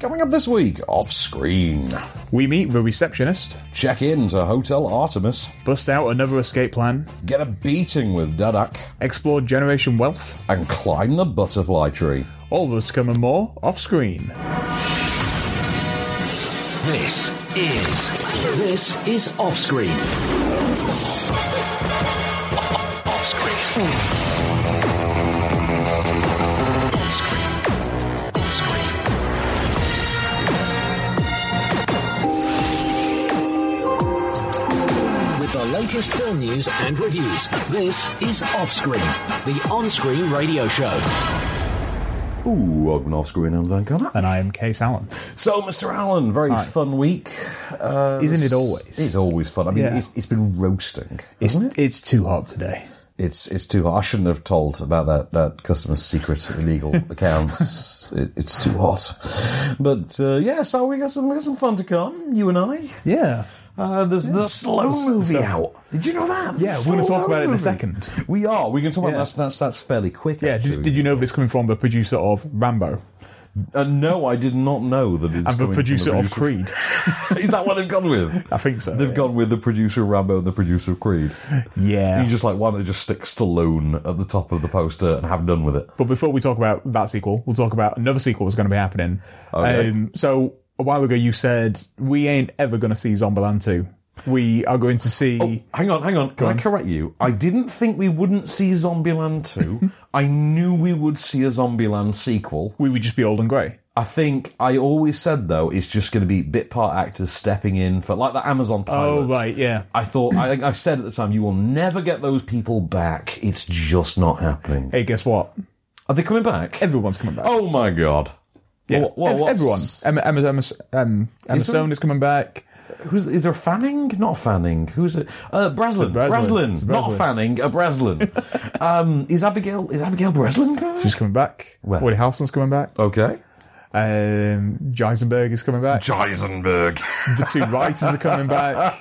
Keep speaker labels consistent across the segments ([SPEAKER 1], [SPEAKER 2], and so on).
[SPEAKER 1] Coming up this week, off screen.
[SPEAKER 2] We meet the receptionist,
[SPEAKER 1] Check in to Hotel Artemis.
[SPEAKER 2] bust out another escape plan,
[SPEAKER 1] Get a beating with Dadak.
[SPEAKER 2] explore Generation Wealth,
[SPEAKER 1] And climb the butterfly tree.
[SPEAKER 2] all those to come and more off screen.
[SPEAKER 3] This is this is off screen. Off screen. Off screen. Off screen. With the latest film news and reviews, this is off screen, the on-screen radio show.
[SPEAKER 1] Ooh, welcome off screen, I'm Van Connor.
[SPEAKER 2] And I am Case Allen.
[SPEAKER 1] So, Mr. Allen, very fun week. Uh,
[SPEAKER 2] Isn't it always?
[SPEAKER 1] It's always fun. I mean,
[SPEAKER 2] Yeah.
[SPEAKER 1] it's, it's been roasting,
[SPEAKER 2] It's,
[SPEAKER 1] isn't it?
[SPEAKER 2] it's too hot today.
[SPEAKER 1] It's it's too hot. I shouldn't have told about that, that customer's secret illegal account. It, it's too hot. But uh, yeah, so we got some we got some fun to come. You and I.
[SPEAKER 2] Yeah.
[SPEAKER 1] Uh, there's the slow movie out. Did you know that?
[SPEAKER 2] Yeah,
[SPEAKER 1] The
[SPEAKER 2] we're gonna
[SPEAKER 1] Slow
[SPEAKER 2] talk about it in a
[SPEAKER 1] movie.
[SPEAKER 2] second.
[SPEAKER 1] We are. We're going to talk
[SPEAKER 2] Yeah.
[SPEAKER 1] about that's that's that's fairly quick.
[SPEAKER 2] Yeah,
[SPEAKER 1] actually.
[SPEAKER 2] did, did you know this coming from the producer of Rambo
[SPEAKER 1] Uh, no, I did not know that. It's
[SPEAKER 2] and the
[SPEAKER 1] coming from
[SPEAKER 2] producer of
[SPEAKER 1] producers-
[SPEAKER 2] Creed?
[SPEAKER 1] Is that what they've gone with?
[SPEAKER 2] I think so.
[SPEAKER 1] They've
[SPEAKER 2] yeah.
[SPEAKER 1] gone with the producer of Rambo and the producer of Creed.
[SPEAKER 2] Yeah.
[SPEAKER 1] You just like why don't they just stick Stallone at the top of the poster and have done with it?
[SPEAKER 2] But before we talk about that sequel, we'll talk about another sequel that's going to be happening.
[SPEAKER 1] Okay.
[SPEAKER 2] Um, so a while ago, you said we ain't ever going to see Zombieland two. We are going to see.
[SPEAKER 1] Hang on, hang on. Can I correct you? I didn't think we wouldn't see Zombieland 2. I knew we would see a Zombieland sequel.
[SPEAKER 2] We would just be old and grey.
[SPEAKER 1] I think I always said though it's just going to be bit part actors stepping in for like the Amazon pilot.
[SPEAKER 2] Oh right, yeah.
[SPEAKER 1] I thought I think I said at the time you will never get those people back. It's just not happening.
[SPEAKER 2] Hey, guess what?
[SPEAKER 1] Are they coming back?
[SPEAKER 2] Everyone's coming back.
[SPEAKER 1] Oh my god.
[SPEAKER 2] yeah.
[SPEAKER 1] Wha- wha-
[SPEAKER 2] Ev-
[SPEAKER 1] what's-
[SPEAKER 2] everyone. Emma, Emma, Emma, um, Emma
[SPEAKER 1] Is there-
[SPEAKER 2] Stone is coming back.
[SPEAKER 1] Who's is there a Fanning? Not a Fanning. Who's it? Uh, Breslin.
[SPEAKER 2] Breslin.
[SPEAKER 1] Breslin.
[SPEAKER 2] It's a
[SPEAKER 1] Not
[SPEAKER 2] Breslin.
[SPEAKER 1] Fanning. A Breslin. um, is Abigail? Is Abigail Breslin? coming back? Oh.
[SPEAKER 2] She's coming back.
[SPEAKER 1] Well.
[SPEAKER 2] Woody Harrelson's coming back.
[SPEAKER 1] Okay.
[SPEAKER 2] Um, Jeisenberg is coming back.
[SPEAKER 1] Heisenberg.
[SPEAKER 2] the two writers are coming back.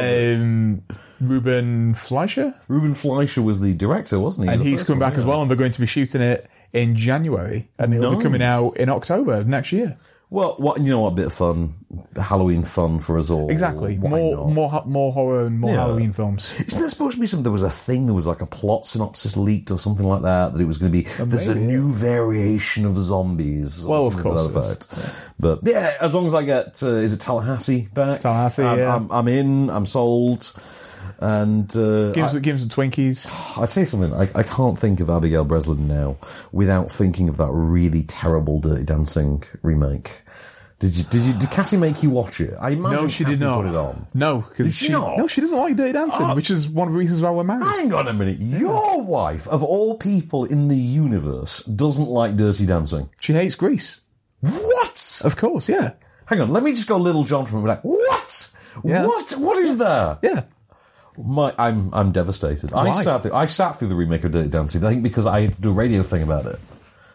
[SPEAKER 2] um, Ruben Fleischer.
[SPEAKER 1] Ruben Fleischer was the director, wasn't he?
[SPEAKER 2] and
[SPEAKER 1] The
[SPEAKER 2] he's
[SPEAKER 1] first
[SPEAKER 2] coming
[SPEAKER 1] one,
[SPEAKER 2] back as
[SPEAKER 1] yeah.
[SPEAKER 2] well, and they're going to be shooting it in January, and it'll
[SPEAKER 1] Nice.
[SPEAKER 2] be coming out in October of next year.
[SPEAKER 1] Well, what you know, what a bit of fun, Halloween fun for us all.
[SPEAKER 2] Exactly,
[SPEAKER 1] Why
[SPEAKER 2] more
[SPEAKER 1] not?
[SPEAKER 2] more ho- more horror and more
[SPEAKER 1] Yeah.
[SPEAKER 2] Halloween films.
[SPEAKER 1] Isn't there supposed to be some? There was a thing. There was like a plot synopsis leaked or something like that. That it was going to be. There's a new variation of zombies. or
[SPEAKER 2] Well, of
[SPEAKER 1] something to that
[SPEAKER 2] course there
[SPEAKER 1] effect. But yeah, as long as I get uh, is it Tallahassee back?
[SPEAKER 2] Tallahassee,
[SPEAKER 1] I'm,
[SPEAKER 2] yeah.
[SPEAKER 1] I'm, I'm in. I'm sold. And uh,
[SPEAKER 2] Games with games with Twinkies.
[SPEAKER 1] I, I tell you something. I, I can't think of Abigail Breslin now without thinking of that really terrible Dirty Dancing remake. Did you? Did you? Did Cassie make you watch it? I imagine
[SPEAKER 2] No, she did
[SPEAKER 1] Cassie
[SPEAKER 2] not
[SPEAKER 1] put it on.
[SPEAKER 2] No, 'cause
[SPEAKER 1] Did she not? Ah.
[SPEAKER 2] No, she doesn't like Dirty Dancing,
[SPEAKER 1] Oh.
[SPEAKER 2] which is one of the reasons why we're married.
[SPEAKER 1] Hang on a minute. Your wife, of all people in the universe, doesn't like dirty dancing.
[SPEAKER 2] She hates Greece,
[SPEAKER 1] What?
[SPEAKER 2] of course. Yeah,
[SPEAKER 1] Hang on. Let me just go Little John from like, what?
[SPEAKER 2] Yeah.
[SPEAKER 1] What? What is there?
[SPEAKER 2] yeah.
[SPEAKER 1] My, I'm I'm devastated. I
[SPEAKER 2] Why?
[SPEAKER 1] sat through I sat through the remake of Dirty Dancing. I think because I did a radio thing about it.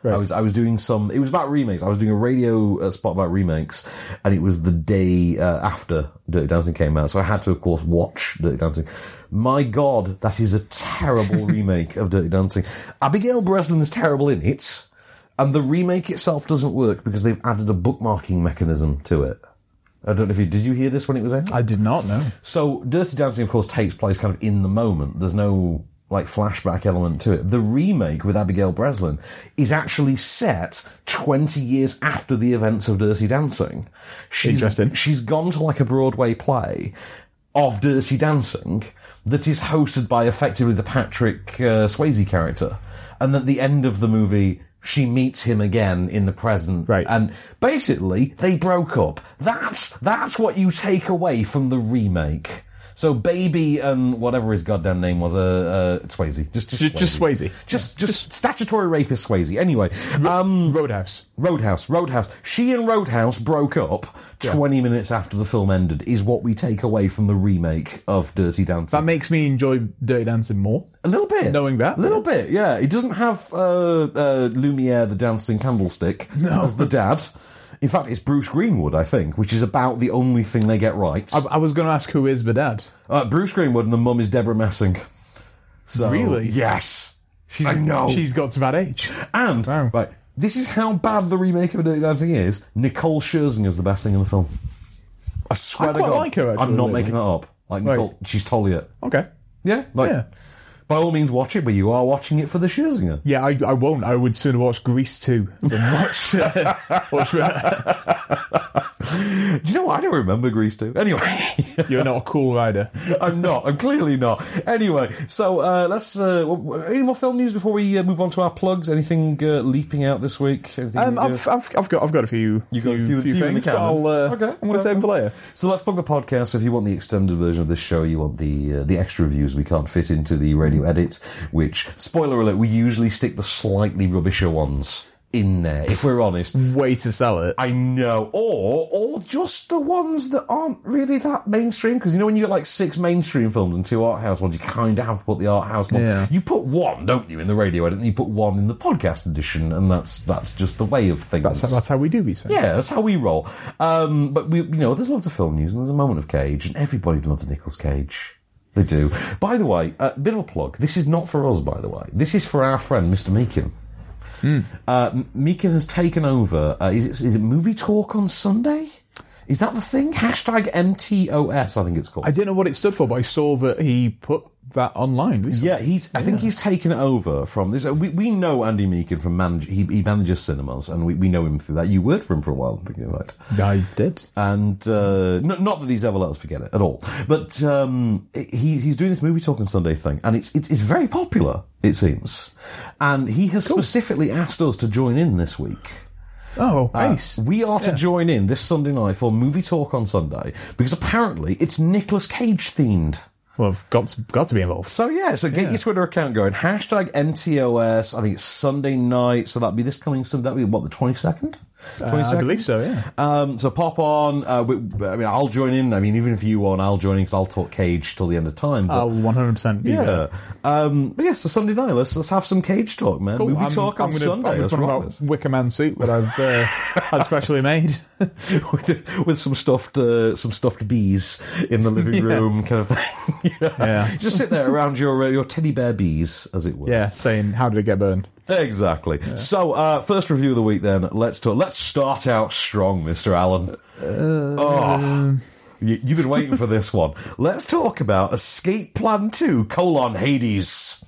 [SPEAKER 1] I was I was doing some. It was about remakes. I was doing a radio uh, spot about remakes, and it was the day uh, after Dirty Dancing came out. So I had to, of course, watch Dirty Dancing. My God, that is a terrible remake of Dirty Dancing. Abigail Breslin's terrible in it, and the remake itself doesn't work because they've added a bookmarking mechanism to it. I don't know if you did. You hear this when it was out?
[SPEAKER 2] I did not know.
[SPEAKER 1] So Dirty Dancing, of course, takes place kind of in the moment. There's no like flashback element to it. The remake with Abigail Breslin is actually set 20 years after the events of Dirty Dancing. She's,
[SPEAKER 2] Interesting.
[SPEAKER 1] She's gone to like a Broadway play of Dirty Dancing that is hosted by effectively the Patrick uh, Swayze character. And at the end of the movie, she meets him again in the present
[SPEAKER 2] Right.
[SPEAKER 1] and basically, they broke up. That's that's what you take away from the remake. So baby and whatever his goddamn name was, uh, uh Swayze. Just just
[SPEAKER 2] Just- just Swayze.
[SPEAKER 1] Just, just statutory rapist Swayze. Anyway, um,
[SPEAKER 2] Roadhouse.
[SPEAKER 1] Roadhouse, Roadhouse. She and Roadhouse broke up 20 minutes after the film ended. Is what we take away from the remake of Dirty Dancing.
[SPEAKER 2] That makes me enjoy Dirty Dancing more.
[SPEAKER 1] A little bit.
[SPEAKER 2] Knowing that.
[SPEAKER 1] A little bit, yeah. He doesn't have uh, uh, Lumiere, the dancing candlestick, as the dad. In fact, it's Bruce Greenwood, I think, which is about the only thing they get right.
[SPEAKER 2] I, I was going to ask who is the dad.
[SPEAKER 1] Uh, Bruce Greenwood and the mum is Deborah Messing. So,
[SPEAKER 2] Really?
[SPEAKER 1] Yes. I know.
[SPEAKER 2] She's got to that age.
[SPEAKER 1] and,
[SPEAKER 2] Wow.
[SPEAKER 1] right, This is how bad the remake of Dirty Dancing is. Nicole Scherzinger is the best thing in the film. I swear
[SPEAKER 2] I
[SPEAKER 1] to
[SPEAKER 2] quite
[SPEAKER 1] God,
[SPEAKER 2] like her, actually,
[SPEAKER 1] I'm not
[SPEAKER 2] really.
[SPEAKER 1] making that up. Like
[SPEAKER 2] Right.
[SPEAKER 1] Nicole, she's totally it.
[SPEAKER 2] Okay.
[SPEAKER 1] Yeah, like
[SPEAKER 2] Yeah.
[SPEAKER 1] by all means watch it, but you are watching it for the Scherzinger.
[SPEAKER 2] Yeah, I, I won't. I would sooner watch Grease 2 than watch, uh, watch
[SPEAKER 1] Do you know what? I don't remember Grease too. Anyway,
[SPEAKER 2] You're not a cool rider.
[SPEAKER 1] I'm not. I'm clearly not. Anyway, so uh, let's. Uh, w- w- any more film news before we uh, move on to our plugs? Anything uh, leaping out this week? Anything,
[SPEAKER 2] Um,
[SPEAKER 1] uh,
[SPEAKER 2] I've, I've, I've got I've got a few
[SPEAKER 1] You've got a few- few in the
[SPEAKER 2] things, but
[SPEAKER 1] can,
[SPEAKER 2] I'll, uh,
[SPEAKER 1] then. Okay,
[SPEAKER 2] I'm going to
[SPEAKER 1] okay.
[SPEAKER 2] save them for later.
[SPEAKER 1] So let's plug the podcast. If you want the extended version of this show, you want the uh, the extra views we can't fit into the radio edits. Which spoiler alert, we usually stick the slightly rubbisher ones in there. If we're honest,
[SPEAKER 2] Way to sell it.
[SPEAKER 1] I know, or or just the ones that aren't really that mainstream. Because you know when you get like six mainstream films and two art house ones, you kind of have to put the art house one.
[SPEAKER 2] Yeah.
[SPEAKER 1] You put one, don't you, in the radio edit? And you put one in the podcast edition, and that's that's just the way of things.
[SPEAKER 2] That's, that's how we do these things.
[SPEAKER 1] Yeah, that's how we roll. Um, but we, you know, there's lots of film news, and there's a moment of Cage, and everybody loves Nicolas Cage. They do. By the way, a bit of a plug. This is not for us, by the way. This is for our friend Mr. Meekin. Uh, M- Meekin has taken over. Uh, is, it, is it movie talk on Sunday? Is that the thing? Hashtag MTOS, I think it's called.
[SPEAKER 2] I didn't know what it stood for, but I saw that he put that online. recently.
[SPEAKER 1] Yeah, he's. I think he's taken over from this. uh, We, we know Andy Meekin from manage. He, he manages cinemas, and we, we know him through that. You worked for him for a while. I'm thinking about.
[SPEAKER 2] I did.
[SPEAKER 1] and uh, n- not that he's ever let us forget it at all. But um, he, he's doing this movie talking Sunday thing, and it's it's, it's very popular, it seems. And he has specifically asked us to join in this week.
[SPEAKER 2] Oh, nice.
[SPEAKER 1] We are to join in this Sunday night for movie talk on Sunday because apparently it's Nicolas Cage themed.
[SPEAKER 2] well, I've got to, got to be involved.
[SPEAKER 1] So yeah, so get your Twitter account going. Hashtag MTOS. I think it's Sunday night, so that'd be this coming Sunday. That'd be what the twenty second. Twenty
[SPEAKER 2] I
[SPEAKER 1] second.
[SPEAKER 2] believe so, yeah.
[SPEAKER 1] Um, so pop on. Uh, we, I mean, I'll join in. I mean, even if you won't, I'll join in because I'll talk Cage till the end of time. But,
[SPEAKER 2] I'll 100% be there.
[SPEAKER 1] yeah. Um, but yeah, so Sunday night, let's let's have some Cage talk, man.
[SPEAKER 2] Cool,
[SPEAKER 1] Movie
[SPEAKER 2] I'm-
[SPEAKER 1] talk
[SPEAKER 2] I'm
[SPEAKER 1] on
[SPEAKER 2] gonna-
[SPEAKER 1] Sunday.
[SPEAKER 2] I'm
[SPEAKER 1] let's
[SPEAKER 2] talking
[SPEAKER 1] rock
[SPEAKER 2] about Wicker Man suit that I've uh, had specially made.
[SPEAKER 1] this. with, with some stuffed uh, some stuffed bees in the living room, kind of thing. You know?
[SPEAKER 2] Yeah.
[SPEAKER 1] Just sit there around your uh, your teddy bear bees, as it were.
[SPEAKER 2] Yeah, saying how did it get burned?
[SPEAKER 1] Exactly. So, uh, first review of the week. Then let's talk. Let's start out strong, Mister Allen.
[SPEAKER 2] Uh,
[SPEAKER 1] oh, you, you've been waiting for this one. Let's talk about Escape Plan Two: colon Hades.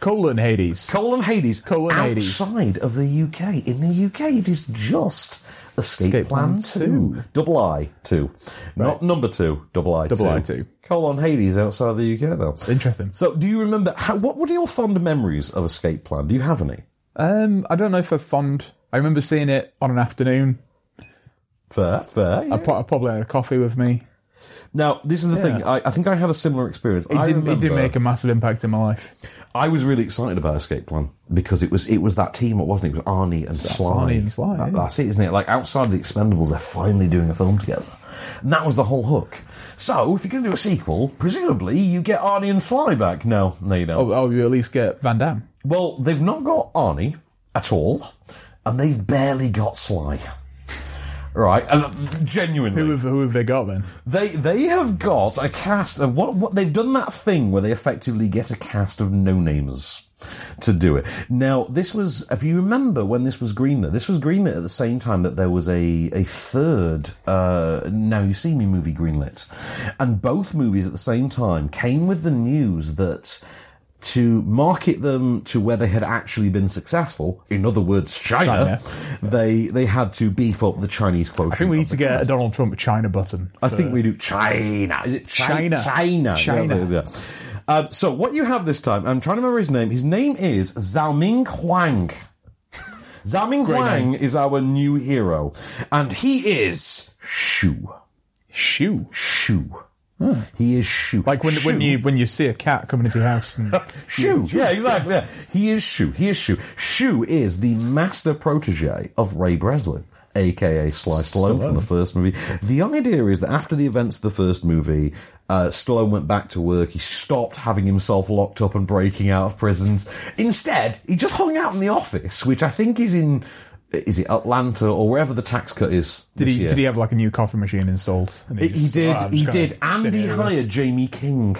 [SPEAKER 2] Colon Hades.
[SPEAKER 1] Colon Hades.
[SPEAKER 2] Colon Hades.
[SPEAKER 1] outside of the UK. In the UK, it is just Escape,
[SPEAKER 2] Escape
[SPEAKER 1] Plan
[SPEAKER 2] Plan
[SPEAKER 1] Two, double I two, not number two, double I
[SPEAKER 2] Double I two.
[SPEAKER 1] Colon Hades outside of the UK though.
[SPEAKER 2] Interesting.
[SPEAKER 1] So, do you remember? How, what were your fond memories of Escape Plan? Do you have any?
[SPEAKER 2] Um, I don't know if I'm fond. I remember seeing it on an afternoon.
[SPEAKER 1] Fair, fair. yeah.
[SPEAKER 2] I, pro- I probably had a coffee with me.
[SPEAKER 1] Now, this is the thing. I, I think I had a similar experience.
[SPEAKER 2] It
[SPEAKER 1] I
[SPEAKER 2] didn't, it
[SPEAKER 1] remember
[SPEAKER 2] didn't make a massive impact in my life.
[SPEAKER 1] I was really excited about Escape Plan because it was it was that team, wasn't it? It was Arnie and Sly.
[SPEAKER 2] Arnie and Sly,
[SPEAKER 1] That-
[SPEAKER 2] yeah.
[SPEAKER 1] That's it, isn't it? Like outside of the Expendables, they're finally doing a film together, and that was the whole hook. So, if you're going to do a sequel, presumably you get Arnie and Sly back. No, no, you don't.
[SPEAKER 2] Oh, oh, you at least get Van Damme.
[SPEAKER 1] Well, they've not got Arnie at all, and they've barely got Sly. Right, and uh, genuinely,
[SPEAKER 2] Who have, who have they got then?
[SPEAKER 1] They they have got a cast of what what they've done that thing where they effectively get a cast of no namers to do it. Now this was if you remember when this was greenlit, this was greenlit at the same time that there was a a third uh, Now You See Me movie greenlit, and both movies at the same time came with the news that. To market them to where they had actually been successful, in other words, China, they they had to beef up the Chinese quota.
[SPEAKER 2] I think we need to get a Donald Trump China button.
[SPEAKER 1] I think we do China. Is it Chi-
[SPEAKER 2] China.
[SPEAKER 1] China.
[SPEAKER 2] China.
[SPEAKER 1] Yeah, yeah, yeah. Um, so what you have this time, I'm trying to remember his name. His name is Zhaoming Huang. Zhaoming Huang is our new hero, and he is Shu.
[SPEAKER 2] Shoo.
[SPEAKER 1] Shu. He is Shu.
[SPEAKER 2] Like when, when you when you see a cat coming into your house and
[SPEAKER 1] Shu. Yeah, exactly. Yeah. He is Shu. He is Shu. Shu is the master protege of Ray Breslin. AKA Sly Stallone from the first movie. The idea is that after the events of the first movie, uh, Stallone went back to work. He stopped having himself locked up and breaking out of prisons. Instead, he just hung out in the office, which I think is in, is it Atlanta or wherever the tax cut is.
[SPEAKER 2] did
[SPEAKER 1] this
[SPEAKER 2] he
[SPEAKER 1] year.
[SPEAKER 2] did he have like a new coffee machine installed? And
[SPEAKER 1] He
[SPEAKER 2] just-
[SPEAKER 1] did.
[SPEAKER 2] "Oh, I'm
[SPEAKER 1] he
[SPEAKER 2] just gonna
[SPEAKER 1] did.
[SPEAKER 2] sit
[SPEAKER 1] And he
[SPEAKER 2] here with this."
[SPEAKER 1] hired Jamie King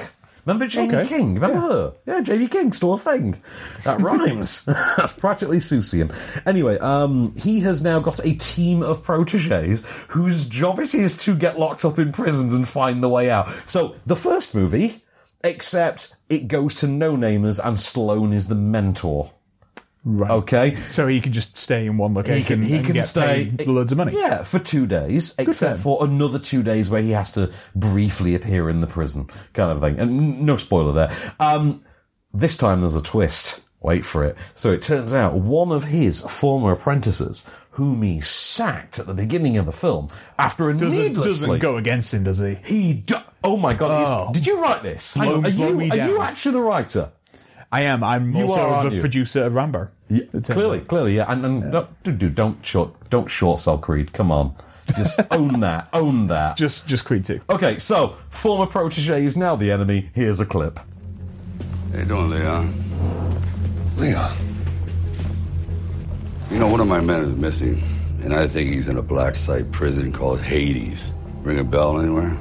[SPEAKER 1] Remember Jamie
[SPEAKER 2] Okay.
[SPEAKER 1] King? Remember her? Yeah, Jamie King, still a thing. That rhymes. That's practically Susian. Anyway, um, he has now got a team of proteges whose job it is to get locked up in prisons and find the way out. So, the first movie, except it goes to no namers and Stallone is the mentor.
[SPEAKER 2] Right.
[SPEAKER 1] Okay?
[SPEAKER 2] So he can just stay in one location.
[SPEAKER 1] He can, he
[SPEAKER 2] and
[SPEAKER 1] can
[SPEAKER 2] get
[SPEAKER 1] stay e-
[SPEAKER 2] paid loads of money.
[SPEAKER 1] Yeah, for two days, except
[SPEAKER 2] him.
[SPEAKER 1] for another two days where he has to briefly appear in the prison, kind of thing. And n- no spoiler there. Um, this time there's a twist. Wait for it. So it turns out one of his former apprentices, whom he sacked at the beginning of the film, after a
[SPEAKER 2] Doesn't,
[SPEAKER 1] needlessly
[SPEAKER 2] doesn't go against him, does he?
[SPEAKER 1] he. Do- oh my god! it's-
[SPEAKER 2] Oh.
[SPEAKER 1] Did you write this? Hang
[SPEAKER 2] Blow-
[SPEAKER 1] on, are
[SPEAKER 2] blow
[SPEAKER 1] you
[SPEAKER 2] me
[SPEAKER 1] are you
[SPEAKER 2] down.
[SPEAKER 1] actually the writer?
[SPEAKER 2] I am. I'm also
[SPEAKER 1] are, aren't
[SPEAKER 2] the
[SPEAKER 1] you?
[SPEAKER 2] producer of Rambo. It's him.
[SPEAKER 1] Clearly, clearly, yeah. And, and Don't, dude, dude, don't short, don't short sell Creed. Come on, just own that, own that.
[SPEAKER 2] Just, just Creed 2.
[SPEAKER 1] Okay, so former protege is now the enemy. Here's a clip.
[SPEAKER 4] How you doing, Leon?
[SPEAKER 5] Leon.
[SPEAKER 4] You know, one of my men is missing, and I think he's in a black site prison called Hades. Ring a bell anywhere?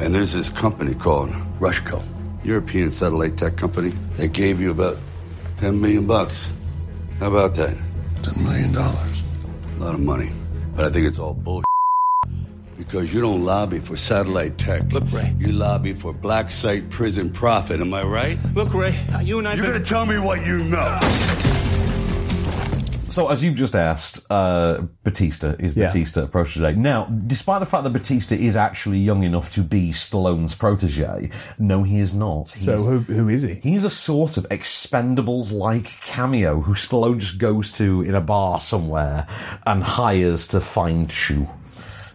[SPEAKER 4] And there's this company called Rushco, European satellite tech company. They gave you about 10 million bucks. How about that?
[SPEAKER 5] Ten million dollars.
[SPEAKER 4] A lot of money. But I think it's all bullshit. Because you don't lobby for satellite tech.
[SPEAKER 5] Look, Ray.
[SPEAKER 4] You lobby for black site prison profit, am I right?
[SPEAKER 5] Look, Ray, you and I.
[SPEAKER 4] You're gonna tell me what you know.
[SPEAKER 1] So, as you've just asked, uh, Batista is
[SPEAKER 2] Yeah.
[SPEAKER 1] Batista a protege. Now, despite the fact that Batista is actually young enough to be Stallone's protege, no, he is not. He's,
[SPEAKER 2] So who, who is he?
[SPEAKER 1] he's a sort of Expendables like cameo who Stallone just goes to in a bar somewhere and hires to find Chu.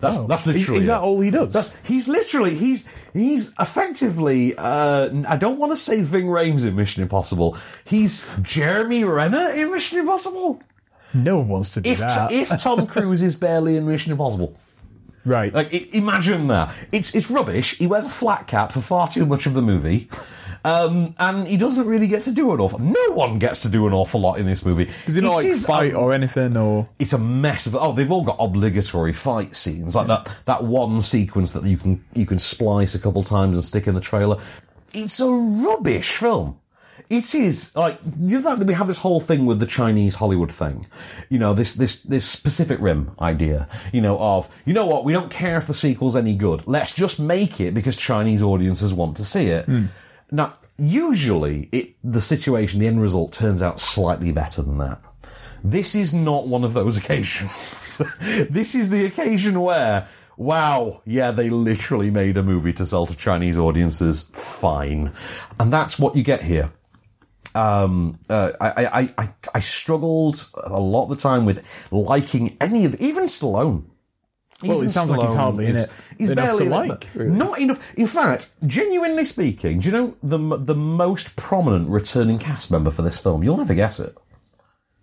[SPEAKER 1] That's, that's
[SPEAKER 2] Is-
[SPEAKER 1] literally
[SPEAKER 2] Is that
[SPEAKER 1] it.
[SPEAKER 2] all Oh. he does?
[SPEAKER 1] That's he's literally he's he's effectively uh I don't want to say Ving Rhames in Mission Impossible. He's Jeremy Renner in Mission Impossible.
[SPEAKER 2] no one wants to do
[SPEAKER 1] If
[SPEAKER 2] that.
[SPEAKER 1] if Tom Cruise is barely in Mission Impossible.
[SPEAKER 2] right.
[SPEAKER 1] Like i- imagine that. It's it's rubbish. He wears a flat cap for far too much of the movie. Um, and he doesn't really get to do an awful. No one gets to do an awful lot in this movie.
[SPEAKER 2] Does he not like
[SPEAKER 1] is
[SPEAKER 2] fight
[SPEAKER 1] a-
[SPEAKER 2] or anything? Or
[SPEAKER 1] it's a mess of oh they've all got obligatory fight scenes like that that one sequence that you can you can splice a couple times and stick in the trailer it's a rubbish film it is like you know that we have this whole thing with the Chinese Hollywood thing, you know this this this Pacific Rim idea, you know of you know what we don't care if the sequel's any good, let's just make it because Chinese audiences want to see it. Now usually it the situation the end result turns out slightly better than that. This is not one of those occasions. this is the occasion where, wow, yeah, they literally made a movie to sell to Chinese audiences. Fine. And that's what you get here. Um, uh, I, I, I- I, I struggled a lot of the time with liking any of, even Stallone.
[SPEAKER 2] Well,
[SPEAKER 1] Even
[SPEAKER 2] it sounds like he's
[SPEAKER 1] Stallone
[SPEAKER 2] hardly in
[SPEAKER 1] is-
[SPEAKER 2] it
[SPEAKER 1] He's
[SPEAKER 2] enough
[SPEAKER 1] barely
[SPEAKER 2] to
[SPEAKER 1] in it,
[SPEAKER 2] like,
[SPEAKER 1] but
[SPEAKER 2] really.
[SPEAKER 1] Not enough. In fact, genuinely speaking, do you know the m- the most prominent returning cast member for this film? You'll never guess it.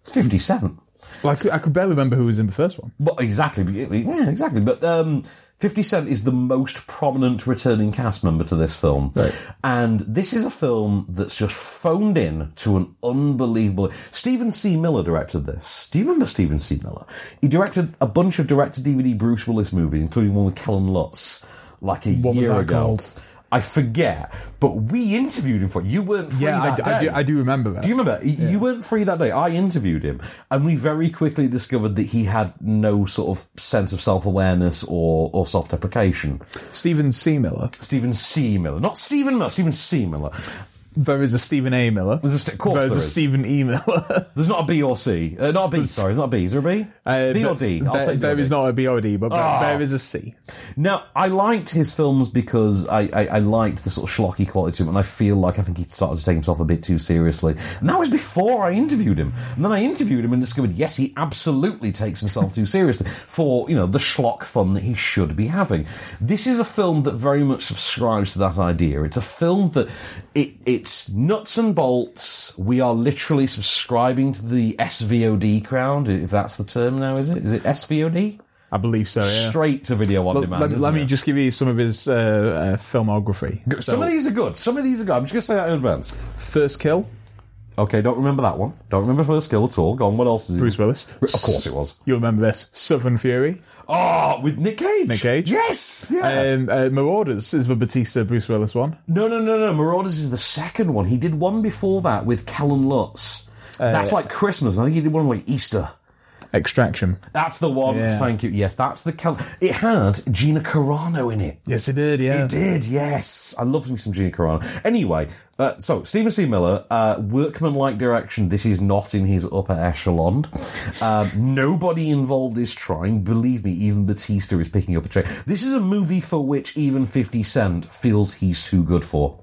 [SPEAKER 1] It's Fifty Cent.
[SPEAKER 2] like, I could barely remember who was in the first one.
[SPEAKER 1] Well, exactly. Yeah, exactly. But um, 50 Cent is the most prominent returning cast member to this film.
[SPEAKER 2] Right.
[SPEAKER 1] And this is a film that's just phoned in to an unbelievable. Stephen C. Miller directed this. Do you remember Stephen C. Miller? He directed a bunch of direct to DVD Bruce Willis movies, including one with Kellen Lutz, like a
[SPEAKER 2] What was
[SPEAKER 1] year
[SPEAKER 2] that
[SPEAKER 1] ago.
[SPEAKER 2] called?
[SPEAKER 1] I forget, but we interviewed him for it. You weren't free
[SPEAKER 2] Yeah, I,
[SPEAKER 1] that
[SPEAKER 2] d- I
[SPEAKER 1] day.
[SPEAKER 2] do, I do remember that.
[SPEAKER 1] Do you remember? Y- You weren't free that day. I interviewed him, and we very quickly discovered that he had no sort of sense of self awareness or, or self deprecation.
[SPEAKER 2] Stephen C. Miller.
[SPEAKER 1] Stephen C. Miller, not Stephen Miller, Stephen C. Miller.
[SPEAKER 2] There is a Stephen A. Miller.
[SPEAKER 1] There's a st- of course
[SPEAKER 2] There's
[SPEAKER 1] there
[SPEAKER 2] a
[SPEAKER 1] is.
[SPEAKER 2] Stephen E. Miller.
[SPEAKER 1] There's not a B or C. Uh, not a B, sorry. There's not a B. Is there a B?
[SPEAKER 2] Uh,
[SPEAKER 1] B or
[SPEAKER 2] but
[SPEAKER 1] D. I'll
[SPEAKER 2] there-
[SPEAKER 1] take B or
[SPEAKER 2] there
[SPEAKER 1] D.
[SPEAKER 2] is not a B or D, Ah. but there- there is a C.
[SPEAKER 1] Now, I liked his films because I, I, I liked the sort of schlocky quality to him, and I feel like I think he started to take himself a bit too seriously. And that was before I interviewed him. And then I interviewed him and discovered, yes, he absolutely takes himself too seriously for, you know, the schlock fun that he should be having. This is a film that very much subscribes to that idea. It's a film that it, it's nuts and bolts. We are literally subscribing to the SVOD crowd, if that's the term now, is it? Is it SVOD?
[SPEAKER 2] I believe so. Yeah.
[SPEAKER 1] Straight to video on
[SPEAKER 2] Well,
[SPEAKER 1] demand.
[SPEAKER 2] let, me-
[SPEAKER 1] isn't
[SPEAKER 2] let me
[SPEAKER 1] it?
[SPEAKER 2] just give you some of his uh, uh, filmography.
[SPEAKER 1] Some of these are good. Some of these are good. I'm just going to say that in advance.
[SPEAKER 2] First Kill,
[SPEAKER 1] Okay, don't remember that one. Don't remember First Kill at all. Go on, what else is it?
[SPEAKER 2] Bruce Willis.
[SPEAKER 1] Of course it was.
[SPEAKER 2] You'll remember this. Southern Fury.
[SPEAKER 1] Oh, with Nick Cage.
[SPEAKER 2] Nick Cage.
[SPEAKER 1] Yes. Yeah.
[SPEAKER 2] Um, uh, Marauders is the Batista Bruce Willis one.
[SPEAKER 1] no, no, no, no. Marauders is the second one. He did one before that with Callum Lutz.
[SPEAKER 2] Uh,
[SPEAKER 1] That's like Christmas. I think he did one like Easter.
[SPEAKER 2] Extraction.
[SPEAKER 1] That's the one.
[SPEAKER 2] Yeah.
[SPEAKER 1] Thank you. Yes, that's the Callum. It had Gina Carano in it.
[SPEAKER 2] Yes, it did, yeah.
[SPEAKER 1] It did, yes. I loved me some Gina Carano. Anyway, uh, so Stephen C. Miller, uh, workman-like direction. This is not in his upper echelon. Um, nobody involved is trying. Believe me, even Batista is picking up a tray. This is a movie for which even Fifty Cent feels he's too good for.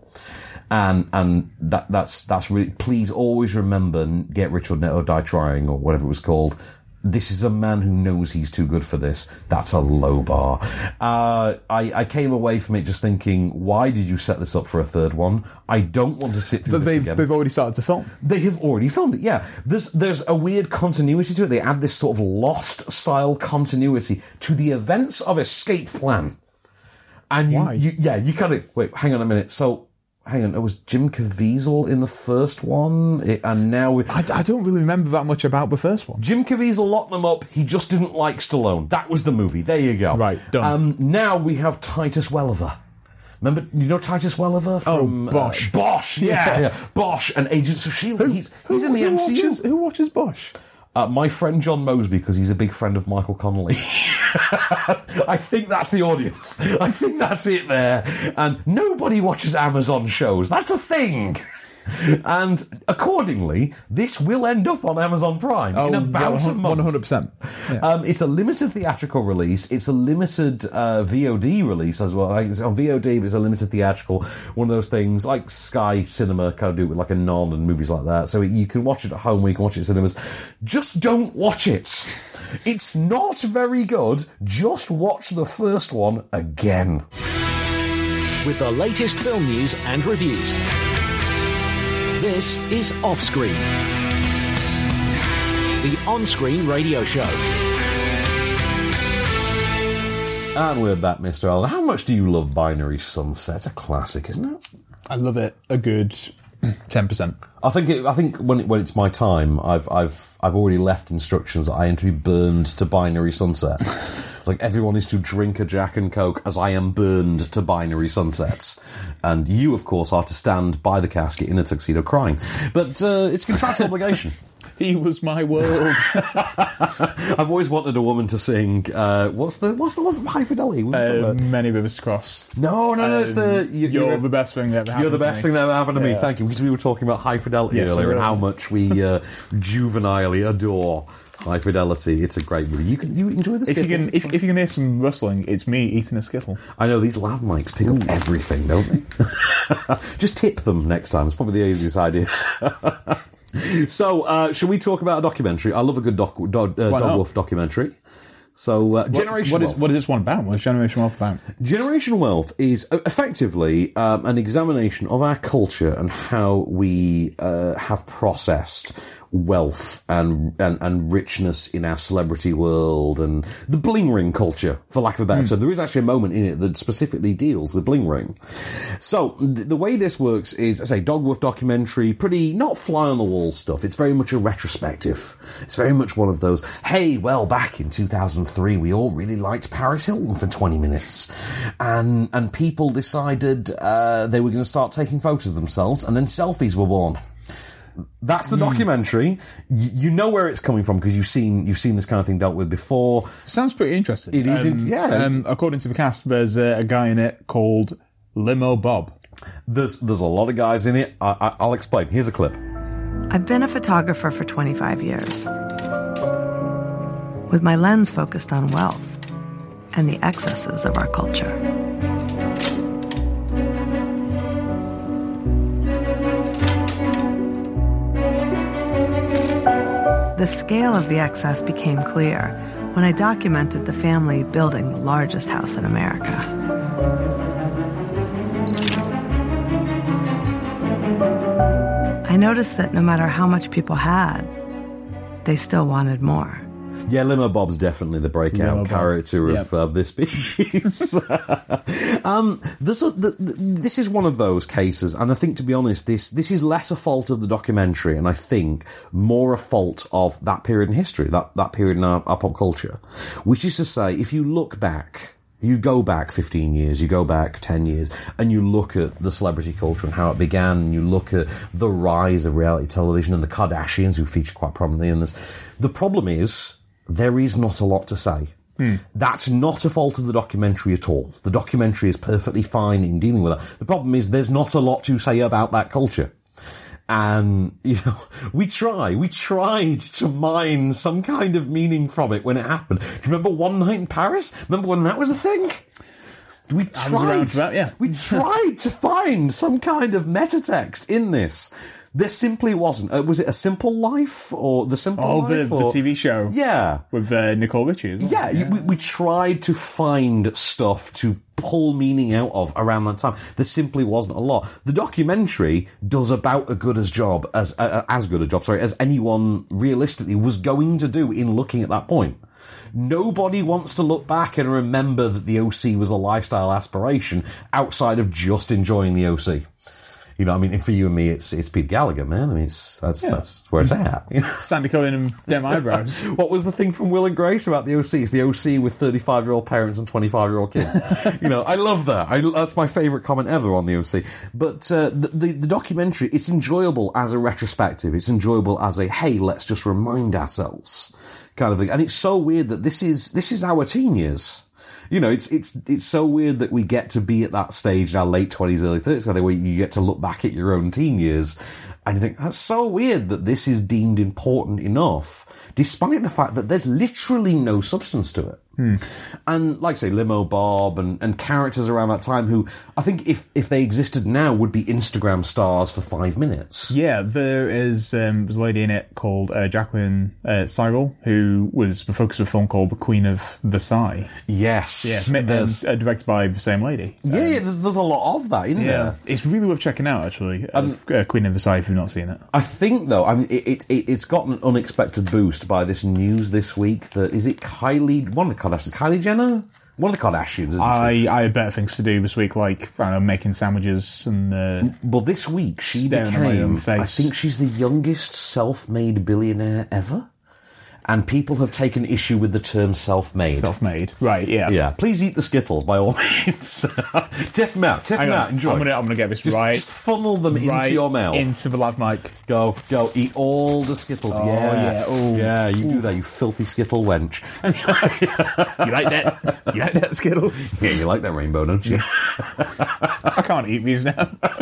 [SPEAKER 1] And and that that's that's really. Please always remember, n- get rich or net or die trying or whatever it was called. This is a man who knows he's too good for this. That's a low bar. Uh, I, I came away from it just thinking, why did you set this up for a third one? I don't want to sit through
[SPEAKER 2] But
[SPEAKER 1] this
[SPEAKER 2] they've,
[SPEAKER 1] again.
[SPEAKER 2] they've already started to film.
[SPEAKER 1] They have already filmed it. Yeah, there's there's a weird continuity to it. They add this sort of lost style continuity to the events of Escape Plan, and you,
[SPEAKER 2] Why?
[SPEAKER 1] you yeah you kind of wait. Hang on a minute. So hang on, it was Jim Caviezel in the first one, it, and now we.
[SPEAKER 2] I, I don't really remember that much about the first one.
[SPEAKER 1] Jim Caviezel locked them up. He just didn't like Stallone. That was the movie. There you go.
[SPEAKER 2] Right, done.
[SPEAKER 1] Um, now we have Titus Welliver. Remember, you know Titus Welliver from
[SPEAKER 2] Oh, Bosch.
[SPEAKER 1] uh, Bosch, yeah,
[SPEAKER 2] Yeah.
[SPEAKER 1] yeah, Bosch and Agents of Shield. E he's he's in the
[SPEAKER 2] who
[SPEAKER 1] MCU.
[SPEAKER 2] Watches, who watches Bosch?
[SPEAKER 1] Uh, my friend John Mosby, because he's a big friend of Michael Connolly. I think that's the audience. I think that's it there. And nobody watches Amazon shows. That's a thing. And accordingly, this will end up on Amazon Prime in about a month.
[SPEAKER 2] Oh, one hundred percent.
[SPEAKER 1] Um, it's a limited theatrical release. It's a limited uh, VOD release as well. Like, it's on VOD, but it's a limited theatrical. One of those things like Sky Cinema kind of do it with like a non and movies like that. So you can watch it at home. We can watch it at cinemas. Just don't watch it. It's not very good. Just watch the first one again.
[SPEAKER 3] with the latest film news and reviews. This is Offscreen, the on screen radio show.
[SPEAKER 1] And we're back, Mr. Allen. How much do you love Binary Sunset? A classic, isn't it?
[SPEAKER 2] I love it. A good mm, ten percent.
[SPEAKER 1] I think it, I think when it, when it's my time, I've I've I've already left instructions that I am to be burned to binary sunset. like everyone is to drink a Jack and Coke as I am burned to binary sunsets, and you of course are to stand by the casket in a tuxedo crying. But uh, it's contractual obligation.
[SPEAKER 2] He was my world.
[SPEAKER 1] I've always wanted a woman to sing. Uh, what's the what's the one from High Fidelity? What was it
[SPEAKER 2] uh,
[SPEAKER 1] about?
[SPEAKER 2] many rivers cross.
[SPEAKER 1] no, no, no. It's the you-
[SPEAKER 2] um, You're, the best thing that ever happened.
[SPEAKER 1] You're the
[SPEAKER 2] to
[SPEAKER 1] best
[SPEAKER 2] me.
[SPEAKER 1] thing that ever happened to me.
[SPEAKER 2] Yeah.
[SPEAKER 1] Thank you. Because we were talking about high fidelity
[SPEAKER 2] Yes, we
[SPEAKER 1] earlier and
[SPEAKER 2] were.
[SPEAKER 1] how much we uh, juvenilely adore high fidelity. It's a great movie. You can you enjoy this.
[SPEAKER 2] If you can, if, if you can hear some rustling, it's me eating a skittle.
[SPEAKER 1] I know these lav mics pick up everything, don't they? Just tip them next time. It's probably the easiest idea. so, uh, shall we talk about a documentary? I love a good doc, do, uh, Dog
[SPEAKER 2] not?
[SPEAKER 1] Wolf documentary. So, uh, Generation
[SPEAKER 2] What
[SPEAKER 1] Wolf.
[SPEAKER 2] is what is this one about? What is Generation Wealth about?
[SPEAKER 1] Generation Wealth is uh, effectively um, an examination of our culture and how we uh, have processed wealth and, and and richness in our celebrity world and the bling ring culture, for lack of a better term. There is actually a moment in it that specifically deals with bling ring. So th- the way this works is, I say, Dogwolf documentary, pretty not fly on the wall stuff. It's very much a retrospective. It's very much one of those. Hey, well, back in 2003, we all really liked Paris Hilton for 20 minutes, and and people decided uh, they were going to start taking photos of themselves, and then selfies were born. That's the documentary. You, you know where it's coming from because you've seen you've seen this kind of thing dealt with before.
[SPEAKER 2] Sounds pretty interesting.
[SPEAKER 1] It is in- yeah.
[SPEAKER 2] Um, according to the cast, there's a, a guy in it called Limo Bob.
[SPEAKER 1] There's there's a lot of guys in it. I, I, I'll explain. Here's a clip.
[SPEAKER 6] I've been a photographer for 25 years, with my lens focused on wealth and the excesses of our culture. The scale of the excess became clear when I documented the family building the largest house in America. I noticed that no matter how much people had, they still wanted more.
[SPEAKER 1] Yeah, Limo Bob's definitely the breakout
[SPEAKER 2] Limo Bob.
[SPEAKER 1] character of,
[SPEAKER 2] Yep.
[SPEAKER 1] of this piece. um, this, th- th- this is one of those cases, and I think, to be honest, this this is less a fault of the documentary, and I think more a fault of that period in history, that that period in our, our pop culture, which is to say, if you look back. You go back 15 years, you go back 10 years, and you look at the celebrity culture and how it began, and you look at the rise of reality television and the Kardashians who feature quite prominently in this. The problem is, there is not a lot to say.
[SPEAKER 2] Hmm.
[SPEAKER 1] That's not a fault of the documentary at all. The documentary is perfectly fine in dealing with that. The problem is there's not a lot to say about that culture. And, you know, we try, we tried to mine some kind of meaning from it when it happened. Do you remember One Night in Paris? Remember when that was a thing? We
[SPEAKER 2] was
[SPEAKER 1] tried,
[SPEAKER 2] around for that, yeah.
[SPEAKER 1] we tried to find some kind of metatext in this. There simply wasn't. Uh, was it a simple life or the simple
[SPEAKER 2] Oh, the,
[SPEAKER 1] life?
[SPEAKER 2] the
[SPEAKER 1] or-
[SPEAKER 2] TV show
[SPEAKER 1] Yeah.
[SPEAKER 2] with uh, Nicole Richie. Isn't
[SPEAKER 1] Yeah, We, we tried to find stuff to pull meaning out of around that time. There simply wasn't a lot. The documentary does about as good as job as uh, as good a job, sorry, as anyone realistically was going to do in looking at that point. Nobody wants to look back and remember that the OC was a lifestyle aspiration outside of just enjoying the OC. You know, I mean, for you and me, it's it's Pete Gallagher, man. I mean, it's, that's that's where it's at. You know?
[SPEAKER 2] Sandy Cohen and them eyebrows.
[SPEAKER 1] What was the thing from Will and Grace about the OC? It's the OC with 35 year old parents and 25 year old kids. you know, I love that. I, that's my favourite comment ever on the OC. But uh, the, the, the documentary, it's enjoyable as a retrospective. It's enjoyable as a, hey, let's just remind ourselves kind of thing. And it's so weird that this is, this is our teen years. You know, it's it's it's so weird that we get to be at that stage in our late twenties, early thirties, where you get to look back at your own teen years, and you think that's so weird that this is deemed important enough, despite the fact that there's literally no substance to it. And like I say, Limo Bob and, and characters around that time who I think if if they existed now would be Instagram stars for five minutes.
[SPEAKER 2] yeah, there is um, there's a lady in it called uh, Jacqueline uh, Seigel who was focused with a film called The Queen of Versailles.
[SPEAKER 1] Yes,
[SPEAKER 2] Yeah,
[SPEAKER 1] there's,
[SPEAKER 2] and, uh, directed by the same lady.
[SPEAKER 1] yeah, yeah, there's there's a lot of that, isn't there?
[SPEAKER 2] it's really worth checking out actually.
[SPEAKER 1] Um,
[SPEAKER 2] uh, Queen of Versailles if you've not seen it.
[SPEAKER 1] I think though, I mean, it, it, it it's got an unexpected boost by this news this week. That is it, Kylie, one of the Kardashians, Kylie Jenner, one of the Kardashians. Isn't she?
[SPEAKER 2] I, I had better things to do this week, like I don't know, making sandwiches and uh,
[SPEAKER 1] Well, this week she
[SPEAKER 2] Staring in my
[SPEAKER 1] became.
[SPEAKER 2] own face.
[SPEAKER 1] I think she's the youngest self-made billionaire ever, and people have taken issue with the term self-made.
[SPEAKER 2] self-made. Right? Yeah.
[SPEAKER 1] yeah, please eat the skittles by all means. tip them out. Tip
[SPEAKER 2] Hang
[SPEAKER 1] them
[SPEAKER 2] on,
[SPEAKER 1] out. Enjoy.
[SPEAKER 2] I'm gonna I'm gonna get this
[SPEAKER 1] just,
[SPEAKER 2] right.
[SPEAKER 1] just funnel them into
[SPEAKER 2] right
[SPEAKER 1] your mouth.
[SPEAKER 2] into the lad mic.
[SPEAKER 1] Go, go, eat all the Skittles. yeah,
[SPEAKER 2] yeah, oh.
[SPEAKER 1] yeah, you do that, you filthy Skittle wench.
[SPEAKER 2] You like that? You like that Skittles?
[SPEAKER 1] yeah, you like that rainbow, don't you?
[SPEAKER 2] I can't eat these now. I'm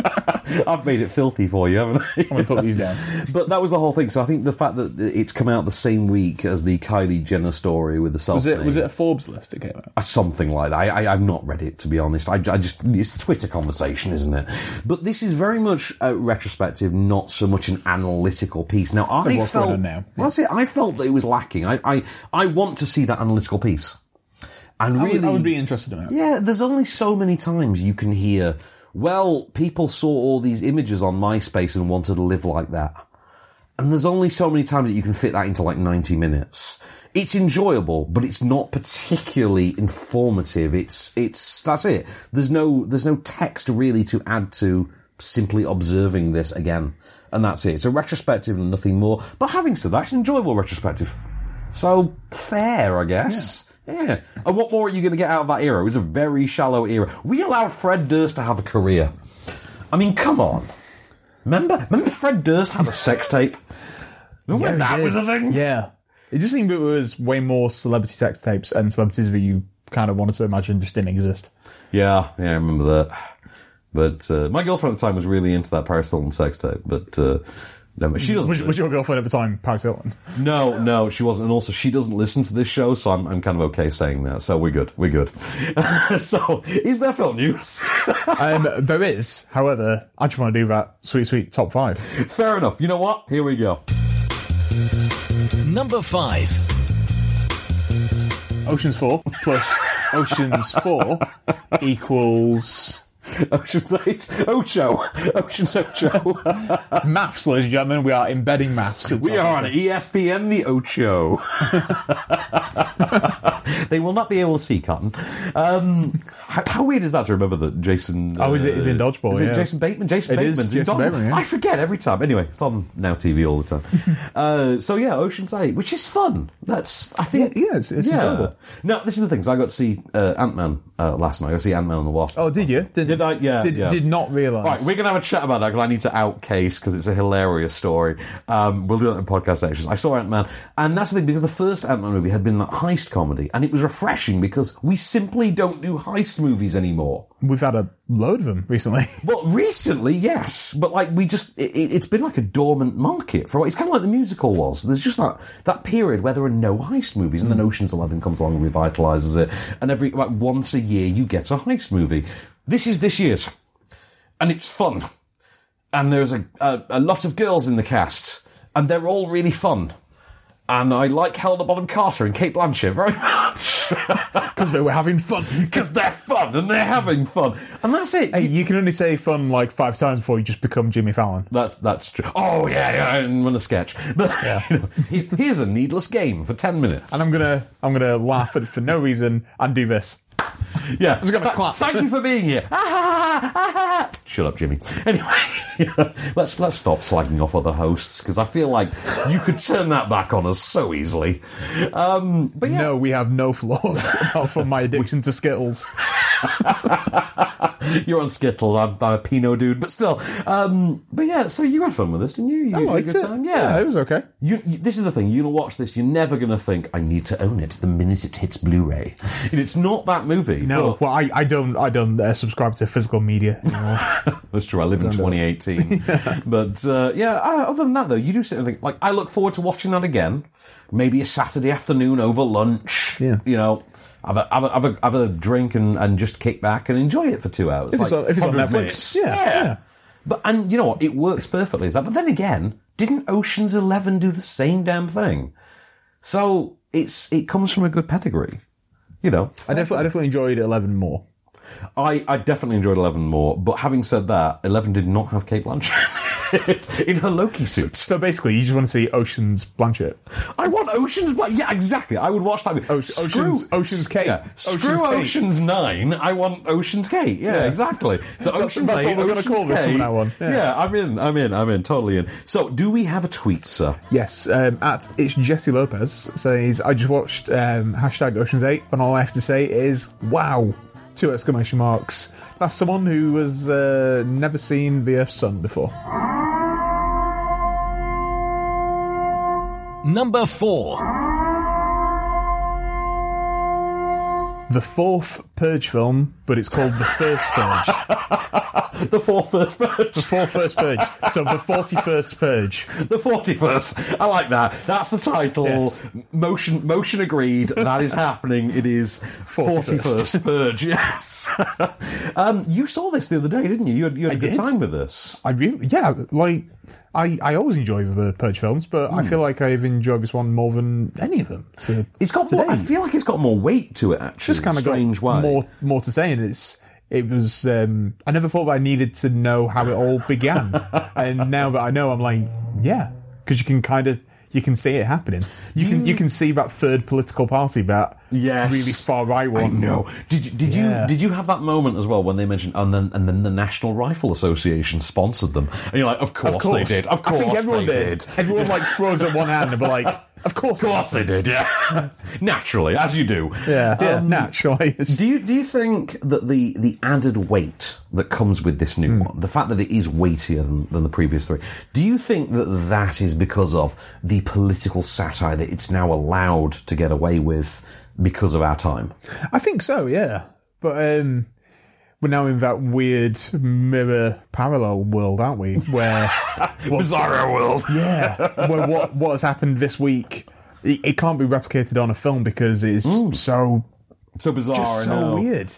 [SPEAKER 1] I've made it filthy for you, haven't I?
[SPEAKER 2] gonna put these down.
[SPEAKER 1] but that was the whole thing. So I think the fact that it's come out the same week as the Kylie Jenner story with the self
[SPEAKER 2] Was it was it a Forbes list it came out?
[SPEAKER 1] something like that. I, I, I've not read it to be honest. I, I just it's a Twitter conversation, isn't it? But this is very much a retrospective, not so much an analytical piece. Now I
[SPEAKER 2] what's going
[SPEAKER 1] felt
[SPEAKER 2] on now?
[SPEAKER 1] Well, that's it. I felt that it was lacking. I, I I want to see that analytical piece. And
[SPEAKER 2] I
[SPEAKER 1] really,
[SPEAKER 2] would, I would be interested in that.
[SPEAKER 1] yeah, there's only so many times you can hear, well, people saw all these images on MySpace and wanted to live like that. And there's only so many times that you can fit that into like 90 minutes. It's enjoyable, but it's not particularly informative. It's, it's, that's it. There's no, there's no text really to add to simply observing this again. And that's it. It's a retrospective and nothing more. But having said that, it's an enjoyable retrospective. So fair, I guess. Yeah. And what more are you going to get out of that era? It was a very shallow era. We allowed Fred Durst to have a career. I mean, come on. Remember, remember Fred Durst had a sex tape. Remember when that was a thing?
[SPEAKER 2] Yeah. It just seemed that there was way more celebrity sex tapes and celebrities that you kind of wanted to imagine just didn't exist.
[SPEAKER 1] yeah, yeah, I remember that. But uh, my girlfriend at the time was really into that Paris Hilton sex tape, but uh, no, she doesn't.
[SPEAKER 2] Was, was your girlfriend at the time Paris Hilton?
[SPEAKER 1] No, no, she wasn't. And also, she doesn't listen to this show, so I'm, I'm kind of okay saying that. So we're good. We're good. so, is there film news?
[SPEAKER 2] um, there is, however, I just want to do that sweet, sweet top five.
[SPEAKER 1] Fair enough. You know what? Here we go.
[SPEAKER 3] Number 5.
[SPEAKER 2] Oceans 4 plus Oceans 4 equals
[SPEAKER 1] Ocean's 8. Ocho. Ocean's Ocho.
[SPEAKER 2] maps, ladies and gentlemen. We are embedding maps.
[SPEAKER 1] We are on E ESPN the Ocho. they will not be able to see Cotton. Um, how, how weird is that to remember that Jason? uh,
[SPEAKER 2] Oh, is it- is it in Dodgeball,
[SPEAKER 1] Is it
[SPEAKER 2] yeah.
[SPEAKER 1] Jason Bateman? Jason
[SPEAKER 2] It is
[SPEAKER 1] Bateman's in
[SPEAKER 2] Jason
[SPEAKER 1] Dodgeball.
[SPEAKER 2] Bateman, yeah.
[SPEAKER 1] I forget every time. Anyway, it's on Now TV all the time. uh, so yeah, Ocean's Eight, which is fun. That's I think
[SPEAKER 2] Yeah, yeah, it's- it's enjoyable.
[SPEAKER 1] No, this is the thing. So I got to see uh, Ant Man uh, last night. I got to see Ant Man and the Wasp.
[SPEAKER 2] Oh, did you? Did,
[SPEAKER 1] Did I? Yeah,
[SPEAKER 2] Did,
[SPEAKER 1] yeah.
[SPEAKER 2] did not realize.
[SPEAKER 1] All right, we're going to have a chat about that because I need to out Case because it's a hilarious story. Um, we'll do that in podcast sections. I saw Ant Man, and that's the thing because the first Ant Man movie had been that heist comedy, and it was refreshing because we simply don't do heist movies anymore.
[SPEAKER 2] We've had a load of them recently.
[SPEAKER 1] Well, recently, yes, but like we just, it, it- it's been like a dormant market for. a while. It's kind of like the musical was. There's just that that period where there are no heist movies, and then Ocean's Eleven comes along and revitalizes it, and every like once a year you get a heist movie. This is this year's, and it's fun, and there's a a, a lot of girls in the cast, and they're all really fun. And I like Helena Bonham Carter and Kate Blanchett very much
[SPEAKER 2] Because they were having fun.
[SPEAKER 1] because they're fun and they're having fun, and that's it.
[SPEAKER 2] Hey, you can only say fun like five times before you just become Jimmy Fallon.
[SPEAKER 1] That's that's true. Oh yeah, yeah I didn't want to sketch. But you know, here's- here's a needless game for ten minutes.
[SPEAKER 2] And I'm gonna, I'm gonna laugh at, for no reason and do this.
[SPEAKER 1] yeah, I'm
[SPEAKER 2] just gonna clap.
[SPEAKER 1] Thank you for being here. Ah, ah, ah. Shut up, Jimmy. Anyway, let's let's stop slagging off other hosts because I feel like you could turn that back on us so easily. Um, but yeah,
[SPEAKER 2] No, we have no flaws apart from my addiction to Skittles.
[SPEAKER 1] you're on Skittles. I'm, I'm a Pinot dude, but still. Um, but yeah, so you had fun with this, didn't you? you
[SPEAKER 2] Oh, I
[SPEAKER 1] had a
[SPEAKER 2] liked
[SPEAKER 1] good
[SPEAKER 2] it.
[SPEAKER 1] time?
[SPEAKER 2] Yeah, it was okay.
[SPEAKER 1] You, you, this is the thing. You're gonna watch this. You're never gonna think I need to own it the minute it hits Blu-ray. And it's not that movie.
[SPEAKER 2] No,
[SPEAKER 1] but-
[SPEAKER 2] well, I, I don't, I don't uh, subscribe to physical media anymore.
[SPEAKER 1] that's true. I live in 2018. But uh, yeah, uh, other than that though, you do sit and think like I look forward to watching that again. Maybe a Saturday afternoon over lunch.
[SPEAKER 2] Yeah.
[SPEAKER 1] You know. Have a, have, a, have, a, have a drink and, and just kick back and enjoy it for two hours.
[SPEAKER 2] If it's on- if it's on
[SPEAKER 1] 100
[SPEAKER 2] Netflix,
[SPEAKER 1] minutes.
[SPEAKER 2] yeah, yeah.
[SPEAKER 1] But and you know what? It works perfectly. Is that? But then again, didn't Ocean's Eleven do the same damn thing? So it's it comes from a good pedigree, you know.
[SPEAKER 2] I definitely, I definitely enjoyed Eleven more.
[SPEAKER 1] I, I definitely enjoyed Eleven more, but having said that, Eleven did not have Kate Blanchett in her Loki suit.
[SPEAKER 2] So basically, you just want to see Ocean's Blanchett.
[SPEAKER 1] I want Ocean's Black. Yeah, exactly. I would watch that.
[SPEAKER 2] Oce- Ocean's- Ocean's Kate.
[SPEAKER 1] Yeah,
[SPEAKER 2] Ocean's
[SPEAKER 1] screw
[SPEAKER 2] Kate.
[SPEAKER 1] Ocean's Nine. I want Ocean's Kate. Yeah,
[SPEAKER 2] Yeah.
[SPEAKER 1] exactly. So Ocean's
[SPEAKER 2] that's what
[SPEAKER 1] Eight.
[SPEAKER 2] we're gonna
[SPEAKER 1] Ocean's
[SPEAKER 2] call this from
[SPEAKER 1] Kate.
[SPEAKER 2] now on.
[SPEAKER 1] Yeah.
[SPEAKER 2] Yeah.
[SPEAKER 1] I'm in. I'm in. I'm in. Totally in. So, do we have a tweet, sir?
[SPEAKER 2] Yes, um, at it's Jesse Lopez says I just watched um, hashtag Ocean's Eight, and all I have to say is wow. Two exclamation marks. That's someone who has uh, never seen the Earth's sun before.
[SPEAKER 3] Number 4.
[SPEAKER 2] The fourth Purge film, but it's called the first Purge.
[SPEAKER 1] The fourth first bird.
[SPEAKER 2] the fourth first Purge. So the forty-first Purge.
[SPEAKER 1] The forty-first. I like that. That's the title.
[SPEAKER 2] Yes.
[SPEAKER 1] Motion. Motion agreed. That is happening. It is forty-first purge. Yes. um, you saw this the other day, didn't you? You had, you had a
[SPEAKER 2] I
[SPEAKER 1] good
[SPEAKER 2] did.
[SPEAKER 1] time with this.
[SPEAKER 2] I really, yeah, like I, I always enjoy the Purge films, but I feel like I've enjoyed this one more than any of them. So
[SPEAKER 1] It's got. More, I feel like it's got more weight to it. Actually,
[SPEAKER 2] just kind of
[SPEAKER 1] strange way.
[SPEAKER 2] got more more to say, and it's it was. Um, I never thought that I needed to know how it all began, and now that I know, I'm like, yeah, because you can kind of. You can see it happening. You can you can see that third political party, that
[SPEAKER 1] Yes.
[SPEAKER 2] really far right one.
[SPEAKER 1] I know. Did you- did
[SPEAKER 2] Yeah.
[SPEAKER 1] you did you have that moment as well when they mentioned and then and then the National Rifle Association sponsored them and you're like, of course,
[SPEAKER 2] Of course
[SPEAKER 1] they did, of course
[SPEAKER 2] I think everyone
[SPEAKER 1] they
[SPEAKER 2] did.
[SPEAKER 1] did.
[SPEAKER 2] Everyone like throws up one hand and be like, of course,
[SPEAKER 1] Of course they did, yeah. Naturally, as you do.
[SPEAKER 2] Yeah, yeah,
[SPEAKER 1] Um,
[SPEAKER 2] naturally.
[SPEAKER 1] Do you do you think that the the added weight that comes with this new one, the fact that it is weightier than, than the previous three, do you think that that is because of the political satire that it's now allowed to get away with because of our time?
[SPEAKER 2] I think so, yeah. But um, we're now in that weird mirror parallel world, aren't we? Where what's-
[SPEAKER 1] Bizarro world.
[SPEAKER 2] yeah, where what what has happened this week? It, it can't be replicated on a film because it's so
[SPEAKER 1] So bizarre.
[SPEAKER 2] just
[SPEAKER 1] I know.
[SPEAKER 2] so weird.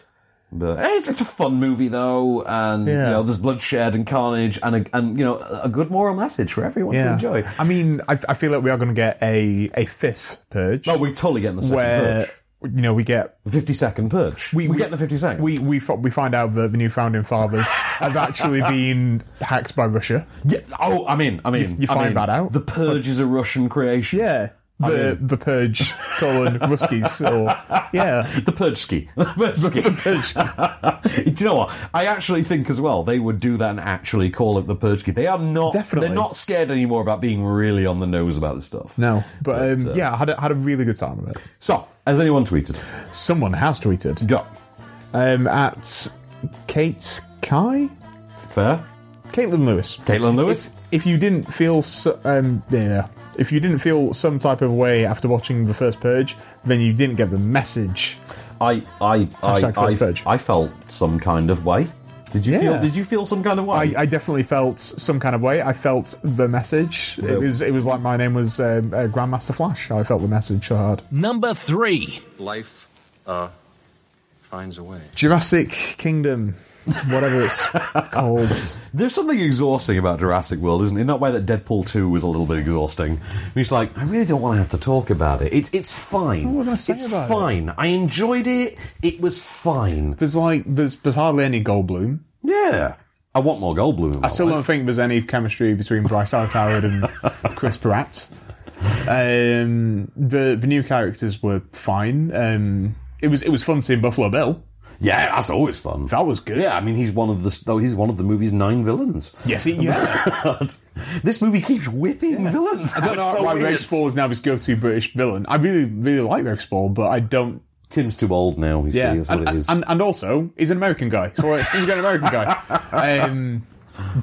[SPEAKER 1] But eh, it's, it's a fun movie though, and you
[SPEAKER 2] Yeah.
[SPEAKER 1] know there's bloodshed and carnage, and a, and you know a good moral message for everyone to
[SPEAKER 2] Yeah,
[SPEAKER 1] enjoy.
[SPEAKER 2] I mean, I, I feel like we are going to get a a fifth purge.
[SPEAKER 1] Oh, we're totally getting the second
[SPEAKER 2] where
[SPEAKER 1] purge.
[SPEAKER 2] you know, we get
[SPEAKER 1] The 50 second purge. We, get the 50 second.
[SPEAKER 2] We we fo- we find out that the new founding fathers have actually been hacked by Russia.
[SPEAKER 1] yeah, oh, I mean, I mean,
[SPEAKER 2] you
[SPEAKER 1] I
[SPEAKER 2] find
[SPEAKER 1] mean,
[SPEAKER 2] that out.
[SPEAKER 1] The purge is a Russian creation.
[SPEAKER 2] Yeah, the
[SPEAKER 1] mean-
[SPEAKER 2] the purge colon Ruskies or yeah.
[SPEAKER 1] The purge ski. The purge ski. Do you know what? I actually think as well they would do that and actually call it the purge ski. They are not.
[SPEAKER 2] Definitely.
[SPEAKER 1] They're not scared anymore about being really on the nose about this stuff.
[SPEAKER 2] No, but um,
[SPEAKER 1] uh,
[SPEAKER 2] yeah, I had a, had a really good time with it.
[SPEAKER 1] So, has anyone tweeted?
[SPEAKER 2] Someone has tweeted
[SPEAKER 1] Go.
[SPEAKER 2] um, at Kate Kai,
[SPEAKER 1] Fair.
[SPEAKER 2] Caitlin Lewis.
[SPEAKER 1] Caitlin Lewis.
[SPEAKER 2] If, if you didn't feel so, um, yeah, if you didn't feel some type of way after watching the first purge, then you didn't get the message.
[SPEAKER 1] I I I
[SPEAKER 2] Hashtag first
[SPEAKER 1] I,
[SPEAKER 2] purge.
[SPEAKER 1] I felt some kind of way. Did you
[SPEAKER 2] Yeah.
[SPEAKER 1] feel? Did you feel some kind of way?
[SPEAKER 2] I, I definitely felt some kind of way. I felt the message. It was it was like my name was um, uh, Grandmaster Flash. I felt the message so hard.
[SPEAKER 3] Number three.
[SPEAKER 7] Life uh, finds a way.
[SPEAKER 2] Jurassic Kingdom, whatever it's called.
[SPEAKER 1] There's something exhausting about Jurassic World, isn't it? In that way that Deadpool 2 was a little bit exhausting. He's like, I really don't want to have to talk about it. It's it's fine.
[SPEAKER 2] What am I saying
[SPEAKER 1] it's
[SPEAKER 2] about it?
[SPEAKER 1] fine. I enjoyed it. It was fine.
[SPEAKER 2] There's like there's, there's hardly any Goldblum.
[SPEAKER 1] Yeah. I want more Goldblum. in my
[SPEAKER 2] I still don't
[SPEAKER 1] life.
[SPEAKER 2] think there's any chemistry between Bryce Dallas Howard and Chris Pratt. Um, the the new characters were fine. Um, it was it was fun seeing Buffalo Bill.
[SPEAKER 1] Yeah, that's always fun.
[SPEAKER 2] That was good.
[SPEAKER 1] Yeah, I mean, he's one of the oh, he's one of the movie's nine villains.
[SPEAKER 2] Yes, he- yeah.
[SPEAKER 1] this movie keeps whipping villains.
[SPEAKER 2] I don't know why Rex Paul is now his go-to British villain. I really really like Rex Paul, but I don't
[SPEAKER 1] Tim's too old now. You
[SPEAKER 2] Yeah,
[SPEAKER 1] see, is
[SPEAKER 2] and,
[SPEAKER 1] what it is.
[SPEAKER 2] And, and also he's an American guy, so uh, he's an American guy. Um,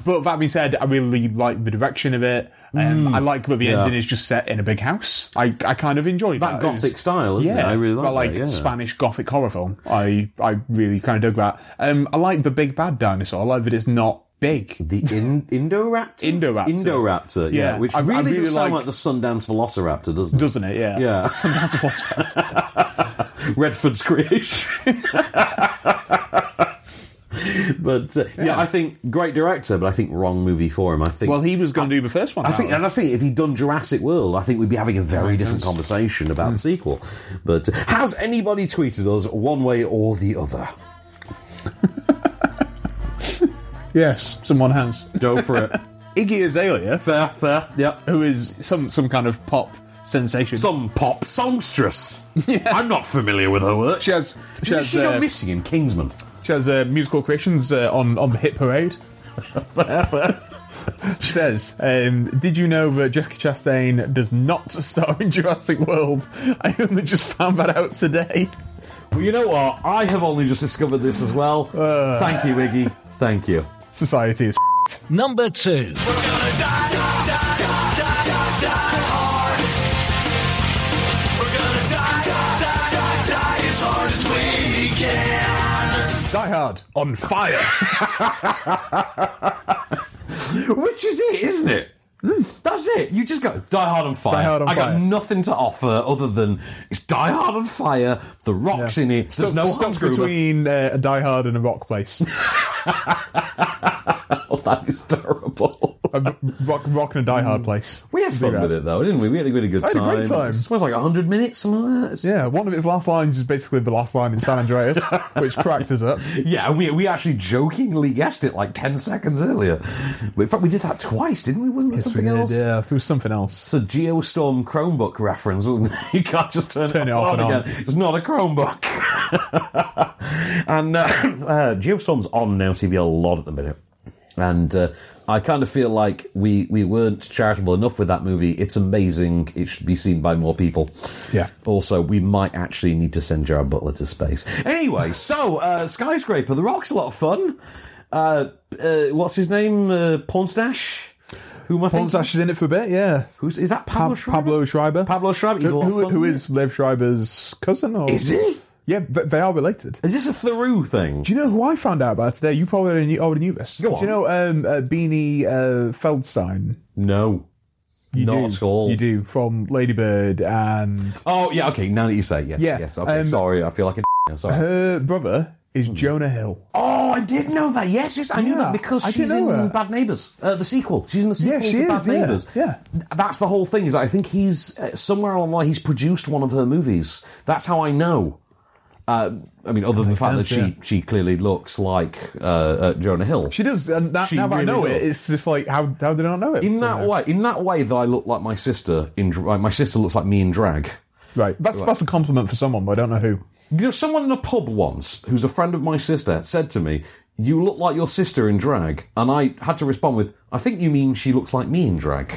[SPEAKER 2] but that being said, I really like the direction of it. Um, I like that the
[SPEAKER 1] Hmm. Yeah.
[SPEAKER 2] ending is just set in a big house. I, I kind of enjoyed
[SPEAKER 1] That
[SPEAKER 2] that, It was-
[SPEAKER 1] gothic style, isn't it?
[SPEAKER 2] yeah,
[SPEAKER 1] I really
[SPEAKER 2] that,
[SPEAKER 1] like
[SPEAKER 2] like
[SPEAKER 1] that, yeah.
[SPEAKER 2] Spanish gothic horror film. I I really kind of dug that. Um, I like the big bad dinosaur. I like that it's not big.
[SPEAKER 1] The in, Indoraptor?
[SPEAKER 2] Indoraptor.
[SPEAKER 1] Indoraptor, yeah.
[SPEAKER 2] Yeah,
[SPEAKER 1] Which
[SPEAKER 2] I- I
[SPEAKER 1] really,
[SPEAKER 2] really
[SPEAKER 1] does sound
[SPEAKER 2] like-
[SPEAKER 1] like the Sundance Velociraptor, doesn't it?
[SPEAKER 2] Doesn't it? Yeah.
[SPEAKER 1] Yeah.
[SPEAKER 2] Sometimes I watch that.
[SPEAKER 1] Redford's creation. but, uh, yeah. I think great director, but I think wrong movie for him. I think.
[SPEAKER 2] Well, he was going to do the first one.
[SPEAKER 1] I think, and that's the thing, if he'd done Jurassic World, I think we'd be having a very different conversation about
[SPEAKER 2] Hmm.
[SPEAKER 1] the sequel. But uh, has anybody tweeted us one way or the other?
[SPEAKER 2] yes, someone has.
[SPEAKER 1] Go for it.
[SPEAKER 2] Iggy Azalea,
[SPEAKER 1] fair, fair. Yeah.
[SPEAKER 2] who is some some kind of pop sensation.
[SPEAKER 1] Some pop songstress. I'm not familiar with her work.
[SPEAKER 2] She has she
[SPEAKER 1] Is
[SPEAKER 2] has,
[SPEAKER 1] she not
[SPEAKER 2] uh,
[SPEAKER 1] missing in Kingsman?
[SPEAKER 2] she has uh, musical creations uh, on on the hit parade. she says, um, "Did you know that Jessica Chastain does not star in Jurassic World? I only just found that out today."
[SPEAKER 1] Well, you know what? I have only just discovered this as well. Thank you, Iggy. Thank you.
[SPEAKER 2] Society is
[SPEAKER 3] Number two.
[SPEAKER 2] Die Hard on fire.
[SPEAKER 1] Which is it, isn't it? Hmm. That's it. You just go Die Hard on Fire.
[SPEAKER 2] Die Hard on
[SPEAKER 1] I
[SPEAKER 2] Fire.
[SPEAKER 1] got nothing to offer other than it's Die Hard on Fire. The rocks in it. There's
[SPEAKER 2] Stuck-
[SPEAKER 1] no
[SPEAKER 2] stuck
[SPEAKER 1] Hans Gruber.
[SPEAKER 2] between uh, a Die Hard and a rock place.
[SPEAKER 1] Oh, that is terrible.
[SPEAKER 2] a r- rock, rock and a Die Hard place.
[SPEAKER 1] we had fun
[SPEAKER 2] that.
[SPEAKER 1] with it though, didn't we? We had a really good
[SPEAKER 2] I had a
[SPEAKER 1] time.
[SPEAKER 2] great time.
[SPEAKER 1] It was like hundred minutes, something like that. It's-
[SPEAKER 2] Yeah, one of its last lines is basically the last line in San Andreas, which cracked us up.
[SPEAKER 1] Yeah, and we, we actually jokingly guessed it like 10 seconds earlier. In fact, we did that twice, didn't we? Wasn't there something else?
[SPEAKER 2] Yeah, it was something else.
[SPEAKER 1] It's a Geostorm Chromebook reference, wasn't it? You can't just turn,
[SPEAKER 2] Turn it off and on.
[SPEAKER 1] again. It's not a Chromebook. and uh, uh, Geostorm's on Now TV a lot at the minute. And uh, I kind of feel like we, we weren't charitable enough with that movie. It's amazing. It should be seen by more people.
[SPEAKER 2] Yeah.
[SPEAKER 1] Also, we might actually need to send Jared Butler to space. Anyway, so uh, Skyscraper, The Rock's a lot of fun. Uh, uh, what's his name? Uh, Pornstash? Who am I thinking?
[SPEAKER 2] Pornstash is in it for a bit, yeah.
[SPEAKER 1] Who's is that? Pablo
[SPEAKER 2] Pab-
[SPEAKER 1] Schreiber?
[SPEAKER 2] Pablo Schreiber.
[SPEAKER 1] Pablo Schreiber. He's a
[SPEAKER 2] Who,
[SPEAKER 1] lot of
[SPEAKER 2] who-
[SPEAKER 1] fun.
[SPEAKER 2] who is Lev Schreiber's cousin? Or
[SPEAKER 1] Is he?
[SPEAKER 2] Yeah, but they are related.
[SPEAKER 1] Is this a Theroux thing?
[SPEAKER 2] Do you know who I found out about today? You probably already knew, already knew this.
[SPEAKER 1] Go
[SPEAKER 2] Do you
[SPEAKER 1] on.
[SPEAKER 2] know um, uh, Beanie uh, Feldstein?
[SPEAKER 1] No,
[SPEAKER 2] You
[SPEAKER 1] not
[SPEAKER 2] do.
[SPEAKER 1] at all.
[SPEAKER 2] You do from Ladybird, and
[SPEAKER 1] Oh yeah. Okay. Now that you say it, yes,
[SPEAKER 2] Yeah,
[SPEAKER 1] yes. Okay.
[SPEAKER 2] um,
[SPEAKER 1] Oh. sorry, I feel like a. now, Sorry.
[SPEAKER 2] her brother is Jonah Hill.
[SPEAKER 1] Uh, oh, I did know that. Yes, yes, I knew
[SPEAKER 2] Yeah,
[SPEAKER 1] that because
[SPEAKER 2] I did
[SPEAKER 1] she's in
[SPEAKER 2] know that.
[SPEAKER 1] Bad Neighbours, uh, the sequel. She's in the sequel
[SPEAKER 2] Yeah, she
[SPEAKER 1] to
[SPEAKER 2] is,
[SPEAKER 1] Bad
[SPEAKER 2] yeah,
[SPEAKER 1] Neighbours.
[SPEAKER 2] yeah.
[SPEAKER 1] that's the whole thing. Is that I think he's uh, somewhere along the line he's produced one of her movies. That's how I know. Uh, I mean, other than the fact
[SPEAKER 2] sense,
[SPEAKER 1] that she she clearly looks like uh, uh, Jonah Hill.
[SPEAKER 2] She does, and that,
[SPEAKER 1] She
[SPEAKER 2] now that I
[SPEAKER 1] really
[SPEAKER 2] know
[SPEAKER 1] does.
[SPEAKER 2] it, it's just like how how did I not know it?
[SPEAKER 1] in that way, in that way, that I look like my sister. In dr- like, my sister looks like me in drag.
[SPEAKER 2] right? That's that's a compliment for someone, but I don't know who.
[SPEAKER 1] You know, someone in a pub once, who's a friend of my sister, said to me, "You look like your sister in drag," and I had to respond with, "I think you mean she looks like me in drag."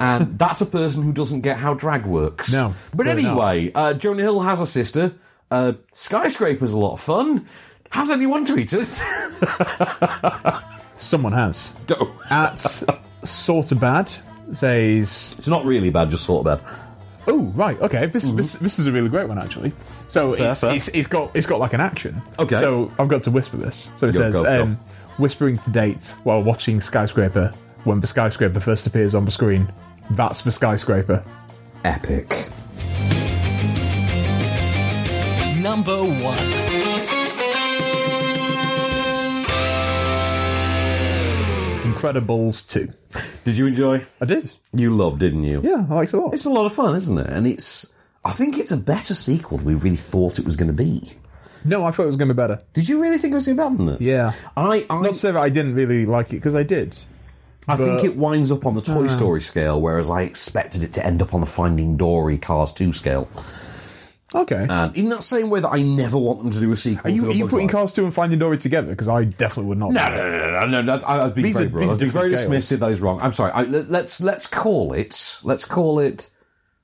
[SPEAKER 1] And that's a person who doesn't get how drag works.
[SPEAKER 2] No,
[SPEAKER 1] but
[SPEAKER 2] clearly not.
[SPEAKER 1] anyway, uh, Jonah Hill has a sister. Uh, skyscraper's a lot of fun. Has anyone tweeted?
[SPEAKER 2] Someone has
[SPEAKER 1] no,
[SPEAKER 2] at sort of bad says
[SPEAKER 1] it's not really bad. Just sort of bad.
[SPEAKER 2] Oh right, okay. This this, this is a really great one actually. So it's,
[SPEAKER 1] Mm-hmm. fair.
[SPEAKER 2] It's, it's got it's got like an action.
[SPEAKER 1] Okay.
[SPEAKER 2] So I've got to whisper this. So it
[SPEAKER 1] Go,
[SPEAKER 2] says
[SPEAKER 1] go, go.
[SPEAKER 2] Um, whispering to date while watching skyscraper when the skyscraper first appears on the screen. That's the skyscraper.
[SPEAKER 1] Epic.
[SPEAKER 3] Number one.
[SPEAKER 2] Incredibles two.
[SPEAKER 1] Did you enjoy?
[SPEAKER 2] I did.
[SPEAKER 1] You loved, didn't you?
[SPEAKER 2] Yeah, I liked it a lot.
[SPEAKER 1] It's a lot of fun, isn't it? And it's. I think it's a better sequel than we really thought it was going to be.
[SPEAKER 2] no, I thought it was going to be better.
[SPEAKER 1] Did you really think it was going to be better than this?
[SPEAKER 2] Yeah.
[SPEAKER 1] I, I,
[SPEAKER 2] Not to say that I didn't really like it because I did.
[SPEAKER 1] I think
[SPEAKER 2] but-
[SPEAKER 1] it winds up on the
[SPEAKER 2] uh-huh.
[SPEAKER 1] Toy Story scale, whereas I expected it to end up on the Finding Dory Cars 2 scale.
[SPEAKER 2] Okay.
[SPEAKER 1] And in that same way that I never want them to do a sequel
[SPEAKER 2] are you,
[SPEAKER 1] to
[SPEAKER 2] are
[SPEAKER 1] a
[SPEAKER 2] you
[SPEAKER 1] Bugs
[SPEAKER 2] putting
[SPEAKER 1] Life.
[SPEAKER 2] Cars two and Finding Dory together? Because I definitely would not.
[SPEAKER 1] No, no, no, no, no, no. that's- I, I'd be
[SPEAKER 2] These
[SPEAKER 1] very
[SPEAKER 2] are-
[SPEAKER 1] brutal.
[SPEAKER 2] these are
[SPEAKER 1] I'd be very
[SPEAKER 2] different scales.
[SPEAKER 1] dismissive. That is wrong. I'm sorry. I, let, let's let's call it. Let's call it.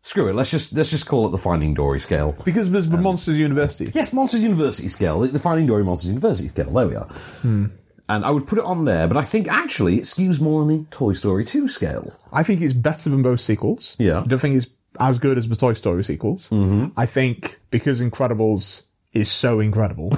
[SPEAKER 1] Screw it. Let's just let's just call it the Finding Dory scale.
[SPEAKER 2] Because there's the Monsters University.
[SPEAKER 1] Yes, Monsters University scale, the, the Finding Dory Monsters University scale. There we are.
[SPEAKER 2] Hmm.
[SPEAKER 1] And I would put it on there, but I think actually it skews more on the Toy Story 2 scale.
[SPEAKER 2] I think it's better than both sequels.
[SPEAKER 1] Yeah.
[SPEAKER 2] I don't think it's as good as the Toy Story sequels. Mm-hmm. I think because Incredibles is so incredible,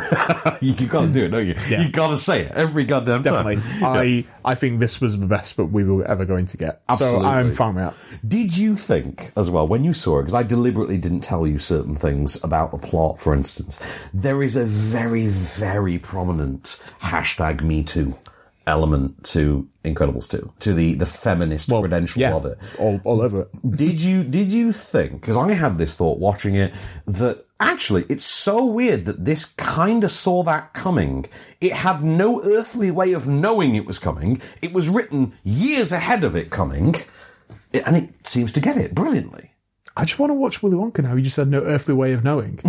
[SPEAKER 1] you gotta do it, don't you? You gotta say it every goddamn
[SPEAKER 2] definitely.
[SPEAKER 1] time.
[SPEAKER 2] I I think this was the best that we were ever going to get.
[SPEAKER 1] Absolutely.
[SPEAKER 2] So I'm fine with that.
[SPEAKER 1] Did you think, as well, when you saw it, because I deliberately didn't tell you certain things about the plot, for instance, there is a very, very prominent hashtag Me Too element to Incredibles 2, to the, the feminist credentials
[SPEAKER 2] yeah,
[SPEAKER 1] of it.
[SPEAKER 2] all all over it.
[SPEAKER 1] did you did you think because i had this thought watching it that actually it's so weird that this kind of saw that coming it had no earthly way of knowing it was coming it was written years ahead of it coming It- and it seems to get it brilliantly
[SPEAKER 2] I just want to watch Willy Wonka now. You just had no earthly way of knowing.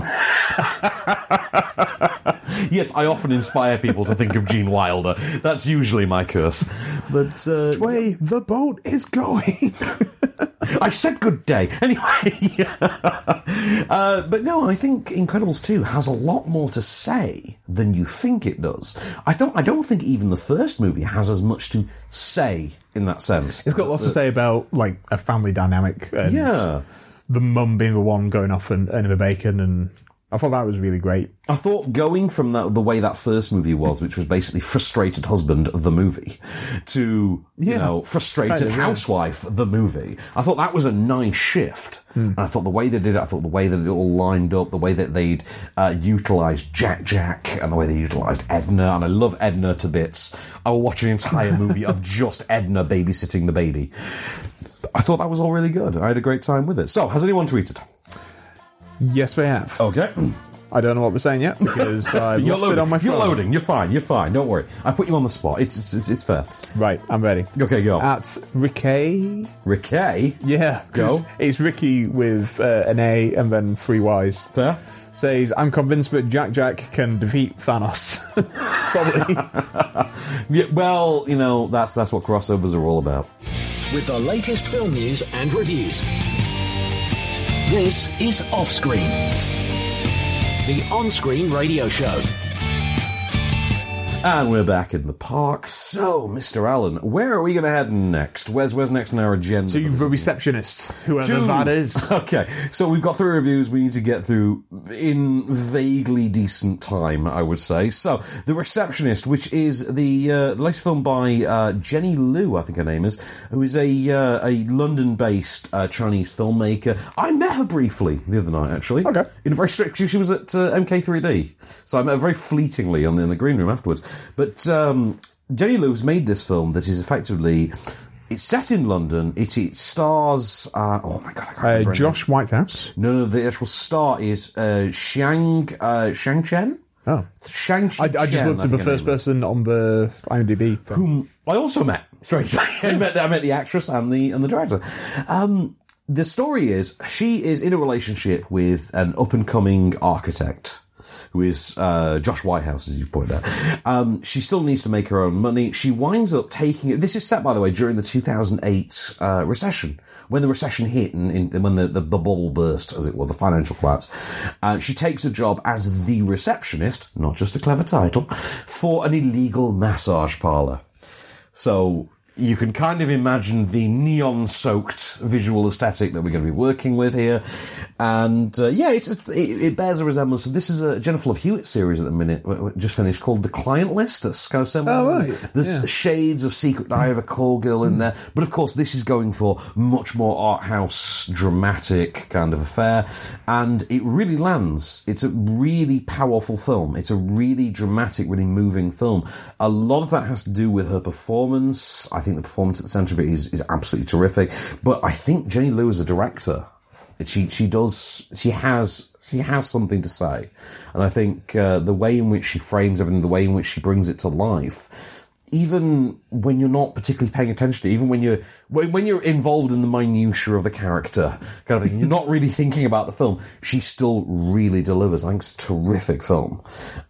[SPEAKER 1] yes i often inspire people to think of gene wilder that's usually my curse but uh,
[SPEAKER 2] way the boat is going.
[SPEAKER 1] I said good day. Anyway, uh, but no, I think Incredibles two has a lot more to say than you think it does. I don't. I don't think even the first movie has as much to say in that sense.
[SPEAKER 2] it's got lots to say about like a family dynamic. And
[SPEAKER 1] Yeah,
[SPEAKER 2] The mum being the one going off and earning the bacon, and I thought that was really great.
[SPEAKER 1] I thought going from that the way that first movie was, which was basically frustrated husband of the movie, to you
[SPEAKER 2] Yeah.
[SPEAKER 1] know frustrated
[SPEAKER 2] Kind of, yeah.
[SPEAKER 1] housewife the movie. I thought that was a nice shift,
[SPEAKER 2] Hmm.
[SPEAKER 1] and I thought the way they did it, I thought the way that it all lined up, the way that they'd uh, utilized Jack Jack, and the way they utilized Edna, and I love Edna to bits. I will watch an entire movie of just Edna babysitting the baby. I thought that was all really good. I had a great time with it. So, has anyone tweeted?
[SPEAKER 2] Yes, they have.
[SPEAKER 1] Okay.
[SPEAKER 2] I don't know what we're saying yet because I
[SPEAKER 1] You're
[SPEAKER 2] lost
[SPEAKER 1] loading.
[SPEAKER 2] it on my phone.
[SPEAKER 1] You're loading. You're fine. You're fine. Don't worry. I put you on the spot. It's it's it's, it's fair.
[SPEAKER 2] Right, I'm ready.
[SPEAKER 1] Okay, go.
[SPEAKER 2] At Ricky.
[SPEAKER 1] Ricky.
[SPEAKER 2] Yeah, 'cause
[SPEAKER 1] Go.
[SPEAKER 2] It's Ricky with uh, an A and then three Y's.
[SPEAKER 1] Fair.
[SPEAKER 2] Says, I'm convinced that Jack Jack can defeat Thanos. Probably.
[SPEAKER 1] Yeah, well, you know that's that's what crossovers are all about.
[SPEAKER 3] With the latest film news and reviews. This is Offscreen, the on screen radio show.
[SPEAKER 1] And we're back in the park. So, Mr. Allen, where are we going to head next? Where's where's next in our agenda?
[SPEAKER 2] to the receptionist, whoever
[SPEAKER 1] Two.
[SPEAKER 2] that is.
[SPEAKER 1] Okay, so we've got three reviews we need to get through in vaguely decent time, I would say. So, The Receptionist, which is the, uh, the latest film by uh, Jenny Liu, I think her name is, who is a uh, a London based uh, Chinese filmmaker. I met her briefly the other night, actually.
[SPEAKER 2] Okay.
[SPEAKER 1] In a very strict, she, she was at uh, MK3D, so I met her very fleetingly on the, in the green room afterwards. But um, Jenny Lewis made this film that is effectively. It's set in London. It, it stars. Uh, oh my god, I can't
[SPEAKER 2] Uh,
[SPEAKER 1] remember. her name.
[SPEAKER 2] Josh Whitehouse.
[SPEAKER 1] No, no, the actual star is uh, Shang uh, Shang Chen.
[SPEAKER 2] Oh.
[SPEAKER 1] Shang
[SPEAKER 2] I, I just looked at the first person on the IMDb.
[SPEAKER 1] whom I also met. Strangely, I met the, I met the actress and the and the director. Um, the story is she is in a relationship with an up and coming architect. Who is uh, Josh Whitehouse, as you pointed out? Um, she still needs to make her own money. She winds up taking it. This is set, by the way, during the 2008 uh, recession, when the recession hit and, in- and when the, the, the bubble burst, as it was, the financial collapse. Uh, she takes a job as the receptionist, not just a clever title, for an illegal massage parlor. So you can kind of imagine the neon soaked visual aesthetic that we're going to be working with here. And uh, yeah, it's just, it, it bears a resemblance. This is a Jennifer Love Hewitt series at the minute, w- w- just finished, called The Client List. That's kind of similar.
[SPEAKER 2] Oh, right.
[SPEAKER 1] There's- There's shades of Secret Eye of a Call Girl in there. But of course, this is going for much more art house, dramatic kind of affair. And it really lands. It's a really powerful film. It's a really dramatic, really moving film. A lot of that has to do with her performance. I think the performance at the centre of it is, is absolutely terrific. But I think Jenny Liu as a director, she, she does, she has she has something to say. And I think uh, the way in which she frames everything, the way in which she brings it to life, even when you're not particularly paying attention to, it, even when you're when, when you're involved in the minutiae of the character kind of thing, you're not really thinking about the film. She still really delivers. I think it's a terrific film.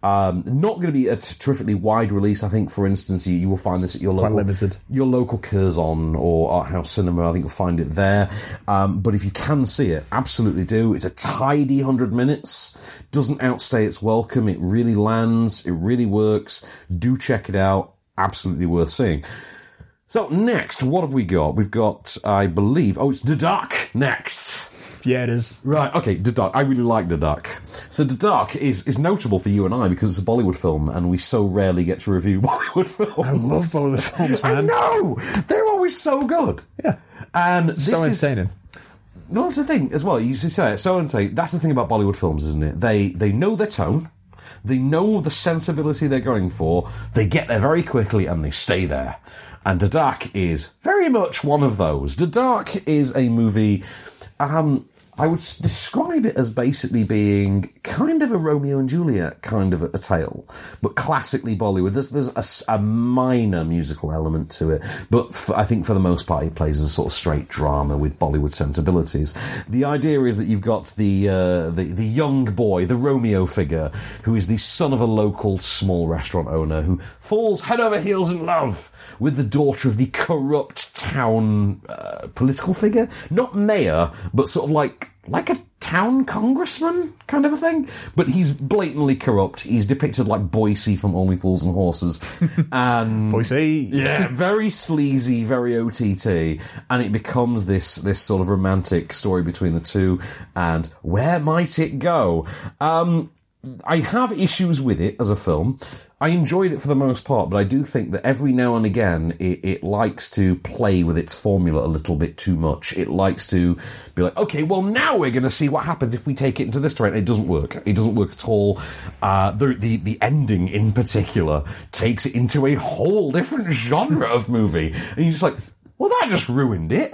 [SPEAKER 1] Um, not going to be a t- terrifically wide release. I think, for instance, you, you will find this at your local
[SPEAKER 2] limited.
[SPEAKER 1] your local Curzon or Art House Cinema. I think you'll find it there. Um, but if you can see it, absolutely do. It's a tidy 100 minutes. Doesn't outstay its welcome. It really lands. It really works. Do check it out. Absolutely worth seeing. So next, what have we got? We've got, I believe, oh, it's The Duck next.
[SPEAKER 2] Yeah, it is.
[SPEAKER 1] Right, okay, The Dark. I really like The Dark. So The Dark is, is notable for you and I because it's a Bollywood film and we so rarely get to review Bollywood films. I
[SPEAKER 2] love Bollywood films,
[SPEAKER 1] I
[SPEAKER 2] man.
[SPEAKER 1] know! They're always so good.
[SPEAKER 2] Yeah.
[SPEAKER 1] And this
[SPEAKER 2] so
[SPEAKER 1] is,
[SPEAKER 2] entertaining.
[SPEAKER 1] well, that's the thing as well. You should say it. So and say that's the thing about Bollywood films, isn't it? They they know their tone, they know the sensibility they're going for. They get there very quickly and they stay there. And The Dark is very much one of those. The Dark is a movie. Um, I would s- describe it as basically being kind of a Romeo and Juliet kind of a, a tale, but classically Bollywood. There's there's a s- a, minor musical element to it, but f- I think for the most part it plays as a sort of straight drama with Bollywood sensibilities. The idea is that you've got the uh, the the young boy, the Romeo figure, who is the son of a local small restaurant owner who falls head over heels in love with the daughter of the corrupt town uh, political figure, not mayor, but sort of like like a town congressman kind of a thing. But he's blatantly corrupt. He's depicted like Boise from Only Fools and Horses, and
[SPEAKER 2] Boise.
[SPEAKER 1] yeah, very sleazy, very OTT, and it becomes this this sort of romantic story between the two. And where might it go? Um, I have issues with it as a film. I enjoyed it for the most part, but I do think that every now and again it, it likes to play with its formula a little bit too much. It likes to be like, okay, well now we're going to see what happens if we take it into this terrain. It doesn't work. It doesn't work at all. Uh, the, the the ending in particular takes it into a whole different genre of movie, and you're just like, well, that just ruined it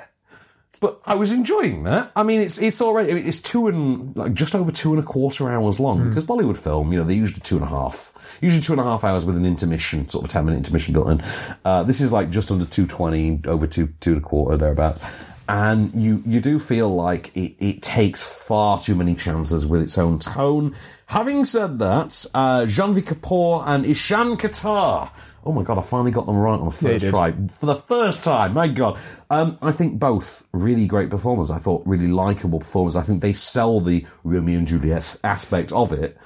[SPEAKER 1] but I was enjoying that. I mean, it's it's already I mean, it's two and like just over two and a quarter hours long because Bollywood film, you know, they usually two and a half, usually two and a half hours with an intermission, sort of a ten minute intermission built in. Uh, this is like just under two twenty, over two two and a quarter thereabouts, and you you do feel like it, it takes far too many chances with its own tone. Having said that, uh, Janvi Kapoor and Ishan Qatar. Oh my god, I finally got them right on the
[SPEAKER 2] you
[SPEAKER 1] first
[SPEAKER 2] did.
[SPEAKER 1] try for the first time. My God, um, I think both really great performers. I thought really likable performers. I think they sell the Romeo and Juliet aspect of it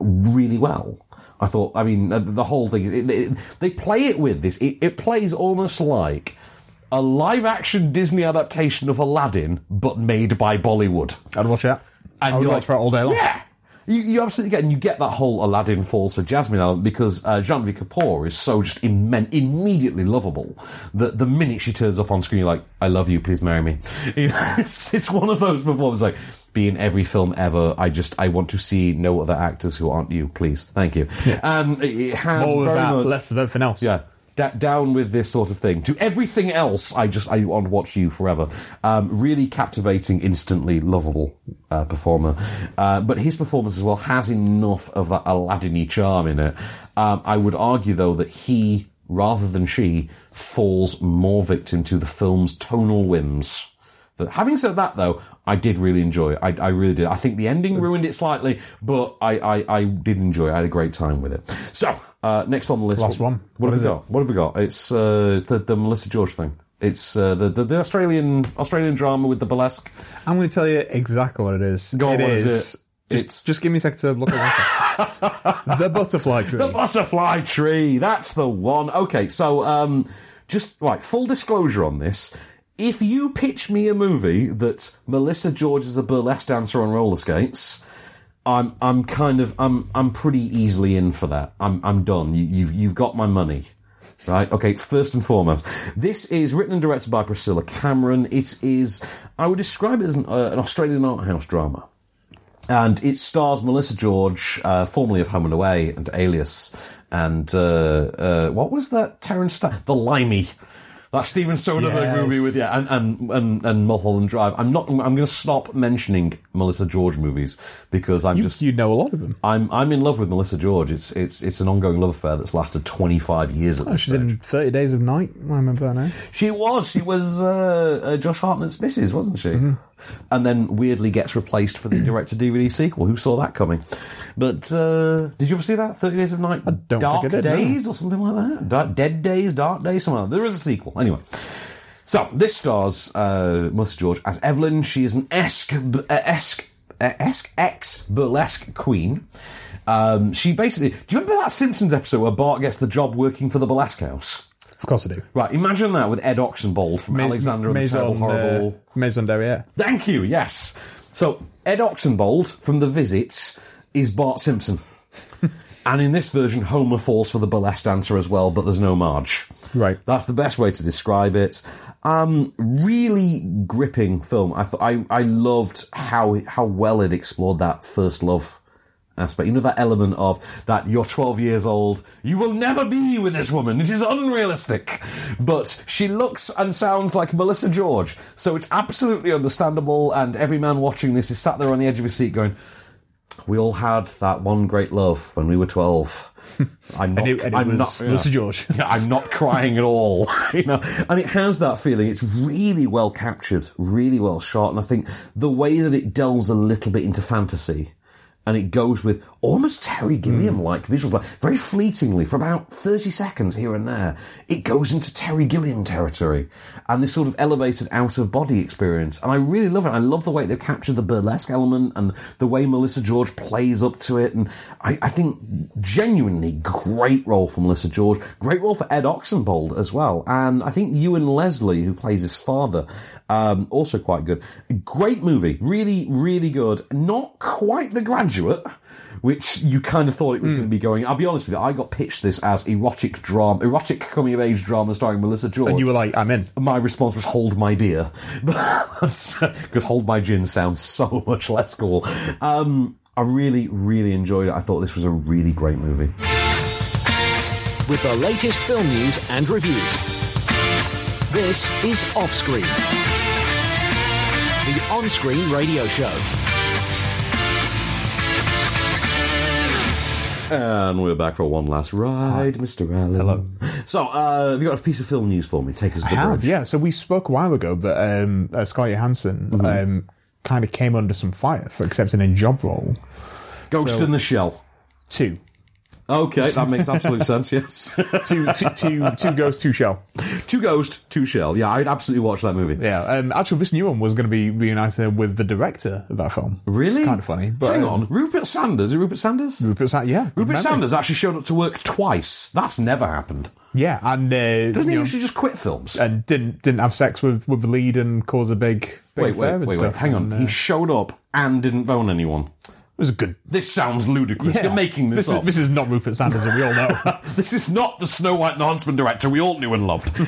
[SPEAKER 1] really well. I thought. I mean, uh, the whole thing. It, it, they play it with this. It, it plays almost like a live-action Disney adaptation of Aladdin, but made by Bollywood.
[SPEAKER 2] I'd watch that.
[SPEAKER 1] And
[SPEAKER 2] I would
[SPEAKER 1] you're
[SPEAKER 2] watch that all day long.
[SPEAKER 1] Yeah. You, you absolutely get, and you get that whole Aladdin falls for Jasmine element because uh, Janvi Kapoor is so just immen- immediately lovable that the minute she turns up on screen, you're like, "I love you, please marry me." You know, it's, it's one of those performances like be in every film ever. I just I want to see no other actors who aren't you, please. Thank you. And it has
[SPEAKER 2] More of
[SPEAKER 1] very
[SPEAKER 2] that,
[SPEAKER 1] much
[SPEAKER 2] less of everything else.
[SPEAKER 1] yeah. Da- down with this sort of thing. To everything else, I just I want to watch you forever. Um, really captivating, instantly lovable uh, performer. Uh, but his performance as well has enough of that Aladdin-y charm in it. Um, I would argue though that he, rather than she, falls more victim to the film's tonal whims. That, having said that, though, I did really enjoy it. I, I really did. I think the ending ruined it slightly, but I, I, I did enjoy it. I had a great time with it. So, uh, next on the list.
[SPEAKER 2] Last one.
[SPEAKER 1] What,
[SPEAKER 2] What
[SPEAKER 1] have
[SPEAKER 2] is
[SPEAKER 1] we
[SPEAKER 2] it?
[SPEAKER 1] got? What have we got? It's uh, the, the Melissa George thing. It's uh, the, the the Australian Australian drama with the burlesque.
[SPEAKER 2] I'm going to tell you exactly what it is.
[SPEAKER 1] Go on,
[SPEAKER 2] It
[SPEAKER 1] what is
[SPEAKER 2] is-
[SPEAKER 1] it?
[SPEAKER 2] Just,
[SPEAKER 1] It's-
[SPEAKER 2] just give me a second to look at it. the butterfly tree.
[SPEAKER 1] The butterfly tree. That's the one. Okay, so um, just right. Full disclosure on this: if you pitch me a movie that Melissa George is a burlesque dancer on roller skates, I'm I'm kind of I'm I'm pretty easily in for that. I'm I'm done. You, you've you've got my money. Right. Okay. First and foremost, this is written and directed by Priscilla Cameron. It is, I would describe it as an, uh, an Australian art house drama and it stars Melissa George, uh, formerly of Home and Away and Alias, and uh, uh, what was that? Terrence, Sta- the Limey, that Steven Soderbergh
[SPEAKER 2] Yes.
[SPEAKER 1] movie with yeah, and and and, and Mulholland Drive. I'm not. I'm going to stop mentioning Melissa George movies because I'm
[SPEAKER 2] you,
[SPEAKER 1] just.
[SPEAKER 2] you know a lot of them.
[SPEAKER 1] I'm I'm in love with Melissa George. It's it's it's an ongoing love affair that's lasted 25 years at this
[SPEAKER 2] She's
[SPEAKER 1] stage.
[SPEAKER 2] in 30 Days of Night. I remember her name.
[SPEAKER 1] She was. She was uh, uh, Josh Hartnett's missus, wasn't she?
[SPEAKER 2] Mm-hmm.
[SPEAKER 1] And then weirdly gets replaced for the
[SPEAKER 2] Mm.
[SPEAKER 1] director DVD sequel. Who saw that coming? But uh, did you ever see that? Thirty Days of Night,
[SPEAKER 2] don't
[SPEAKER 1] Dark
[SPEAKER 2] think I did, no.
[SPEAKER 1] Days, or something like that. Dark, Dead Days, Dark Days, something like that. There is a sequel anyway. So this stars uh, Melissa George as Evelyn. She is an esque uh, esque. uh, Esque ex burlesque queen. Um, she basically. Do you remember that Simpsons episode where Bart gets the job working for the burlesque house?
[SPEAKER 2] Of course I do.
[SPEAKER 1] Right, imagine that with Ed Oxenbold from Alexander and the
[SPEAKER 2] Maison,
[SPEAKER 1] Terrible Horrible.
[SPEAKER 2] Uh, Maison Derriere.
[SPEAKER 1] Thank you, yes. So, Ed Oxenbold from The Visit is Bart Simpson. and in this version, Homer falls for the burlesque dancer as well, but there's no Marge.
[SPEAKER 2] Right.
[SPEAKER 1] That's the best way to describe it. Um, really gripping film. I thought I, I loved how how well it explored that first love aspect. You know that element of that you're 12 years old, you will never be with this woman. It is unrealistic, but she looks and sounds like Melissa George, so it's absolutely understandable. And every man watching this is sat there on the edge of his seat going. We all had that one great love when we were twelve. I'm not.
[SPEAKER 2] And it, and it
[SPEAKER 1] I'm
[SPEAKER 2] was
[SPEAKER 1] not.
[SPEAKER 2] Melissa
[SPEAKER 1] yeah.
[SPEAKER 2] George.
[SPEAKER 1] Yeah, I'm not crying at all, you know. And it has that feeling. It's really well captured, really well shot, and I think the way that it delves a little bit into fantasy, and it goes with almost Terry Gilliam-like
[SPEAKER 2] Hmm.
[SPEAKER 1] visuals, like very fleetingly for about thirty seconds here and there. It goes into Terry Gilliam territory, and this sort of elevated out-of-body experience, and I really love it. I love the way they've captured the burlesque element and the way Melissa George plays up to it, and I, I think genuinely great role for Melissa George, great role for Ed Oxenbold as well, and I think Ewan Leslie, who plays his father, um, also quite good. Great movie, really, really good. Not quite The Graduate, which you kind of thought it
[SPEAKER 2] Hmm.
[SPEAKER 1] was going to be going. I'll be honest with you, I got pitched this as erotic drama, erotic coming of age drama starring Melissa George
[SPEAKER 2] And you were like, I'm in.
[SPEAKER 1] my response was hold my beer because hold my gin sounds so much less cool um, i really really enjoyed it i thought this was a really great movie
[SPEAKER 3] with the latest film news and reviews. This is Offscreen, the on screen radio show.
[SPEAKER 1] and we're back for one last ride mr allen hello so uh, have you got a piece of film news for me take us to the
[SPEAKER 2] have,
[SPEAKER 1] bridge
[SPEAKER 2] yeah. So we spoke a while ago, but um, uh, Scarlett Johansson um, kind of came under some fire for accepting a job role.
[SPEAKER 1] ghost
[SPEAKER 2] So-
[SPEAKER 1] in the shell
[SPEAKER 2] Two.
[SPEAKER 1] okay that makes absolute sense yes
[SPEAKER 2] Two, two, two, two ghosts, two shell.
[SPEAKER 1] two ghost two shell yeah i'd absolutely watch that movie
[SPEAKER 2] Yeah. Um, actually, this new one was going to be reunited with the director of that film.
[SPEAKER 1] Really?
[SPEAKER 2] It's kind of funny. But,
[SPEAKER 1] Hang
[SPEAKER 2] um,
[SPEAKER 1] on. Rupert Sanders? Is it Rupert Sanders?
[SPEAKER 2] Rupert Sa- yeah. good
[SPEAKER 1] Rupert
[SPEAKER 2] memory.
[SPEAKER 1] Sanders actually showed up to work twice. That's never happened.
[SPEAKER 2] Yeah, and uh,
[SPEAKER 1] Doesn't he
[SPEAKER 2] you know,
[SPEAKER 1] usually just quit films?
[SPEAKER 2] and didn't didn't have sex with with the lead and cause a big, big
[SPEAKER 1] wait,
[SPEAKER 2] affair
[SPEAKER 1] wait,
[SPEAKER 2] and
[SPEAKER 1] wait, wait.
[SPEAKER 2] stuff.
[SPEAKER 1] Hang on.
[SPEAKER 2] And, uh,
[SPEAKER 1] He showed up and didn't bone anyone.
[SPEAKER 2] was a good.
[SPEAKER 1] This sounds ludicrous. You're making this,
[SPEAKER 2] is,
[SPEAKER 1] up.
[SPEAKER 2] This is not Rupert Sanders, as we all know.
[SPEAKER 1] this is not the Snow White and the Huntsman director we all knew and loved.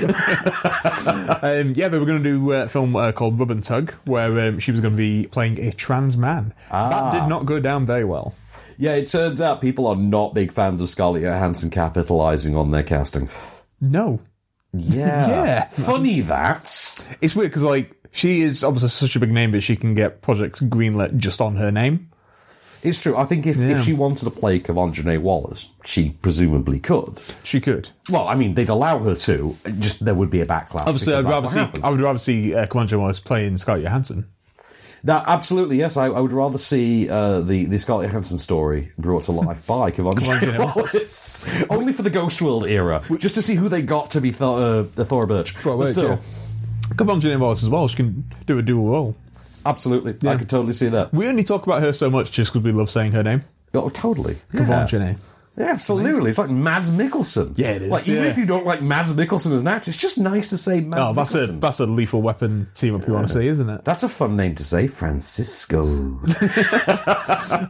[SPEAKER 2] um, yeah, they were going to do uh, a film uh, called Rub and Tug, where um, she was going to be playing a trans man. That
[SPEAKER 1] Ah.
[SPEAKER 2] did not go down very well.
[SPEAKER 1] yeah, it turns out people are not big fans of Scarlett Johansson capitalising on their casting.
[SPEAKER 2] No,
[SPEAKER 1] Yeah.
[SPEAKER 2] Yeah.
[SPEAKER 1] Funny that.
[SPEAKER 2] it's weird because like she is obviously such a big name, but she can get projects greenlit just on her name.
[SPEAKER 1] It's true. I think if,
[SPEAKER 2] Yeah.
[SPEAKER 1] if she wanted to play Kavanjane Wallace, she presumably could.
[SPEAKER 2] She could.
[SPEAKER 1] Well, I mean, they'd allow her to. Just there would be a backlash.
[SPEAKER 2] Obviously,
[SPEAKER 1] because that's
[SPEAKER 2] I'd rather
[SPEAKER 1] what
[SPEAKER 2] see,
[SPEAKER 1] happens.
[SPEAKER 2] I would rather see uh, Comanche Wallace playing Scarlett Johansson.
[SPEAKER 1] That absolutely yes. I, I would rather see uh, the the Scarlett Johansson story brought to life by Kevon
[SPEAKER 2] Kevon
[SPEAKER 1] Wallace, only for the Ghost World era, just to see who they got to be Thor, uh, Thora Birch. But still,
[SPEAKER 2] Comanche Wallace as well. She can do a dual role.
[SPEAKER 1] absolutely, I
[SPEAKER 2] Yeah.
[SPEAKER 1] could totally see that.
[SPEAKER 2] We only talk about her so much just because we love saying her name.
[SPEAKER 1] Oh, totally. Yeah.
[SPEAKER 2] Comanche.
[SPEAKER 1] Yeah, absolutely. It's like Mads Mikkelsen.
[SPEAKER 2] Yeah, it is.
[SPEAKER 1] Like even
[SPEAKER 2] Yeah.
[SPEAKER 1] if you don't like Mads Mikkelsen as an actor, it's just nice to say Mads
[SPEAKER 2] Oh, that's a
[SPEAKER 1] Mikkelsen.
[SPEAKER 2] that's a lethal weapon team up you want to see, isn't it?
[SPEAKER 1] That's a fun name to say, Francisco.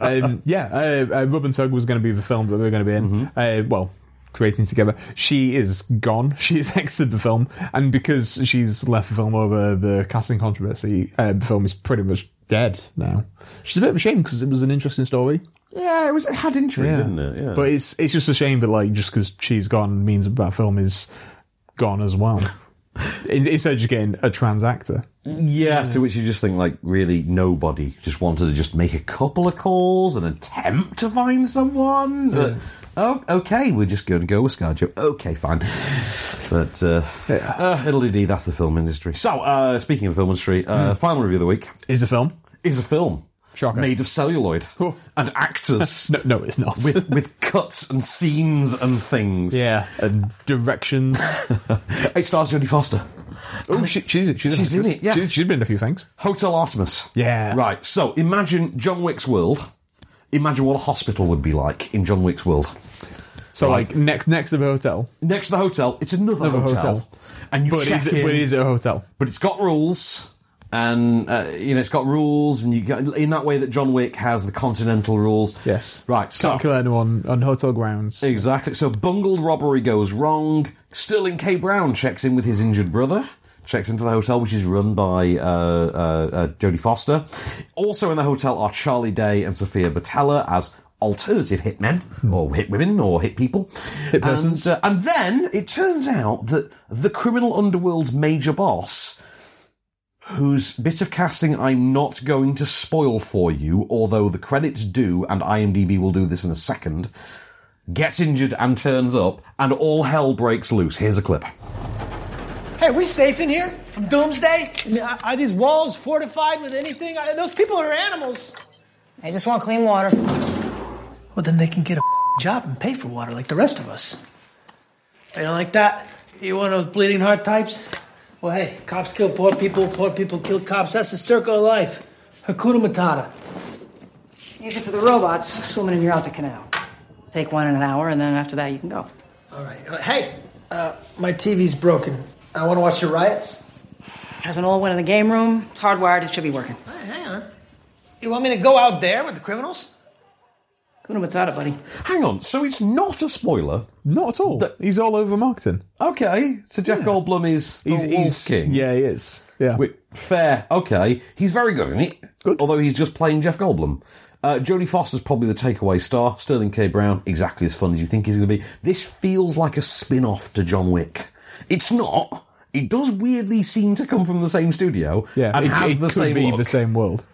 [SPEAKER 2] um, yeah, uh, uh, Rub and Tug was going to be the film that we were going to be in.
[SPEAKER 1] Mm-hmm.
[SPEAKER 2] Uh, well, creating together. She is gone. She's exited the film, and because she's left the film over the casting controversy, uh, the film is pretty much dead now. She's a bit of a shame because it was an interesting story.
[SPEAKER 1] yeah, it was it had intrigue, didn't it? Yeah.
[SPEAKER 2] But it's it's just a shame that like just because she's gone means that that film is gone as well. In- Instead of just getting a trans actor.
[SPEAKER 1] Yeah, to which you just think like really nobody just wanted to just make a couple of calls and attempt to find someone. But, oh, okay, we're just going to go with ScarJo. Okay, fine. But uh, uh, it'll indeed. That's the film industry. So uh, speaking of the film industry, uh, final review of the week
[SPEAKER 2] Is a film?
[SPEAKER 1] is a film
[SPEAKER 2] Mm. Shocker.
[SPEAKER 1] made of celluloid and actors
[SPEAKER 2] No, no, it's not.
[SPEAKER 1] with with cuts and scenes and things.
[SPEAKER 2] yeah, and directions.
[SPEAKER 1] it stars Jodie Foster.
[SPEAKER 2] Oh, she, she's she's,
[SPEAKER 1] She's
[SPEAKER 2] an
[SPEAKER 1] in
[SPEAKER 2] actress.
[SPEAKER 1] it, yeah.
[SPEAKER 2] She's- she's been in a few things.
[SPEAKER 1] Hotel Artemis.
[SPEAKER 2] Yeah.
[SPEAKER 1] Right. So imagine John Wick's world. Imagine what a hospital would be like in John Wick's world.
[SPEAKER 2] So like next next to the hotel,
[SPEAKER 1] Next to the hotel, it's another,
[SPEAKER 2] Another
[SPEAKER 1] hotel.
[SPEAKER 2] hotel.
[SPEAKER 1] and you
[SPEAKER 2] but
[SPEAKER 1] check
[SPEAKER 2] is
[SPEAKER 1] in,
[SPEAKER 2] it, but is it a hotel?
[SPEAKER 1] but it's got rules. And uh, you know it's got rules, and you got, in that way that John Wick has the continental rules.
[SPEAKER 2] Yes.
[SPEAKER 1] right. So
[SPEAKER 2] Can't kill anyone on hotel grounds.
[SPEAKER 1] Exactly. So bungled robbery goes wrong. Sterling K. Brown checks in with his injured brother. Checks into the hotel, which is run by uh, uh, uh, Jodie Foster. Also in the hotel are Charlie Day and Sophia Batella as alternative hitmen, or hit women, or hit people. Hit
[SPEAKER 2] persons.
[SPEAKER 1] And, uh, and then it turns out that the criminal underworld's major boss, whose bit of casting I'm not going to spoil for you, although the credits do, and IMDb will do this in a second, gets injured and turns up, and all hell breaks loose. Here's a clip.
[SPEAKER 8] Hey, we safe in here from doomsday? I mean, are are these walls fortified with anything? Are- Those people are animals.
[SPEAKER 9] I just want clean water.
[SPEAKER 8] Well, then they can get a job and pay for water like the rest of us. You don't like that? You one of those bleeding heart types? Well, hey, cops kill poor people, poor people kill cops. That's the circle of life. Hakuna Matata.
[SPEAKER 9] Use it for the robots swimming in your Alta Canal. Take one in an hour, and then after that, you can go.
[SPEAKER 8] All right. Uh, hey, uh, my TV's broken. I want to watch the riots.
[SPEAKER 9] There's an old one in the game room. It's hardwired. It should be working.
[SPEAKER 8] All right, hang on. You want me to go out there with the criminals?
[SPEAKER 9] Kuna Matata, buddy.
[SPEAKER 1] Hang on, so it's not a spoiler.
[SPEAKER 2] Not at all. he's all over marketing.
[SPEAKER 1] Okay, so Jeff Goldblum is the
[SPEAKER 2] He's,
[SPEAKER 1] Wolf
[SPEAKER 2] he's
[SPEAKER 1] King.
[SPEAKER 2] Yeah, he is. Yeah.
[SPEAKER 1] Wait, fair. Okay, he's very good in it.
[SPEAKER 2] Good.
[SPEAKER 1] Although he's just playing Jeff Goldblum. Uh, Jodie Foster's probably the takeaway star. Sterling K. Brown, exactly as fun as you think he's going to be. This feels like a spin-off to John Wick. It's not. It does weirdly seem to come from the same studio.
[SPEAKER 2] yeah.
[SPEAKER 1] and
[SPEAKER 2] it,
[SPEAKER 1] has
[SPEAKER 2] it
[SPEAKER 1] the
[SPEAKER 2] could
[SPEAKER 1] same
[SPEAKER 2] be
[SPEAKER 1] look.
[SPEAKER 2] the same world.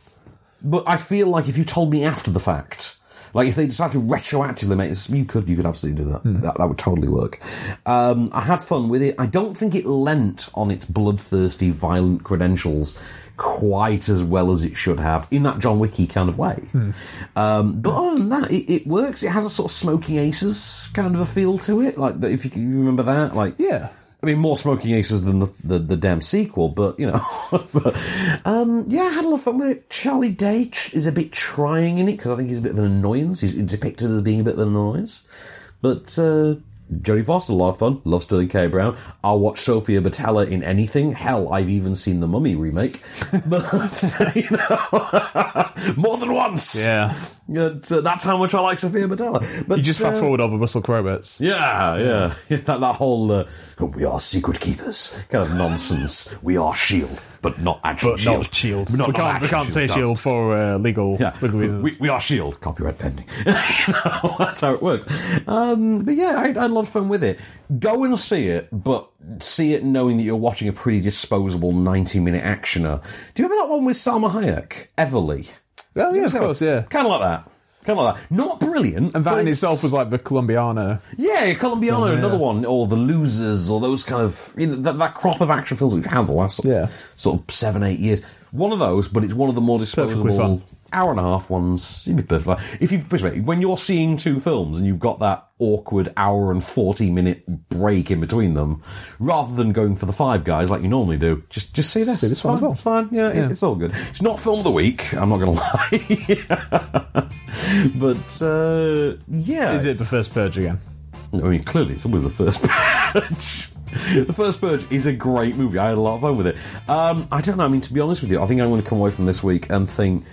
[SPEAKER 1] But I feel like if you told me after the fact, like if they decided to retroactively make this, you could, you could absolutely do that. That, that would totally work. Um, I had fun with it. I don't think it lent on its bloodthirsty, violent credentials quite as well as it should have in that John Wicky kind of way. Um, but other than that, it, it works. It has a sort of smoking aces kind of a feel to it. Like that- if you, can- you remember that, like
[SPEAKER 2] Yeah.
[SPEAKER 1] I mean, more Smoking Aces than the, the, the damn sequel, but you know. but, um, yeah, I had a lot of fun with it. Charlie Day ch- is a bit trying in it because I think he's a bit of an annoyance. He's depicted as being a bit of an annoyance, but uh, Jodie Foster, a lot of fun. Love Sterling K. Brown. I'll watch Sophia Batella in anything. Hell, I've even seen the Mummy remake, but you know, more than once.
[SPEAKER 2] Yeah.
[SPEAKER 1] But, uh, that's how much I like Sophia Batella. But
[SPEAKER 2] You just fast
[SPEAKER 1] uh,
[SPEAKER 2] forward over Russell Crowe bits.
[SPEAKER 1] Yeah, yeah, yeah. That that whole uh, "we are secret keepers" kind of nonsense. we are Shield, E but not actually
[SPEAKER 2] But
[SPEAKER 1] Shield.
[SPEAKER 2] not Shield.
[SPEAKER 1] We're E not-
[SPEAKER 2] E we
[SPEAKER 1] not
[SPEAKER 2] can't, we
[SPEAKER 1] actually
[SPEAKER 2] can't say
[SPEAKER 1] no.
[SPEAKER 2] Shield for uh, legal,
[SPEAKER 1] E Yeah,
[SPEAKER 2] legal reasons.
[SPEAKER 1] we, we are Shield. E Copyright pending. You know, that's how it works. Um, but yeah, I, I had a lot of fun with it. Go and see it, but see it knowing that you're watching a pretty disposable 90 minute actioner. Do you remember that one with Salma Hayek, Everly?
[SPEAKER 2] Well, yeah, of course, yeah.
[SPEAKER 1] Kind of like that. Kind of like that. Not brilliant.
[SPEAKER 2] And that
[SPEAKER 1] but
[SPEAKER 2] in
[SPEAKER 1] it's-
[SPEAKER 2] itself was like the Colombiana.
[SPEAKER 1] yeah, Colombiano,
[SPEAKER 2] yeah.
[SPEAKER 1] another one, or The Losers, or those kind of you know that, that crop of action films we've had the last sort of-
[SPEAKER 2] Yeah.
[SPEAKER 1] sort of seven, eight years. One of those, but it's one of the more
[SPEAKER 2] perfectly fun.
[SPEAKER 1] disposable hour and a half ones. You'd be perfect. fine. If you put it this way, when you're seeing two films and you've got that awkward hour and forty minute break in between them, rather than going for the five guys like you normally do, just just see this.
[SPEAKER 2] See this
[SPEAKER 1] It's
[SPEAKER 2] one
[SPEAKER 1] fine.
[SPEAKER 2] as well.
[SPEAKER 1] It's fine. Yeah, It's, it's all good. It's not film of the week. I'm not going to lie, but uh, yeah,
[SPEAKER 2] Is it the first purge again?
[SPEAKER 1] I mean, clearly, it's always the first purge. the first purge is a great movie. I had a lot of fun with it. Um, I don't know. I mean, to be honest with you, I think I'm going to come away from this week and think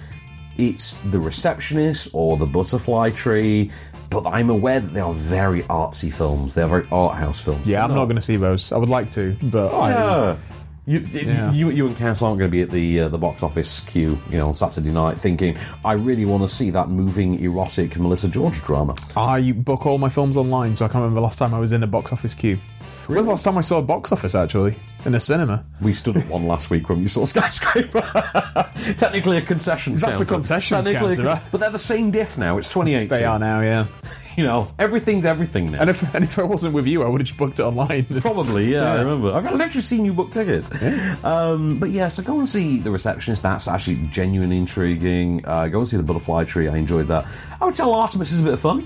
[SPEAKER 1] it's the receptionist or the butterfly tree. But I'm aware that they are very artsy films. They are very art house films.
[SPEAKER 2] Yeah, I'm not going to see those. I would like to, but
[SPEAKER 1] Yeah. You,
[SPEAKER 2] Yeah.
[SPEAKER 1] you, you and Cass aren't going to be at the uh, the box office queue, you know, on Saturday night, thinking I really want to see that moving erotic Melissa George drama.
[SPEAKER 2] I, I book all my films online, so I can't remember the last time I was in a box office queue. When was the last time I saw a box office actually in a cinema?
[SPEAKER 1] We stood at one last week when we saw skyscraper. Technically a concession.
[SPEAKER 2] That's a
[SPEAKER 1] counter.
[SPEAKER 2] concession
[SPEAKER 1] Technically a
[SPEAKER 2] counter, right?
[SPEAKER 1] but they're the same diff now. It's 2018.
[SPEAKER 2] They are now, yeah.
[SPEAKER 1] You know, everything's everything now.
[SPEAKER 2] And if and if I wasn't with you, I would have just booked it online.
[SPEAKER 1] Probably, yeah, I
[SPEAKER 2] Yeah.
[SPEAKER 1] remember. I've literally seen you book tickets. Um, but yeah, so go and see The Receptionist. That's actually genuinely intriguing. Uh, go and see The Butterfly Tree. I enjoyed that. I would tell Artemis is a bit of fun.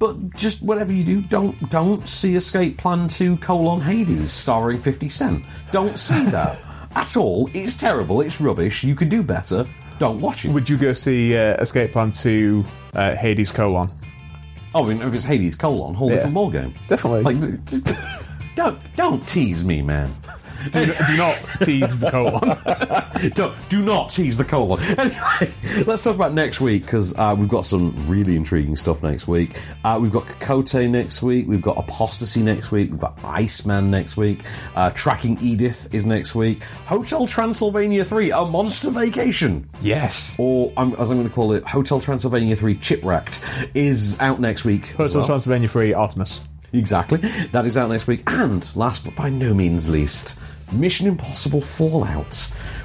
[SPEAKER 1] But just whatever you do, don't don't see Escape Plan 2 colon Hades starring 50 Cent. Don't see that at all. It's terrible. It's rubbish. You can do better. Don't watch it.
[SPEAKER 2] Would you go see uh, Escape Plan Two, uh, Hades colon?
[SPEAKER 1] Oh, I mean, if it's Hades colon, whole different ball game.
[SPEAKER 2] Definitely.
[SPEAKER 1] Like, don't don't tease me, man.
[SPEAKER 2] Do, do not tease the colon.
[SPEAKER 1] don't, do not tease the colon. Anyway, let's talk about next week because uh, we've got some really intriguing stuff next week. Uh, we've got Kokote next week. We've got Apostasy next week. We've got Iceman next week. Uh, Tracking Edith is next week. Hotel Transylvania 3, A Monster Vacation
[SPEAKER 2] Yes.
[SPEAKER 1] or um, as I'm going to call it, Hotel Transylvania 3 Chipwrecked is out next week. as
[SPEAKER 2] Hotel
[SPEAKER 1] well.
[SPEAKER 2] Transylvania Three, Artemis.
[SPEAKER 1] Exactly. That is out next week. And last but by no means least, Mission Impossible Fallout,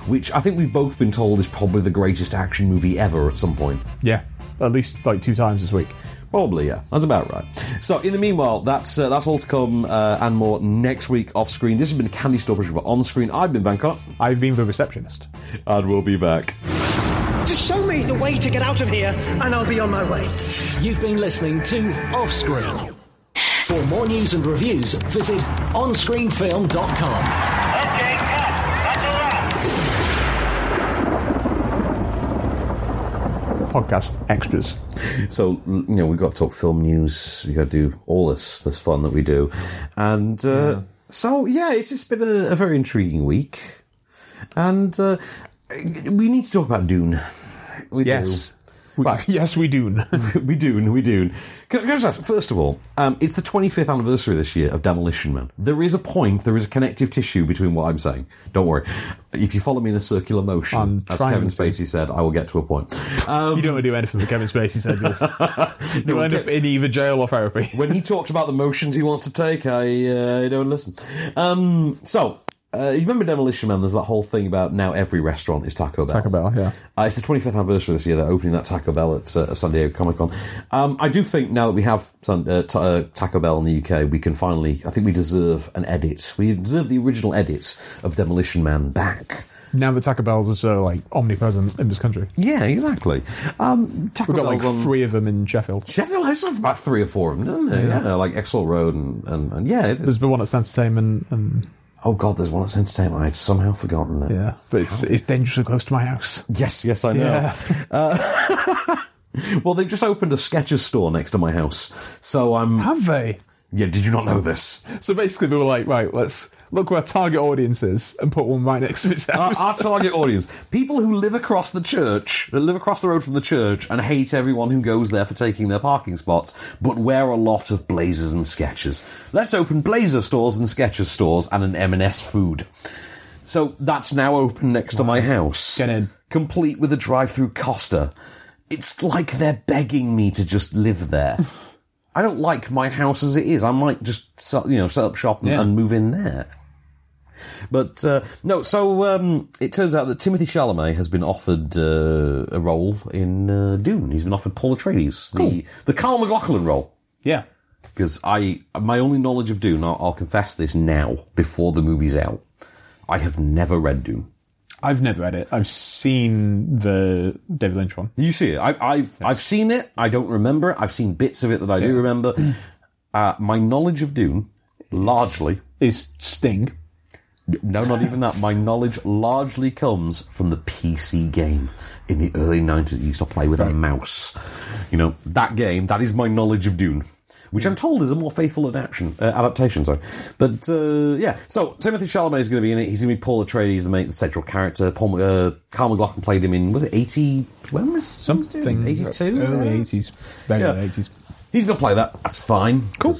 [SPEAKER 1] which I think we've both been told is probably the greatest action movie ever at some point.
[SPEAKER 2] Yeah, at least like two times this week.
[SPEAKER 1] Probably, yeah. That's about right. So, in the meanwhile, that's uh, that's all to come uh, and more next week off screen. This has been Candy Store Pushing for On Screen. I've been Bangkok,
[SPEAKER 2] I've been the receptionist.
[SPEAKER 1] and we'll be back.
[SPEAKER 10] Just show me the way to get out of here, and I'll be on my way.
[SPEAKER 3] You've been listening to Offscreen. For more news and reviews, visit onscreenfilm.com.
[SPEAKER 5] Okay, cut. That's a wrap.
[SPEAKER 2] Podcast extras.
[SPEAKER 1] So, l- you know, we've got to talk film news, we've got to do all this, this fun that we do. And uh, so, yeah, it's just been a, a very intriguing week. And uh, we need to talk about Dune. We
[SPEAKER 2] Yes.
[SPEAKER 1] do.
[SPEAKER 2] We-
[SPEAKER 1] Right.
[SPEAKER 2] yes, we do.
[SPEAKER 1] we Dune, we Dune. Can, can I just ask, first of all, um, it's the 25th anniversary this year of Demolition Man. There is a point, there is a connective tissue between what I'm saying. Don't worry. If you follow me in a circular motion,
[SPEAKER 2] I'm
[SPEAKER 1] as
[SPEAKER 2] trying
[SPEAKER 1] Kevin
[SPEAKER 2] to.
[SPEAKER 1] Spacey said, I will get to a point.
[SPEAKER 2] you don't want to do anything for Kevin Spacey said. You Um, You'll end up in either jail or therapy.
[SPEAKER 1] when he talks about the motions he wants to take, I, uh, I don't listen. Um, so, uh, you remember Demolition Man? There's that whole thing about now every restaurant is Taco Bell.
[SPEAKER 2] Taco Bell, yeah.
[SPEAKER 1] Uh, it's the 25th anniversary this year. They're opening that Taco Bell at uh, San Diego Comic Con. Um, I do think now that we have San, uh, ta- uh, Taco Bell in the UK, we can finally. I think we deserve an edit. We deserve the original edit of Demolition Man back.
[SPEAKER 2] Now that Taco Bells are so like omnipresent in this country,
[SPEAKER 1] Yeah, exactly. Um, Taco
[SPEAKER 2] we've got like
[SPEAKER 1] Bell's on-
[SPEAKER 2] three of them in Sheffield.
[SPEAKER 1] Sheffield has about three or four of them, doesn't it? Yeah, like Exel Road and, and, and yeah, it-
[SPEAKER 2] There's the one at Entertainment, and
[SPEAKER 1] Oh God, there's one that's entertainment. I had somehow forgotten that.
[SPEAKER 2] yeah, but it's, it's dangerously close to my house.
[SPEAKER 1] Yes, yes, I know.
[SPEAKER 2] Yeah.
[SPEAKER 1] Uh, well, they've just opened a Skechers store next to my house, so I'm.
[SPEAKER 2] Have they?
[SPEAKER 1] Yeah, did you not know this?
[SPEAKER 2] So basically, we were like, right, let's look where our target audience is and put one right next to its
[SPEAKER 1] Our,
[SPEAKER 2] house.
[SPEAKER 1] our target audience: people who live across the church, that live across the road from the church, and hate everyone who goes there for taking their parking spots, but wear a lot of blazers and sketches. Let's open blazer stores and sketches stores and an M&S food. So that's now open next to my house, complete with a drive-through Costa. It's like they're begging me to just live there. I don't like my house as it is. I might just sell, you know set up shop and,
[SPEAKER 2] Yeah.
[SPEAKER 1] and move in there. But uh, no, so um, it turns out that Timothy Chalamet has been offered uh, a role in uh, Dune. He's been offered Paul Atreides, the the Carl McLaughlin role.
[SPEAKER 2] Yeah,
[SPEAKER 1] because I my only knowledge of Dune, I'll, I'll confess this now before the movie's out. I have never read Dune.
[SPEAKER 2] I've never read it. I've seen the David Lynch one.
[SPEAKER 1] You see it. I, I've I've seen it. I don't remember it. I've seen bits of it that I do remember. Uh, my knowledge of Dune, largely,
[SPEAKER 2] is Sting.
[SPEAKER 1] No, not even that. My knowledge largely comes from the PC game in the early nineties. You used to play with a mouse. You know that game. That is my knowledge of Dune. Which I'm told is a more faithful adaptation. Uh, adaptation, sorry, but uh, yeah. So Timothy Chalamet is going to be in it. He's going to be Paul Atreides, the main the central character. Paul, uh, Carl McLaughlin played him in was it eighty? When was something eighty two?
[SPEAKER 2] Early 80s. Very
[SPEAKER 1] Yeah.
[SPEAKER 2] early 80s.
[SPEAKER 1] He's going to play that. That's fine. Cool.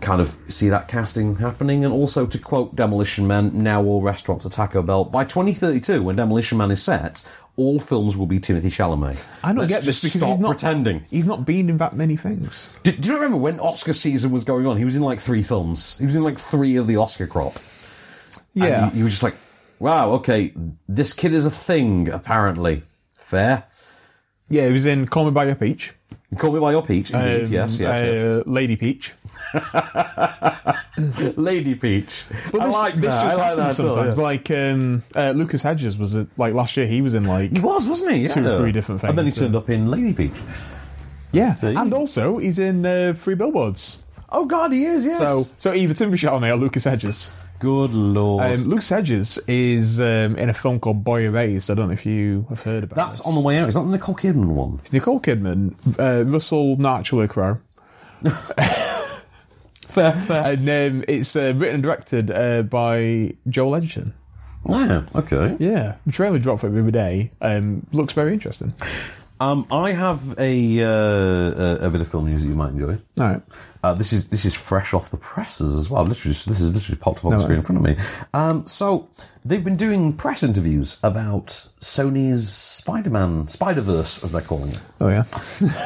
[SPEAKER 1] Kind of see that casting happening, and also to quote Demolition Man, now all restaurants are Taco Bell. By 2032, when Demolition Man is set, all films will be Timothy Chalamet.
[SPEAKER 2] I don't
[SPEAKER 1] Let's
[SPEAKER 2] get this
[SPEAKER 1] just
[SPEAKER 2] because
[SPEAKER 1] stop
[SPEAKER 2] he's not
[SPEAKER 1] pretending.
[SPEAKER 2] He's not been in that many things.
[SPEAKER 1] Do, do you remember when Oscar season was going on? He was in like three films. He was in like three of the Oscar crop.
[SPEAKER 2] Yeah.
[SPEAKER 1] And you, you were just like, wow, okay, this kid is a thing apparently. Fair.
[SPEAKER 2] Yeah, he was in Call Me By Your Peach.
[SPEAKER 1] Call me by your peach. Indeed.
[SPEAKER 2] Um,
[SPEAKER 1] yes, yes, yes.
[SPEAKER 2] uh, Lady Peach.
[SPEAKER 1] Lady Peach.
[SPEAKER 2] But
[SPEAKER 1] I
[SPEAKER 2] uh, this-
[SPEAKER 1] like
[SPEAKER 2] this
[SPEAKER 1] that. I like that
[SPEAKER 2] just happens
[SPEAKER 1] as well,
[SPEAKER 2] sometimes.
[SPEAKER 1] yeah.
[SPEAKER 2] Like um, uh, Lucas Hedges was it, like last year. He was in like
[SPEAKER 1] He was, wasn't he?
[SPEAKER 2] two
[SPEAKER 1] Yeah.
[SPEAKER 2] or three different things.
[SPEAKER 1] And then he turned up in Lady Peach.
[SPEAKER 2] Yeah,
[SPEAKER 1] See?
[SPEAKER 2] and also he's in uh, Three Billboards.
[SPEAKER 1] Oh God, he is. Yes.
[SPEAKER 2] So so either Timothy Chalamet or Lucas Hedges.
[SPEAKER 1] good lord.
[SPEAKER 2] Um, Lucas Hedges is um, in a film called Boy Erased. I don't know if you have heard about.
[SPEAKER 1] That's
[SPEAKER 2] this.
[SPEAKER 1] on the way out. Is that the Nicole Kidman one?
[SPEAKER 2] It's Nicole Kidman, uh, Russell Naturally Crowe.
[SPEAKER 1] Fair, fair.
[SPEAKER 2] And um, it's uh, written and directed uh, by Joel Edgerton.
[SPEAKER 1] Yeah. Okay.
[SPEAKER 2] Yeah, the trailer dropped for it the other day. Um, looks very interesting.
[SPEAKER 1] Um, I have a uh, a, a bit of film news that you might enjoy.
[SPEAKER 2] All right.
[SPEAKER 1] Uh, this is this is fresh off the presses as well. Literally, just- this is literally popped up on the
[SPEAKER 2] No,
[SPEAKER 1] screen
[SPEAKER 2] no.
[SPEAKER 1] in front of me. Um, so they've been doing press interviews about Sony's Spider-Man, Spider-Verse, as they're calling it.
[SPEAKER 2] Oh yeah.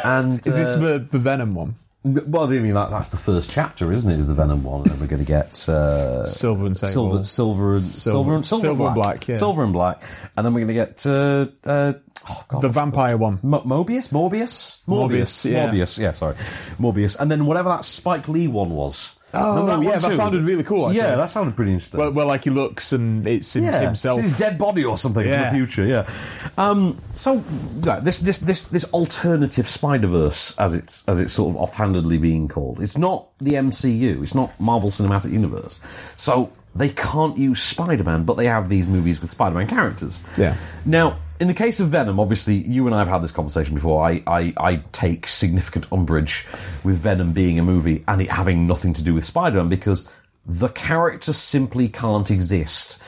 [SPEAKER 1] And
[SPEAKER 2] Is this
[SPEAKER 1] uh,
[SPEAKER 2] the, the Venom one?
[SPEAKER 1] Well, I mean that, that's the first chapter, isn't it? Is the Venom one, and then we're going to get uh,
[SPEAKER 2] Silver and Sable.
[SPEAKER 1] silver, silver, and silver, and silver,
[SPEAKER 2] Silver
[SPEAKER 1] and
[SPEAKER 2] and
[SPEAKER 1] black,
[SPEAKER 2] Black, yeah.
[SPEAKER 1] silver and black, and then we're going to get uh, uh, oh god,
[SPEAKER 2] The
[SPEAKER 1] what's-
[SPEAKER 2] vampire one.
[SPEAKER 1] Mo- Mobius, Morbius, Morbius,
[SPEAKER 2] Morbius, yeah.
[SPEAKER 1] Morbius, yeah, sorry, Morbius, and then whatever that Spike Lee one was.
[SPEAKER 2] Oh,
[SPEAKER 1] Remember
[SPEAKER 2] yeah,
[SPEAKER 1] one
[SPEAKER 2] that
[SPEAKER 1] too?
[SPEAKER 2] sounded really cool, actually.
[SPEAKER 1] Yeah, that sounded pretty interesting.
[SPEAKER 2] Well, well, like he looks and it's him,
[SPEAKER 1] yeah,
[SPEAKER 2] himself.
[SPEAKER 1] it's his dead body or something for the
[SPEAKER 2] Yeah.
[SPEAKER 1] future. Yeah. Um, so yeah, this this this this alternative Spider Verse, as it's as it's sort of offhandedly being called, it's not the MCU. It's not Marvel Cinematic Universe. So they can't use Spider Man, but they have these movies with Spider Man characters.
[SPEAKER 2] Yeah.
[SPEAKER 1] Now, in the case of Venom, obviously, you and I have had this conversation before. I, I, I take significant umbrage with Venom being a movie and it having nothing to do with Spider Man because the character simply can't exist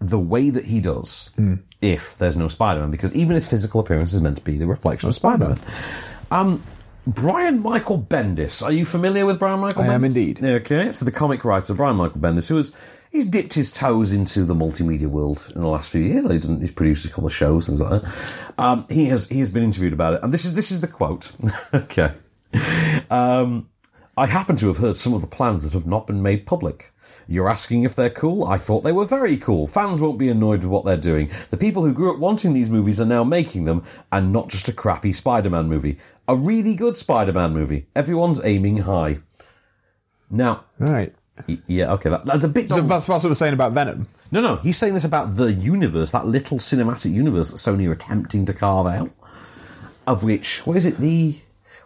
[SPEAKER 1] the way that he does
[SPEAKER 2] Hmm.
[SPEAKER 1] if there's no Spider Man, because even his physical appearance is meant to be the reflection of Spider Man. Um, Brian Michael Bendis. Are you familiar with Brian Michael Bendis?
[SPEAKER 2] I am indeed.
[SPEAKER 1] Okay, so the comic writer Brian Michael Bendis, who has he's dipped his toes into the multimedia world in the last few years. He done, he's produced a couple of shows, things like that. Um, he has he has been interviewed about it, and this is this is the quote. okay, um, I happen to have heard some of the plans that have not been made public. You're asking if they're cool? I thought they were very cool. Fans won't be annoyed with what they're doing. The people who grew up wanting these movies are now making them, and not just a crappy Spider Man movie. A really good Spider Man movie. Everyone's aiming high. Now,
[SPEAKER 2] right.
[SPEAKER 1] y- yeah, okay, that, that's a bit.
[SPEAKER 2] So that's, that's what I was saying about Venom.
[SPEAKER 1] no, no, he's saying this about the universe, that little cinematic universe that Sony are attempting to carve out. Of which, what is it? The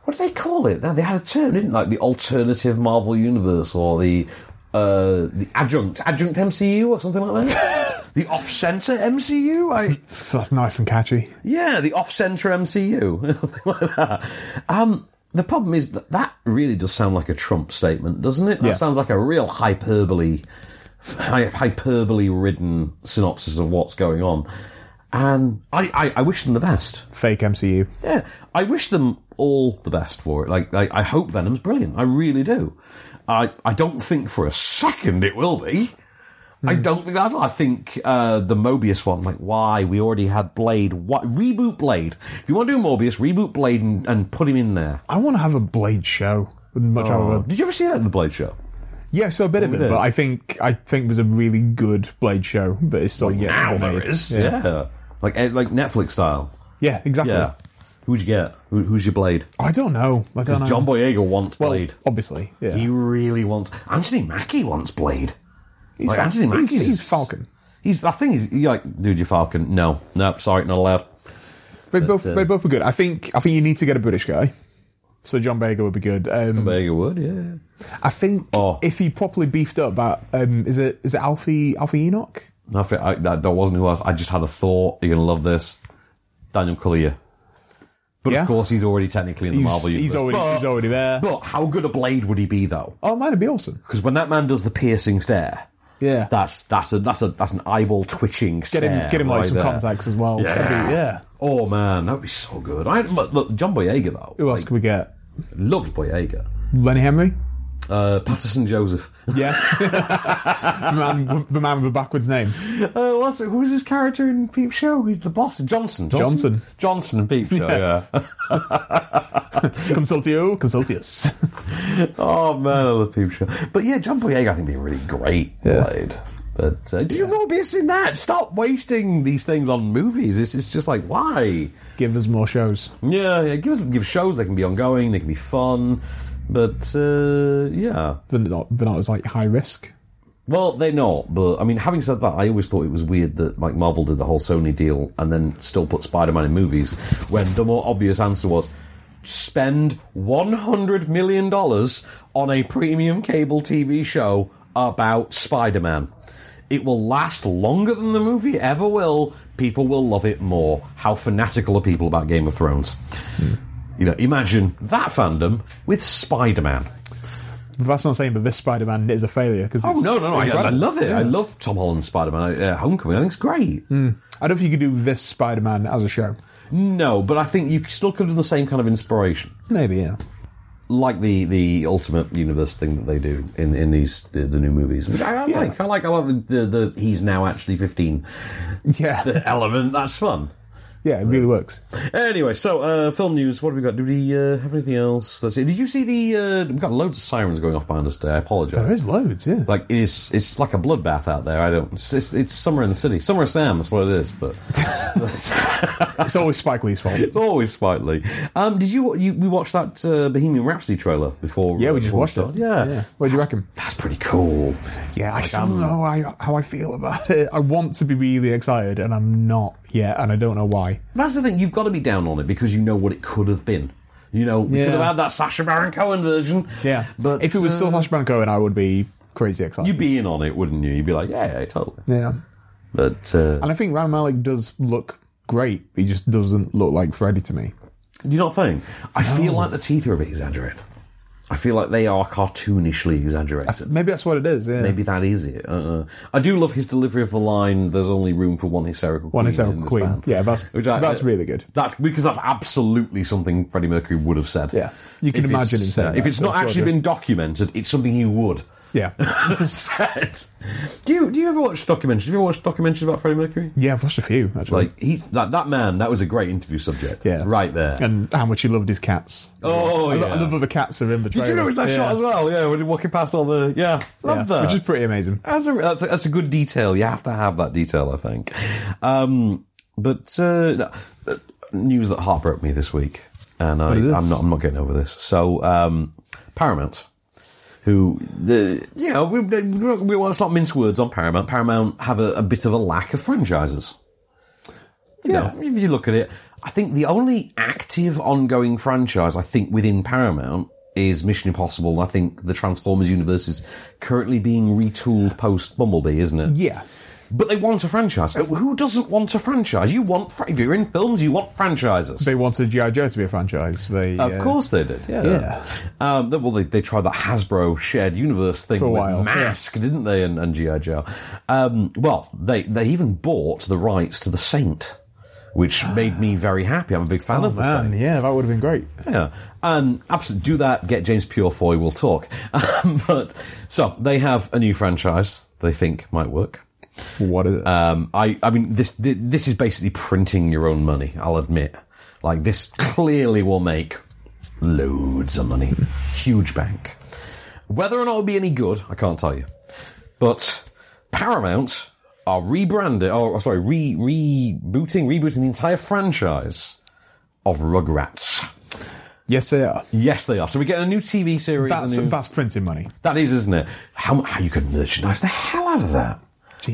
[SPEAKER 1] what do they call it? Now they had a term, didn't they? like the alternative Marvel universe or the uh, the adjunct adjunct MCU or something like that. the off center MCU. I,
[SPEAKER 2] So that's nice and catchy.
[SPEAKER 1] yeah, the off centre MCU, something like that. Um, The problem is that that really does sound like a Trump statement, doesn't it? That
[SPEAKER 2] Yeah.
[SPEAKER 1] sounds like a real hyperbole, hy- hyperbole-ridden synopsis of what's going on. And I, I, I wish them the best.
[SPEAKER 2] Fake MCU.
[SPEAKER 1] Yeah, I wish them all the best for it. Like, I, I hope Venom's brilliant. I really do. I, I don't think for a second it will be. I don't think that's. I think uh, the Mobius one. Like, why we already had Blade? What reboot Blade? If you want to do Morbius, reboot Blade and, and put him in there.
[SPEAKER 2] I want to have a Blade show. Wouldn't much
[SPEAKER 1] Oh.
[SPEAKER 2] rather-
[SPEAKER 1] Did you ever see that in the Blade Show?
[SPEAKER 2] Yeah, so a bit of
[SPEAKER 1] we
[SPEAKER 2] it,
[SPEAKER 1] did.
[SPEAKER 2] but I think I think it was a really good Blade show, but it's still yet to
[SPEAKER 1] now
[SPEAKER 2] be
[SPEAKER 1] there
[SPEAKER 2] made.
[SPEAKER 1] is.
[SPEAKER 2] Yeah.
[SPEAKER 1] Yeah. Like eh, like Netflix style.
[SPEAKER 2] Yeah, exactly.
[SPEAKER 1] Yeah. Who'd you get? Who, who's your Blade?
[SPEAKER 2] I don't know. I don't know.
[SPEAKER 1] Because John Boyega wants
[SPEAKER 2] well,
[SPEAKER 1] Blade.
[SPEAKER 2] obviously. Yeah.
[SPEAKER 1] He really wants. Anthony Mackie wants Blade.
[SPEAKER 2] He's
[SPEAKER 1] like
[SPEAKER 2] Fal-
[SPEAKER 1] Anthony
[SPEAKER 2] he's-
[SPEAKER 1] Mackie's
[SPEAKER 2] he's Falcon.
[SPEAKER 1] He's. I think he's. You're like, dude, you're Falcon. No, no, sorry, not allowed.
[SPEAKER 2] They both
[SPEAKER 1] uh,
[SPEAKER 2] they both were good. I think I think you need to get a British guy. So John Boyega would be good. Um,
[SPEAKER 1] Boyega would, yeah.
[SPEAKER 2] I think
[SPEAKER 1] Oh.
[SPEAKER 2] if he properly beefed up, that um, is it is it Alfie Alfie Enoch?
[SPEAKER 1] I think I, that, that wasn't who else. I just had a thought. You're gonna love this, Daniel Kaluuya. But
[SPEAKER 2] Yeah.
[SPEAKER 1] of course, he's already technically in the
[SPEAKER 2] He's,
[SPEAKER 1] Marvel universe.
[SPEAKER 2] he's already
[SPEAKER 1] but,
[SPEAKER 2] he's already there.
[SPEAKER 1] but how good a Blade would he be though?
[SPEAKER 2] oh man, it'd be awesome.
[SPEAKER 1] Because when that man does the piercing stare,
[SPEAKER 2] Yeah.
[SPEAKER 1] that's that's a that's a that's an eyeball twitching
[SPEAKER 2] Get
[SPEAKER 1] stare.
[SPEAKER 2] him get him like
[SPEAKER 1] right
[SPEAKER 2] some
[SPEAKER 1] there.
[SPEAKER 2] contacts as well.
[SPEAKER 1] Yeah.
[SPEAKER 2] That'd be- yeah.
[SPEAKER 1] Oh man, that'd be so good. I but look, John Boyega though.
[SPEAKER 2] Who else
[SPEAKER 1] like,
[SPEAKER 2] can we get?
[SPEAKER 1] Loved Boyega.
[SPEAKER 2] Lenny Henry?
[SPEAKER 1] Uh, Patterson Joseph.
[SPEAKER 2] Yeah. the, man, the man with a backwards name.
[SPEAKER 1] uh, what's it, who was his character in Peep Show? He's the boss. Johnson.
[SPEAKER 2] Johnson.
[SPEAKER 1] Johnson in Peep Show. Yeah.
[SPEAKER 2] Consultio, consultius.
[SPEAKER 1] oh man, I love Peep Show. But yeah, John Boyega I think would be a really great
[SPEAKER 2] Yeah.
[SPEAKER 1] Blade. But uh, do you want to be in that? Stop wasting these things on movies. It's, it's just like why.
[SPEAKER 2] Give us more shows.
[SPEAKER 1] Yeah, yeah. Give us give shows. They can be ongoing. They can be fun. But uh, yeah,
[SPEAKER 2] But not, but not as like high risk.
[SPEAKER 1] well, they're not. But I mean, having said that, I always thought it was weird that like Marvel did the whole Sony deal and then still put Spider-Man in movies when the more obvious answer was spend one hundred million dollars on a premium cable TV show about Spider-Man. It will last longer than the movie ever will. People will love it more. How fanatical are people about Game of Thrones? You know, imagine that fandom with Spider-Man.
[SPEAKER 2] But that's not saying that this Spider Man is a failure. Cause
[SPEAKER 1] Oh
[SPEAKER 2] it's
[SPEAKER 1] no, no, no! I, I
[SPEAKER 2] incredible.
[SPEAKER 1] love it. I
[SPEAKER 2] Yeah.
[SPEAKER 1] love Tom Holland's Spider Man. Uh, Homecoming, I think it's great.
[SPEAKER 2] I don't think you could do this Spider Man as a show.
[SPEAKER 1] No, but I think you still could have done the same kind of inspiration,
[SPEAKER 2] Maybe, yeah.
[SPEAKER 1] like the the Ultimate Universe thing that they do in in these the, the new movies, which I, I like. I like. I like the, the the he's now actually fifteen
[SPEAKER 2] Yeah.
[SPEAKER 1] element. That's fun.
[SPEAKER 2] Yeah, it really works.
[SPEAKER 1] Anyway, so uh, film news. What have we got? Do we uh, have anything else? Let's see. Did you see the? Uh, we've got loads of sirens going off behind us today. I apologise.
[SPEAKER 2] There is loads, yeah.
[SPEAKER 1] Like it is, it's like a bloodbath out there. I don't. It's, it's, it's somewhere in the city, somewhere Sam. That's what it is. But
[SPEAKER 2] it's always Spike Lee's fault.
[SPEAKER 1] It's always Spike Lee. Um, did you, you we watched that uh, Bohemian Rhapsody trailer before? uh,
[SPEAKER 2] Yeah, we just
[SPEAKER 1] before
[SPEAKER 2] watched it.
[SPEAKER 1] started? Yeah.
[SPEAKER 2] What do you reckon?
[SPEAKER 1] that's pretty cool.
[SPEAKER 2] Yeah, I
[SPEAKER 1] Like,
[SPEAKER 2] still
[SPEAKER 1] I'm-
[SPEAKER 2] don't know how I, how I feel about it. I want to be really excited, and I'm not yet, and I don't know why.
[SPEAKER 1] That's the thing. You've got to be down on it because you know what it could have been. You know, we
[SPEAKER 2] Yeah.
[SPEAKER 1] could have had that Sasha Baron Cohen version.
[SPEAKER 2] but if it was still
[SPEAKER 1] uh,
[SPEAKER 2] Sash Baron Cohen, I would be crazy excited.
[SPEAKER 1] you'd be in on it, wouldn't you? You'd be like, yeah, yeah totally.
[SPEAKER 2] yeah,
[SPEAKER 1] But uh,
[SPEAKER 2] and I think Rami Malek does look great. He just doesn't look like Freddy to me.
[SPEAKER 1] do you not think? I feel like the teeth are a bit exaggerated. I feel like they are cartoonishly exaggerated.
[SPEAKER 2] Maybe that's what it is. Yeah,
[SPEAKER 1] Maybe that is it. Uh, I do love his delivery of the line. There's only room for one hysterical
[SPEAKER 2] One
[SPEAKER 1] queen.
[SPEAKER 2] hysterical
[SPEAKER 1] in this
[SPEAKER 2] queen.
[SPEAKER 1] band."
[SPEAKER 2] Yeah, that's-
[SPEAKER 1] Which I-
[SPEAKER 2] that's
[SPEAKER 1] uh,
[SPEAKER 2] really good.
[SPEAKER 1] That's because that's absolutely something Freddie Mercury would have said.
[SPEAKER 2] Yeah. You can
[SPEAKER 1] If it's-
[SPEAKER 2] imagine him saying
[SPEAKER 1] uh,
[SPEAKER 2] that,
[SPEAKER 1] If it's
[SPEAKER 2] so
[SPEAKER 1] not
[SPEAKER 2] it's
[SPEAKER 1] actually
[SPEAKER 2] Roger.
[SPEAKER 1] been documented, it's something he would
[SPEAKER 2] yeah,
[SPEAKER 1] have said. Do you do you ever watch documentaries? Have you ever watched documentaries about Freddie Mercury?
[SPEAKER 2] yeah. I've watched a few actually.
[SPEAKER 1] Like he that that man that was a great interview subject.
[SPEAKER 2] yeah,
[SPEAKER 1] right there.
[SPEAKER 2] and how much he loved his cats.
[SPEAKER 1] oh
[SPEAKER 2] I,
[SPEAKER 1] yeah.
[SPEAKER 2] lo- I love other cats are in the.
[SPEAKER 1] Did you
[SPEAKER 2] trailer.
[SPEAKER 1] notice that
[SPEAKER 2] Yeah.
[SPEAKER 1] shot as well? Yeah, when you're walking past all the yeah, love
[SPEAKER 2] Yeah,
[SPEAKER 1] that.
[SPEAKER 2] which is pretty amazing.
[SPEAKER 1] That's a, that's a that's a good detail. You have to have that detail, I think. Um, but uh, no, uh, news that heartbroke me this week, and I,
[SPEAKER 2] is this?
[SPEAKER 1] I'm not I'm not getting over this. So um, Paramount, who the you know we we, we want to not mince words on Paramount. Paramount have a, a bit of a lack of franchises. You
[SPEAKER 2] Yeah.
[SPEAKER 1] know, if you look at it, I think the only active ongoing franchise I think within Paramount is Mission Impossible. and I think the Transformers universe is currently being retooled post Bumblebee, isn't it?
[SPEAKER 2] Yeah,
[SPEAKER 1] But they want a franchise. Who doesn't want a franchise? You want fra- if you're in films, you want franchises.
[SPEAKER 2] They wanted GI Joe to be a franchise. They,
[SPEAKER 1] Of
[SPEAKER 2] uh,
[SPEAKER 1] course they did. Yeah.
[SPEAKER 2] Yeah.
[SPEAKER 1] Um, they- well, they, they tried that Hasbro shared universe thing
[SPEAKER 2] For a
[SPEAKER 1] with
[SPEAKER 2] while,
[SPEAKER 1] Mask, didn't they? And, and GI Joe. Um, well, they they even bought the rights to the Saint, which made me very happy. I'm a big fan
[SPEAKER 2] Oh
[SPEAKER 1] of the
[SPEAKER 2] man,
[SPEAKER 1] Saint.
[SPEAKER 2] yeah, that would have been great.
[SPEAKER 1] Yeah, and absolutely do that. Get James Purefoy. We'll talk. Um, but so they have a new franchise they think might work.
[SPEAKER 2] What is it?
[SPEAKER 1] Um, I I mean this thi- this is basically printing your own money. I'll admit, like this clearly will make loads of money, huge bank. Whether or not it'll be any good, I can't tell you. But Paramount are rebranding, or sorry, re rebooting, rebooting the entire franchise of Rugrats.
[SPEAKER 2] yes, they are.
[SPEAKER 1] Yes, they are. So we get a new TV series.
[SPEAKER 2] That's,
[SPEAKER 1] a new,
[SPEAKER 2] that's printing money.
[SPEAKER 1] that is, isn't it? How, mu- how you could merchandise the hell out of that?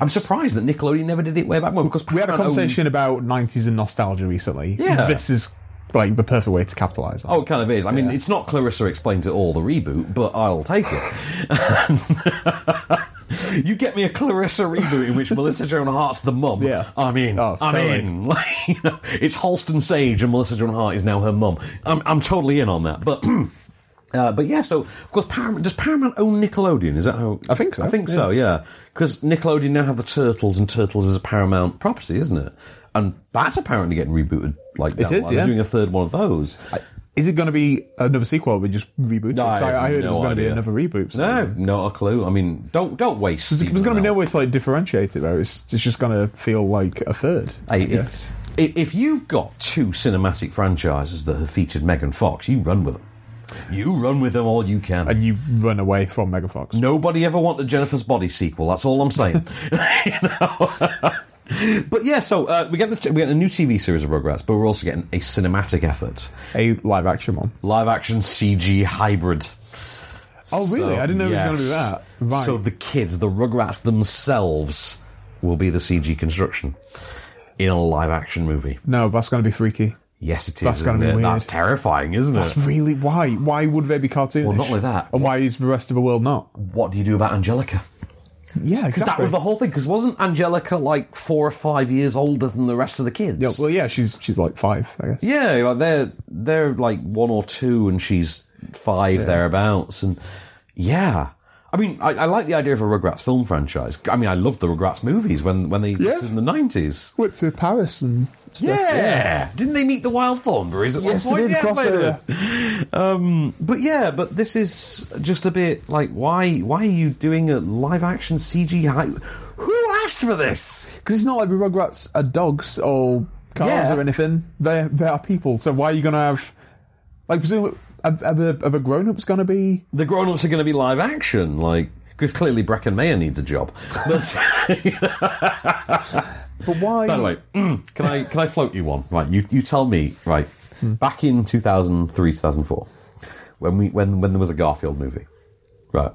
[SPEAKER 1] I'm surprised that Nickelodeon never did it way back when. Because
[SPEAKER 2] We had a
[SPEAKER 1] Paramount owned-
[SPEAKER 2] conversation about 90s and nostalgia recently.
[SPEAKER 1] oh, Yeah.
[SPEAKER 2] This is like the perfect way to capitalize on
[SPEAKER 1] Oh, it kind of is. I mean, it's not Clarissa explains it all the reboot, but I'll take it. you get me a Clarissa reboot in which Melissa Joan Hart's the mum.
[SPEAKER 2] Yeah.
[SPEAKER 1] I'm in.
[SPEAKER 2] Oh,
[SPEAKER 1] I'm
[SPEAKER 2] totally.
[SPEAKER 1] in. Like, you know, it's Halston Sage and Melissa Joan Hart is now her mum. I'm, I'm totally in on that. But. Uh, but yeah, so of course, Paramount, does Paramount own Nickelodeon? Is that how?
[SPEAKER 2] I think so,
[SPEAKER 1] I think so. Yeah, because Nickelodeon now have the Turtles, and Turtles is a Paramount property, isn't it? And that's apparently getting rebooted. Like
[SPEAKER 2] It
[SPEAKER 1] down the
[SPEAKER 2] is,
[SPEAKER 1] line. They're
[SPEAKER 2] yeah.
[SPEAKER 1] doing a third one of those.
[SPEAKER 2] Is it going to be another sequel? We just reboot it? 'Cause I, I heard it was going to be another reboot. so-
[SPEAKER 1] No, not a clue. I mean, don't don't waste.
[SPEAKER 2] There's, there's
[SPEAKER 1] Stephen
[SPEAKER 2] going to be no
[SPEAKER 1] Amell.
[SPEAKER 2] way to like differentiate it though. It's, it's just going to feel like a third.
[SPEAKER 1] Hey,
[SPEAKER 2] I guess.
[SPEAKER 1] if, if if you've got two cinematic franchises that have featured Megan Fox, you run with them. You run with them all you can.
[SPEAKER 2] and you run away from Mega Fox.
[SPEAKER 1] Nobody ever wanted Jennifer's Body sequel. That's all I'm saying. You know? but yeah, so uh, we get the t- we get a new TV series of Rugrats, but we're also getting a cinematic effort,
[SPEAKER 2] A live action one.
[SPEAKER 1] live action CG hybrid.
[SPEAKER 2] Oh really?
[SPEAKER 1] So,
[SPEAKER 2] I didn't know it was
[SPEAKER 1] yes.
[SPEAKER 2] going to be that. Right.
[SPEAKER 1] So the kids, the Rugrats themselves, will be the CG construction in a live action movie.
[SPEAKER 2] no, that's going to be freaky.
[SPEAKER 1] Yes, it is.
[SPEAKER 2] That's
[SPEAKER 1] isn't
[SPEAKER 2] gonna be
[SPEAKER 1] it?
[SPEAKER 2] weird.
[SPEAKER 1] That's terrifying, isn't
[SPEAKER 2] That's
[SPEAKER 1] it?
[SPEAKER 2] really why. Why would they be cartoonish?
[SPEAKER 1] Well, not only that-
[SPEAKER 2] And why is the rest of the world not?
[SPEAKER 1] What do you do about Angelica?
[SPEAKER 2] Yeah,
[SPEAKER 1] Because that was the whole thing. Because wasn't Angelica like four or five years older than the rest of the kids?
[SPEAKER 2] Yeah, well, yeah, she's she's like five, I guess.
[SPEAKER 1] Yeah, like they're they're like one or two, and she's five thereabouts, and yeah. I mean, I, I like the idea of a Rugrats film franchise. I mean, I loved the Rugrats movies when, when they existed in the nineties.
[SPEAKER 2] Went to Paris and stuff.
[SPEAKER 1] Yeah. didn't they meet the Wild Thornberries at
[SPEAKER 2] Yes, they
[SPEAKER 1] one point?
[SPEAKER 2] did,
[SPEAKER 1] Yeah, they
[SPEAKER 2] crossover.
[SPEAKER 1] did. Um, but yeah, but this is just a bit like why why are you doing a live action CG? Hi- Who asked for this?
[SPEAKER 2] Because it's not like the Rugrats are dogs or cars
[SPEAKER 1] Yeah.
[SPEAKER 2] or anything. They they are people. So why are you going to have like presumably are, are the, are the grown ups going to be?
[SPEAKER 1] The grown ups are going to be live action, like because clearly Breckin Mayer needs a job. But
[SPEAKER 2] But why?
[SPEAKER 1] By the way, mm, can I can I float you one? Right, you you tell me. Right, back in two thousand three, two thousand four, when we when when there was a Garfield movie, right?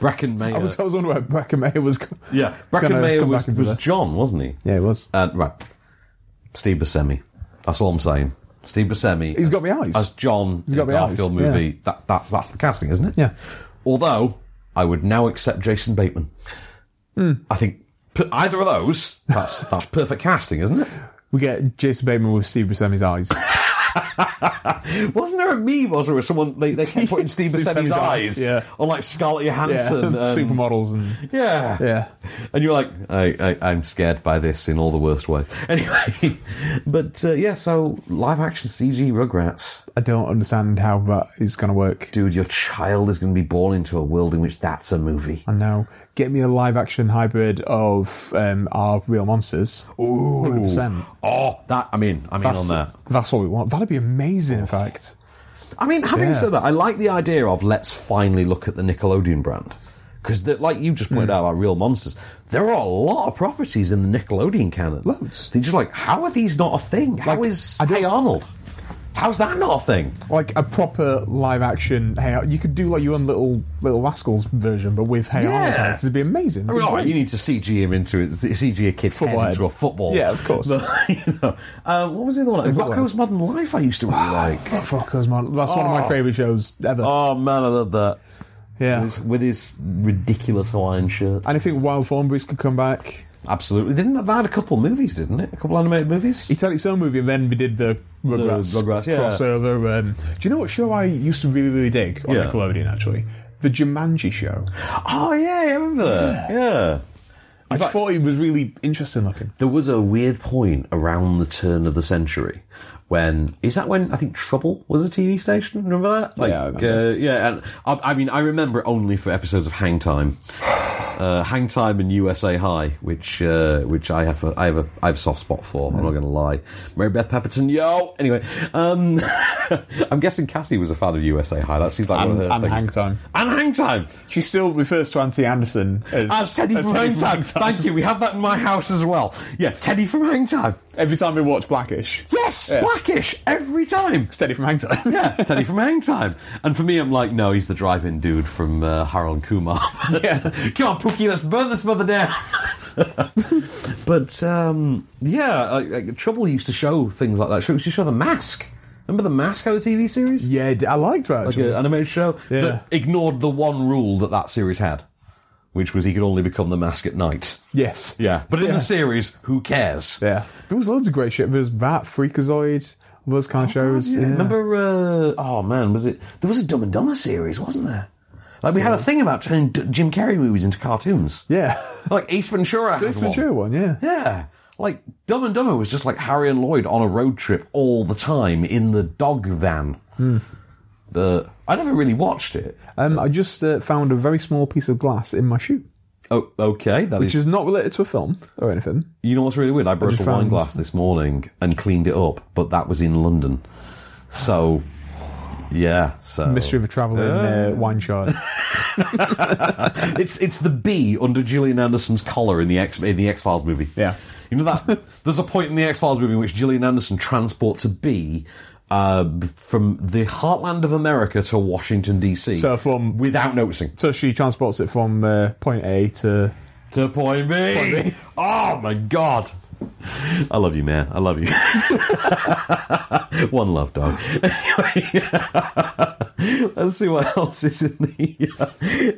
[SPEAKER 1] Bracken Mayer.
[SPEAKER 2] I was I was wondering where Brackenmayer was. go-
[SPEAKER 1] yeah,
[SPEAKER 2] gonna
[SPEAKER 1] Bracken Mayer
[SPEAKER 2] come
[SPEAKER 1] was, Uh,
[SPEAKER 2] back into
[SPEAKER 1] was
[SPEAKER 2] this.
[SPEAKER 1] John, wasn't he?
[SPEAKER 2] Yeah, he was.
[SPEAKER 1] And right, Steve Buscemi. That's all I'm saying. Steve Buscemi.
[SPEAKER 2] He's
[SPEAKER 1] as-
[SPEAKER 2] got me eyes.
[SPEAKER 1] As John
[SPEAKER 2] He's
[SPEAKER 1] in
[SPEAKER 2] got me
[SPEAKER 1] Garfield
[SPEAKER 2] eyes,
[SPEAKER 1] movie.
[SPEAKER 2] yeah.
[SPEAKER 1] That that's that's the casting, isn't it?
[SPEAKER 2] Yeah.
[SPEAKER 1] Although I would now accept Jason Bateman.
[SPEAKER 2] Hmm.
[SPEAKER 1] I think p- either of those. That's that's perfect casting, isn't it?
[SPEAKER 2] We get Jason Bateman with Steve Buscemi's eyes.
[SPEAKER 1] Wasn't there a meme also where someone they, they kept putting Steve
[SPEAKER 2] Steve
[SPEAKER 1] Buscemi's
[SPEAKER 2] Buscemi's
[SPEAKER 1] eyes
[SPEAKER 2] eyes, yeah.
[SPEAKER 1] on like Scarlett
[SPEAKER 2] yeah,
[SPEAKER 1] Johansson? and-
[SPEAKER 2] supermodels and
[SPEAKER 1] Yeah.
[SPEAKER 2] yeah.
[SPEAKER 1] And you're like, I, I, I'm scared by this in all the worst ways. Anyway, but uh, yeah, so live action CG Rugrats.
[SPEAKER 2] I don't understand how that is going to work.
[SPEAKER 1] Dude, your child is going to be born into a world in which that's a movie.
[SPEAKER 2] I know. Get me a live action hybrid of um, our real monsters. Ooh, hundred percent.
[SPEAKER 1] Oh, that, I'm in. I'm in on that.
[SPEAKER 2] That's what we want. That'd be amazing. In fact,
[SPEAKER 1] I mean, having
[SPEAKER 2] Yeah.
[SPEAKER 1] said that, I like the idea of let's finally look at the Nickelodeon brand. Because, like you just pointed out about Real Monsters, there are a lot of properties in the Nickelodeon canon.
[SPEAKER 2] Loads.
[SPEAKER 1] They're just like, how are these not a thing? how
[SPEAKER 2] Like,
[SPEAKER 1] is
[SPEAKER 2] I don't-
[SPEAKER 1] Hey Arnold? How's that not a thing?
[SPEAKER 2] like a proper live action. Hey, you could do like your own little little rascals version, but with Hey
[SPEAKER 1] Yeah.
[SPEAKER 2] Arnold characters. It'd be amazing.
[SPEAKER 1] I mean, all right, you need to CG him into it, CG a kid's
[SPEAKER 2] Football
[SPEAKER 1] head
[SPEAKER 2] head.
[SPEAKER 1] into a football.
[SPEAKER 2] Yeah, of course.
[SPEAKER 1] But, you know, um, what was the other one? Rocco's Modern Life. I used to really like.
[SPEAKER 2] Fuck, Rocco's Modern. That's one of my favourite shows ever.
[SPEAKER 1] Oh man, I love that.
[SPEAKER 2] yeah.
[SPEAKER 1] With his- With his ridiculous Hawaiian shirt.
[SPEAKER 2] And I think Wild Thornberries could come back.
[SPEAKER 1] Absolutely. Didn't that, that had a couple movies, didn't it? A couple animated movies?
[SPEAKER 2] He had its own movie, and then we did the Rugrats,
[SPEAKER 1] Rugrats, yeah.
[SPEAKER 2] crossover. Um, do you know what show I used to really, really dig on
[SPEAKER 1] Yeah.
[SPEAKER 2] Nickelodeon? Actually, the Jumanji show.
[SPEAKER 1] Oh yeah, I remember that. Yeah.
[SPEAKER 2] I just thought it was really interesting looking.
[SPEAKER 1] There was a weird point around the turn of the century when is that when I think Trouble was a TV station? Remember that? Like,
[SPEAKER 2] Yeah, I
[SPEAKER 1] Uh, yeah. And I, I mean, I remember it only for episodes of Hang Time, uh, Hang Time and USA High, which uh, which I have a, I have a I have a soft spot for. I'm not going to lie. Mary Beth Pepperton, yo. Anyway, um, I'm guessing Cassie was a fan of USA High. That seems like one of
[SPEAKER 2] And,
[SPEAKER 1] her
[SPEAKER 2] and
[SPEAKER 1] things.
[SPEAKER 2] Hang Time.
[SPEAKER 1] And Hang Time.
[SPEAKER 2] She still refers to Auntie Anderson as,
[SPEAKER 1] As Teddy
[SPEAKER 2] as
[SPEAKER 1] from Hang Time.
[SPEAKER 2] Hang
[SPEAKER 1] Thank you. We have that in my house as well. Yeah, Teddy from Hang Time.
[SPEAKER 2] Every time we watch Blackish,
[SPEAKER 1] Yes,
[SPEAKER 2] Yeah.
[SPEAKER 1] blackish every time.
[SPEAKER 2] it's Teddy from Hang Time.
[SPEAKER 1] Yeah, Teddy from Hang Time. And for me, I'm like, no, he's the drive-in dude from uh, Harold and Kumar.
[SPEAKER 2] Yeah.
[SPEAKER 1] Come on, Pookie, let's burn this mother down. but um, yeah, like, like, Trouble used to show things like that. She used to show The Mask. Remember The Mask had a TV series?
[SPEAKER 2] Yeah, I liked that.
[SPEAKER 1] Like an animated show
[SPEAKER 2] Yeah.
[SPEAKER 1] that ignored the one rule that that series had, which was he could only become the mask at night.
[SPEAKER 2] yes.
[SPEAKER 1] But in
[SPEAKER 2] Yeah.
[SPEAKER 1] the series, who cares?
[SPEAKER 2] Yeah. There was loads of great shit. There's that, Freakazoid, all those kind of shows.
[SPEAKER 1] Yeah.
[SPEAKER 2] Oh, yeah.
[SPEAKER 1] Remember? Uh, oh man, was it? There was a Dumb and Dumber series, wasn't there? Like we had a thing about turning D- Jim Carrey movies into cartoons.
[SPEAKER 2] Yeah.
[SPEAKER 1] Like Ace Ventura.
[SPEAKER 2] Ace
[SPEAKER 1] has one.
[SPEAKER 2] Ventura one, yeah.
[SPEAKER 1] Yeah. Like Dumb and Dumber was just like Harry and Lloyd on a road trip all the time in the dog van.
[SPEAKER 2] Hmm.
[SPEAKER 1] Uh, I never really watched it.
[SPEAKER 2] Um, I just uh, found a very small piece of glass in my shoe,
[SPEAKER 1] Oh, okay. That
[SPEAKER 2] which
[SPEAKER 1] is.
[SPEAKER 2] is not related to a film or anything.
[SPEAKER 1] You know what's really weird? I broke
[SPEAKER 2] just
[SPEAKER 1] a wine
[SPEAKER 2] found-
[SPEAKER 1] glass this morning and cleaned it up, but that was in London. So, yeah. So
[SPEAKER 2] Mystery of a Traveller in uh, Wine Shard.
[SPEAKER 1] It's it's the bee under Gillian Anderson's collar in the X in the X Files movie.
[SPEAKER 2] Yeah.
[SPEAKER 1] you know that there's a point in the X Files movie in which Gillian Anderson transports a bee uh, from the heartland of America to Washington D.C.
[SPEAKER 2] So from-
[SPEAKER 1] without noticing
[SPEAKER 2] so she transports it from uh, point A to.
[SPEAKER 1] to point B.
[SPEAKER 2] Point B.
[SPEAKER 1] Oh my god. I love you, man. I love you. One love, dog. Anyway, let's see what else is in the uh,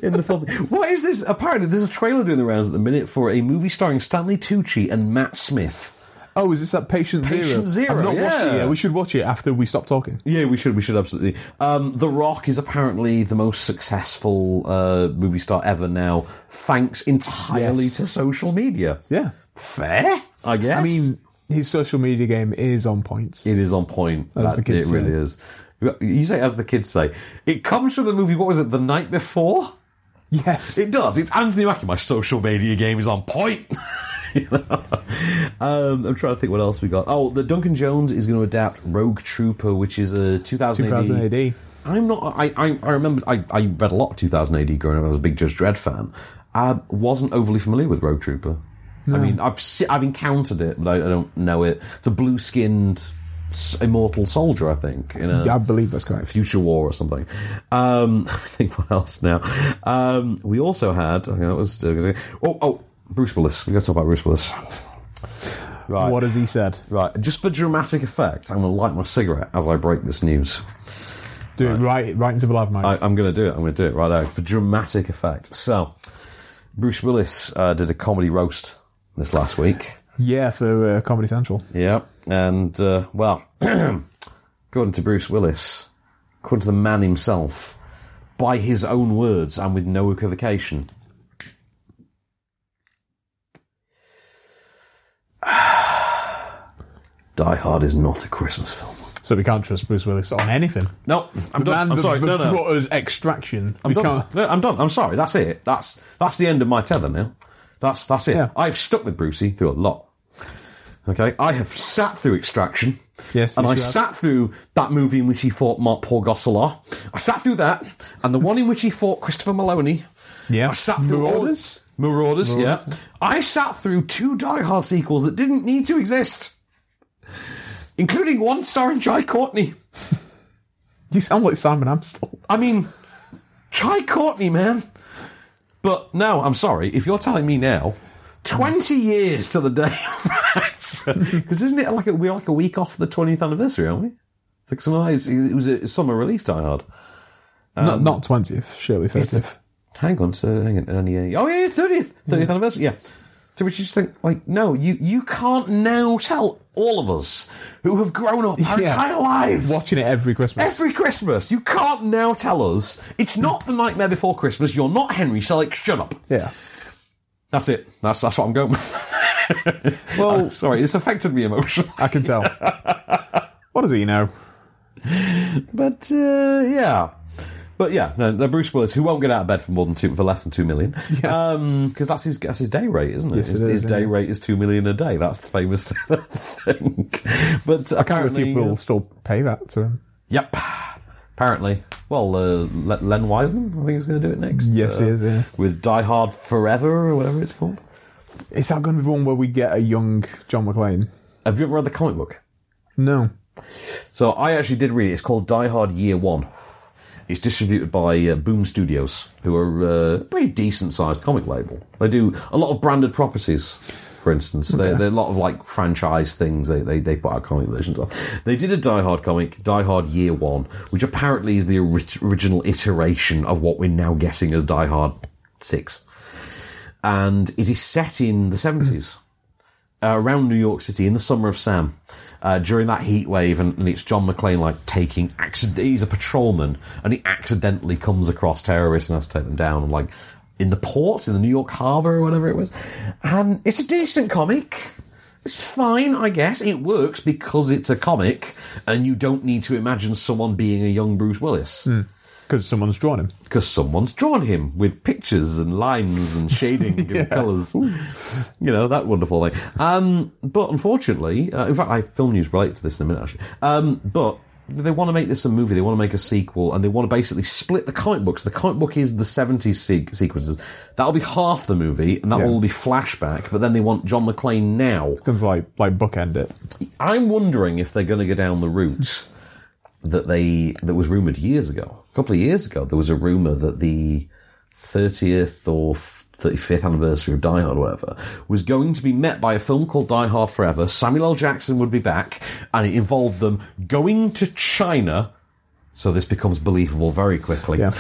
[SPEAKER 1] in the film. What is this? Apparently, there's a trailer doing the rounds at the minute for a movie starring Stanley Tucci and Matt Smith.
[SPEAKER 2] Oh, is this that Patient,
[SPEAKER 1] Patient Zero,
[SPEAKER 2] I've not watched it
[SPEAKER 1] yeah.
[SPEAKER 2] yet. We should watch it after we stop talking.
[SPEAKER 1] Yeah, we should. We should absolutely. Um, the Rock is apparently the most successful uh, movie star ever now, thanks entirely
[SPEAKER 2] Yes.
[SPEAKER 1] to social media.
[SPEAKER 2] Yeah.
[SPEAKER 1] fair, I guess.
[SPEAKER 2] I mean, his social media game is on point.
[SPEAKER 1] It is on point.
[SPEAKER 2] As
[SPEAKER 1] That-
[SPEAKER 2] the kids
[SPEAKER 1] it really
[SPEAKER 2] say.
[SPEAKER 1] is. You say, as the kids say, it comes from the movie. What was it? The night before.
[SPEAKER 2] Yes.
[SPEAKER 1] It does. It's Anthony Mackie. My social media game is on point. You know? um, I'm trying to think what else we got. Oh, the Duncan Jones is going to adapt Rogue Trooper, which is a 2000
[SPEAKER 2] 2000 AD.
[SPEAKER 1] I'm not. I I, I remember. I, I read a lot of 2000 AD growing up. I was a big Judge Dredd fan. I wasn't overly familiar with Rogue Trooper. I mean, I've se- I've encountered it, but I, I don't know it. It's a blue skinned immortal soldier, I think. In a
[SPEAKER 2] I believe that's correct.
[SPEAKER 1] Future War or something. Um, I think what else now? Um, we also had. Okay, that was. oh, oh, Bruce Willis. We got to talk about Bruce Willis. Right,
[SPEAKER 2] What has he said?
[SPEAKER 1] right. Just for dramatic effect, I'm going to light my cigarette as I break this news.
[SPEAKER 2] Do it right, right into the live mic.
[SPEAKER 1] I, I'm going to do it. I'm going to do it right now for dramatic effect. So, Bruce Willis uh, did a comedy roast this last week.
[SPEAKER 2] yeah, for uh, Comedy Central.
[SPEAKER 1] Yeah, and uh, well, according to Bruce Willis, according to the man himself, by his own words and with no equivocation. Die Hard is not a Christmas film.
[SPEAKER 2] So we can't trust Bruce Willis on anything.
[SPEAKER 1] No, I'm
[SPEAKER 2] the
[SPEAKER 1] done.
[SPEAKER 2] man
[SPEAKER 1] I'm
[SPEAKER 2] that-
[SPEAKER 1] sorry.
[SPEAKER 2] that
[SPEAKER 1] No, no.
[SPEAKER 2] brought us Extraction.
[SPEAKER 1] I'm
[SPEAKER 2] we
[SPEAKER 1] done.
[SPEAKER 2] can't.
[SPEAKER 1] No, I'm done. I'm sorry. That's it. That's that's the end of my tether now. That's that's it.
[SPEAKER 2] Yeah.
[SPEAKER 1] I've stuck with Brucey through a lot. Okay, I have sat through Extraction.
[SPEAKER 2] Yes,
[SPEAKER 1] and
[SPEAKER 2] yes,
[SPEAKER 1] I
[SPEAKER 2] you have.
[SPEAKER 1] sat through that movie in which he fought Mark Paul Gosselaar. I sat through that, and the one in which he fought Christopher Maloney.
[SPEAKER 2] Yeah.
[SPEAKER 1] I sat through all-
[SPEAKER 2] Marauders?
[SPEAKER 1] Marauders,
[SPEAKER 2] Marauders,
[SPEAKER 1] yeah. I sat through two Die Hard sequels that didn't need to exist, including one starring Jai Courtney.
[SPEAKER 2] You sound like Simon Amstel.
[SPEAKER 1] I mean, try Courtney, man. But no, I'm sorry. If you're telling me now, 20 years to the day of that. Because isn't it like a, we're like a week off the 20th anniversary, aren't we? It's like some it's, it was a summer release, Die Hard. Um,
[SPEAKER 2] not, not 20th, surely 30th.
[SPEAKER 1] Hang on, so hang on, only a, oh yeah, 30th, 30th anniversary, yeah. To which you just think, like, no, you, you can't now tell all of us who have grown up our
[SPEAKER 2] Yeah.
[SPEAKER 1] entire lives
[SPEAKER 2] Watching it every Christmas.
[SPEAKER 1] Every Christmas, you can't now tell us it's not the Nightmare Before Christmas. You're not Henry Selick. Shut up.
[SPEAKER 2] Yeah.
[SPEAKER 1] That's it. That's that's what I'm going. with.
[SPEAKER 2] Well,
[SPEAKER 1] Sorry, this affected me emotionally.
[SPEAKER 2] I can tell. what does he know?
[SPEAKER 1] But uh, yeah, but yeah, no, no, Bruce Willis, who won't get out of bed for more than two for less than two million, because that's his that's his day rate, isn't it?
[SPEAKER 2] Yes, it
[SPEAKER 1] his,
[SPEAKER 2] is,
[SPEAKER 1] his
[SPEAKER 2] yeah.
[SPEAKER 1] day rate is two million a day. That's the famous thing. but
[SPEAKER 2] I can't
[SPEAKER 1] apparently,
[SPEAKER 2] believe people will still pay that to him.
[SPEAKER 1] yep. Apparently, well, uh, Le- Len Wiseman, I think is going to do it next.
[SPEAKER 2] Yes,
[SPEAKER 1] uh,
[SPEAKER 2] he is, yeah.
[SPEAKER 1] With Die Hard Forever or whatever it's called.
[SPEAKER 2] Is that going to be one where we get a young John McClane?
[SPEAKER 1] Have you ever read the comic book?
[SPEAKER 2] No.
[SPEAKER 1] So I actually did read it. It's called Die Hard Year One. It's distributed by uh, Boom Studios, who are uh, a pretty decent sized comic label. They do a lot of branded properties, for instance. They, they're a lot of like franchise things they, they, they put out comic versions of. They did a Die Hard comic, Die Hard Year One, which apparently is the ori- original iteration of what we're now getting as Die Hard 6. And it is set in the 70s uh, around New York City in the summer of Sam uh, during that heat wave, and, and it's John McClane like taking accident. He's a patrolman, and he accidentally comes across terrorists and has to take them down, and like in the port in the New York harbor or whatever it was. And it's a decent comic. It's fine, I guess. It works because it's a comic, and you don't need to imagine someone being a young Bruce Willis
[SPEAKER 2] Because someone's drawn him.
[SPEAKER 1] because someone's drawn him with pictures and lines and shading and colours. You know, that wonderful thing. Um, but unfortunately, uh, in fact, I film news related to this in a minute, actually. Um, but they want to make this a movie, they want to make a sequel, and they want to basically split the comic books. The comic book is the 70s se- sequences. That'll be half the movie, and that
[SPEAKER 2] Yeah.
[SPEAKER 1] will be flashback, but then they want John McClane now.
[SPEAKER 2] Going to like, like bookend it.
[SPEAKER 1] I'm wondering if they're going to go down the route that they that was rumored years ago. A couple of years ago, there was a rumor that the 30th or 35th anniversary of Die Hard, or whatever, was going to be met by a film called Die Hard Forever. Samuel L. Jackson would be back, and it involved them going to China. So this becomes believable very quickly.
[SPEAKER 2] Yeah.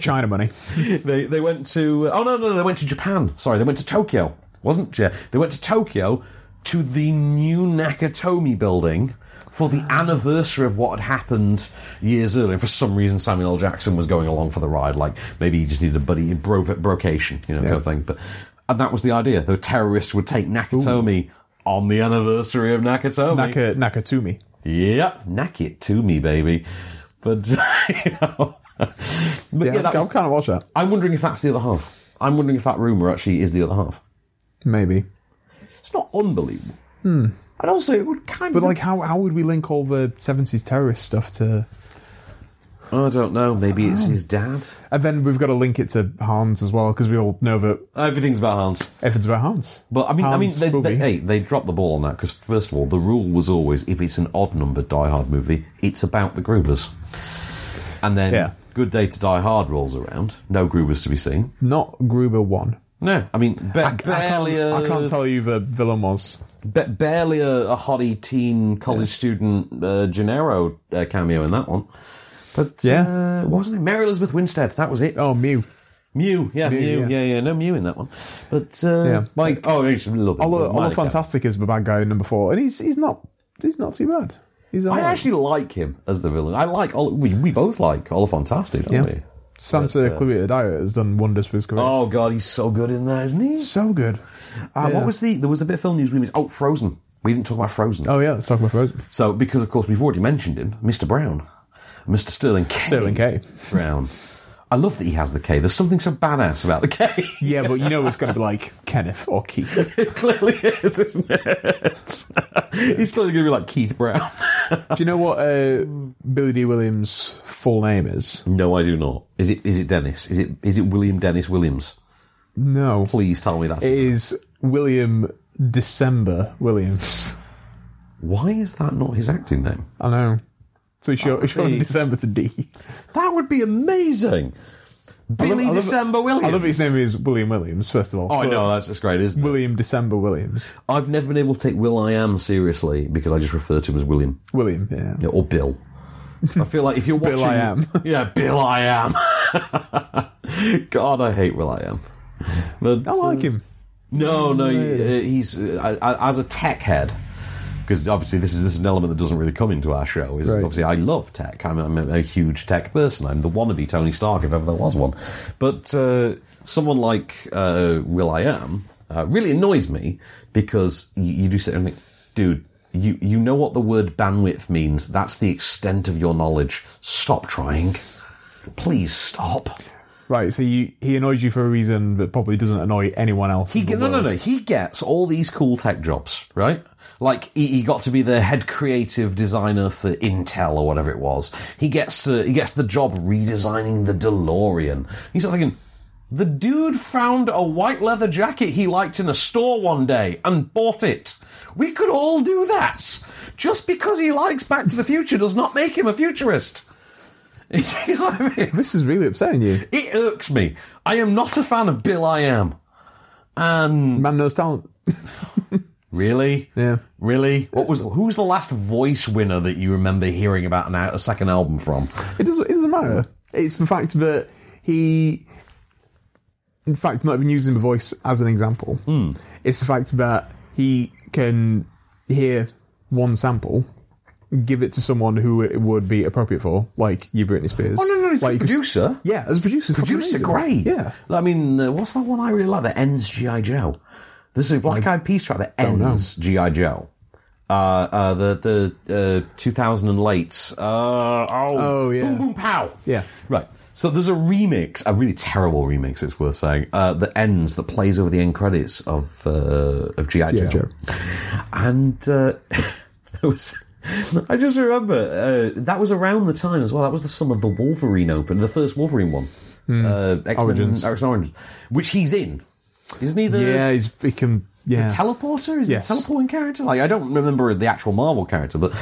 [SPEAKER 2] China money.
[SPEAKER 1] they they went to oh no no no, they went to Japan. Sorry, they went to Tokyo. Wasn't Ja- they went to Tokyo to the new Nakatomi building for the
[SPEAKER 2] Ah.
[SPEAKER 1] anniversary of what had happened years earlier. For some reason, Samuel L. Jackson was going along for the ride. Like maybe he just needed a buddy in bro- brocation, you know, kind of thing. But and that was the idea. The terrorists would take Nakatomi. On the anniversary of Nakatomi.
[SPEAKER 2] Naka, Nakatumi.
[SPEAKER 1] Yep, knack it to me, baby. But, you know. but yeah,
[SPEAKER 2] Yeah,
[SPEAKER 1] that
[SPEAKER 2] I
[SPEAKER 1] was,
[SPEAKER 2] kind of watch that.
[SPEAKER 1] I'm wondering if that's the other half. I'm wondering if that rumor actually is the other half.
[SPEAKER 2] Maybe.
[SPEAKER 1] It's not unbelievable. Hmm. And also, it would kind
[SPEAKER 2] But
[SPEAKER 1] of
[SPEAKER 2] like, how, how would we link all the 70s terrorist stuff to...
[SPEAKER 1] I don't know. Maybe it's his dad.
[SPEAKER 2] And then we've got to link it to Hans as well, because we all know that
[SPEAKER 1] Everything's about Hans.
[SPEAKER 2] everything's about Hans.
[SPEAKER 1] But I mean,
[SPEAKER 2] Hans
[SPEAKER 1] I mean,
[SPEAKER 2] will
[SPEAKER 1] they,
[SPEAKER 2] be.
[SPEAKER 1] they, hey, they dropped the ball on that because first of all, the rule was always if it's an odd numbered Die Hard movie, it's about the Groovers. And then
[SPEAKER 2] Yeah.
[SPEAKER 1] Good Day to Die Hard rolls around. No Groovers to be seen.
[SPEAKER 2] Not Gruber 1.
[SPEAKER 1] No, I mean, ba-
[SPEAKER 2] I,
[SPEAKER 1] barely. uh,
[SPEAKER 2] I, can't,
[SPEAKER 1] a-
[SPEAKER 2] I can't tell you the villain was.
[SPEAKER 1] ba- barely a, a hottie teen college student uh, Gennaro uh, cameo in that one. But
[SPEAKER 2] Yeah.
[SPEAKER 1] uh, what was it Mary Elizabeth Winstead? That was it.
[SPEAKER 2] Oh, Mew.
[SPEAKER 1] Mew, yeah, Mew,
[SPEAKER 2] Mew,
[SPEAKER 1] yeah.
[SPEAKER 2] yeah.
[SPEAKER 1] yeah, no Mew in that one. But uh,
[SPEAKER 2] Yeah, like-
[SPEAKER 1] oh, it's a little bit.
[SPEAKER 2] Although,
[SPEAKER 1] minor
[SPEAKER 2] although Fantastic is the bad guy in number four, and he's he's not he's not too bad. He's
[SPEAKER 1] character.
[SPEAKER 2] alright.
[SPEAKER 1] I actually like him as the villain. I like Ol- we, we both like Oliphant Fantastic, don't
[SPEAKER 2] Yeah.
[SPEAKER 1] we?
[SPEAKER 2] Santa
[SPEAKER 1] But, uh,
[SPEAKER 2] Clarita Diet has done wonders for his career.
[SPEAKER 1] Oh god, he's so good in that, isn't he?
[SPEAKER 2] so good.
[SPEAKER 1] Uh,
[SPEAKER 2] Yeah.
[SPEAKER 1] What was the? There was a bit of film news. We missed. Oh, Frozen. We didn't talk about Frozen.
[SPEAKER 2] Oh yeah, let's talk about Frozen.
[SPEAKER 1] So, because of course we've already mentioned him, Mr. Brown, Mr. Sterling K.
[SPEAKER 2] Sterling K.
[SPEAKER 1] Brown. I love that he has the K. There's something so badass about the K.
[SPEAKER 2] Yeah, but you know it's going to be like Kenneth or Keith.
[SPEAKER 1] it clearly is, isn't it? He's clearly going to be like Keith Brown.
[SPEAKER 2] Do you know what uh, Billy D. Williams' full name is?
[SPEAKER 1] no, I do not. Is it? Is it Dennis? Is it? Is it William Dennis Williams?
[SPEAKER 2] No,
[SPEAKER 1] Please tell me that's
[SPEAKER 2] it is William December Williams.
[SPEAKER 1] Why is that not his acting name?
[SPEAKER 2] I know. So it's your, it's your
[SPEAKER 1] Hey.
[SPEAKER 2] December to D.
[SPEAKER 1] That would be amazing.
[SPEAKER 2] I love-
[SPEAKER 1] Billy
[SPEAKER 2] I love-
[SPEAKER 1] December Williams.
[SPEAKER 2] I love his name is William Williams. First of all,
[SPEAKER 1] Oh, I
[SPEAKER 2] But
[SPEAKER 1] know that's, that's great, isn't it?
[SPEAKER 2] William December Williams.
[SPEAKER 1] I've never been able to take Will I Am seriously because I just refer to him as William.
[SPEAKER 2] William, yeah.
[SPEAKER 1] Yeah, or Bill. I feel like if you're watching,
[SPEAKER 2] Bill I am.
[SPEAKER 1] yeah, Bill I am. God, I hate Will I am. But
[SPEAKER 2] I like
[SPEAKER 1] uh,
[SPEAKER 2] him.
[SPEAKER 1] No, no, he- uh, he's uh, I- I- as a tech head. Because obviously this is this is an element that doesn't really come into our show. Is
[SPEAKER 11] Right.
[SPEAKER 1] obviously I love tech. I'm, I'm a, a huge tech person. I'm the wannabe Tony Stark if ever there was one. But uh, someone like uh, Will I Am uh, really annoys me because you, you do sit there and think, dude, you you know what the word bandwidth means. That's the extent of your knowledge. Stop trying. Please stop.
[SPEAKER 2] Right, so you, he annoys you for a reason that probably doesn't annoy anyone else.
[SPEAKER 1] He
[SPEAKER 2] in the
[SPEAKER 1] get, no, no,
[SPEAKER 2] world.
[SPEAKER 1] no. He gets all these cool tech jobs, right? Like he, he got to be the head creative designer for Intel or whatever it was. He gets uh, he gets the job redesigning the DeLorean. He's not thinking. The dude found a white leather jacket he liked in a store one day and bought it. We could all do that. Just because he likes Back to the Future does not make him a futurist. you know what I mean?
[SPEAKER 2] This is really upsetting you.
[SPEAKER 1] It irks me. I am not a fan of Bill I Am. And
[SPEAKER 2] Man knows talent.
[SPEAKER 1] really?
[SPEAKER 2] Yeah.
[SPEAKER 1] Really? What was who was the last voice winner that you remember hearing about an, al- a second album from?
[SPEAKER 2] It doesn't. It doesn't matter. It's the fact that he, in fact, not even using the voice as an example.
[SPEAKER 1] Hmm.
[SPEAKER 2] It's the fact that he can hear one sample, give it to someone who it would be appropriate for, like you, Britney Spears.
[SPEAKER 1] Oh, no, no, he's a
[SPEAKER 2] like
[SPEAKER 1] producer.
[SPEAKER 2] Yeah, as a producer, it's fucking
[SPEAKER 1] Producer,
[SPEAKER 2] amazing.
[SPEAKER 1] great.
[SPEAKER 2] Yeah,
[SPEAKER 1] I mean, uh, what's that one I really like that ends GI Joe? There's a Black Eyed Peas track that
[SPEAKER 2] Don't know.
[SPEAKER 1] ends GI Joe. Uh, uh, the the uh, 2000 and late. Uh, oh,
[SPEAKER 2] Oh, yeah.
[SPEAKER 1] Boom boom pow.
[SPEAKER 2] yeah.
[SPEAKER 1] Right. So there's a remix, a really terrible remix, it's worth saying, uh, that ends, that plays over the end credits of uh, of G.I. Joe.
[SPEAKER 2] G.I. Joe.
[SPEAKER 1] And uh, there was. I just remember uh, that was around the time as well. That was the summer of the Wolverine Open, the first Wolverine one, uh, X-Men,
[SPEAKER 2] Origins.
[SPEAKER 1] X-Men Origins, which he's in, isn't he? The
[SPEAKER 2] yeah, he's, he can. Yeah,
[SPEAKER 1] teleporter? Is
[SPEAKER 2] Yes.
[SPEAKER 1] it a teleporting character? Like I don't remember the actual Marvel character, but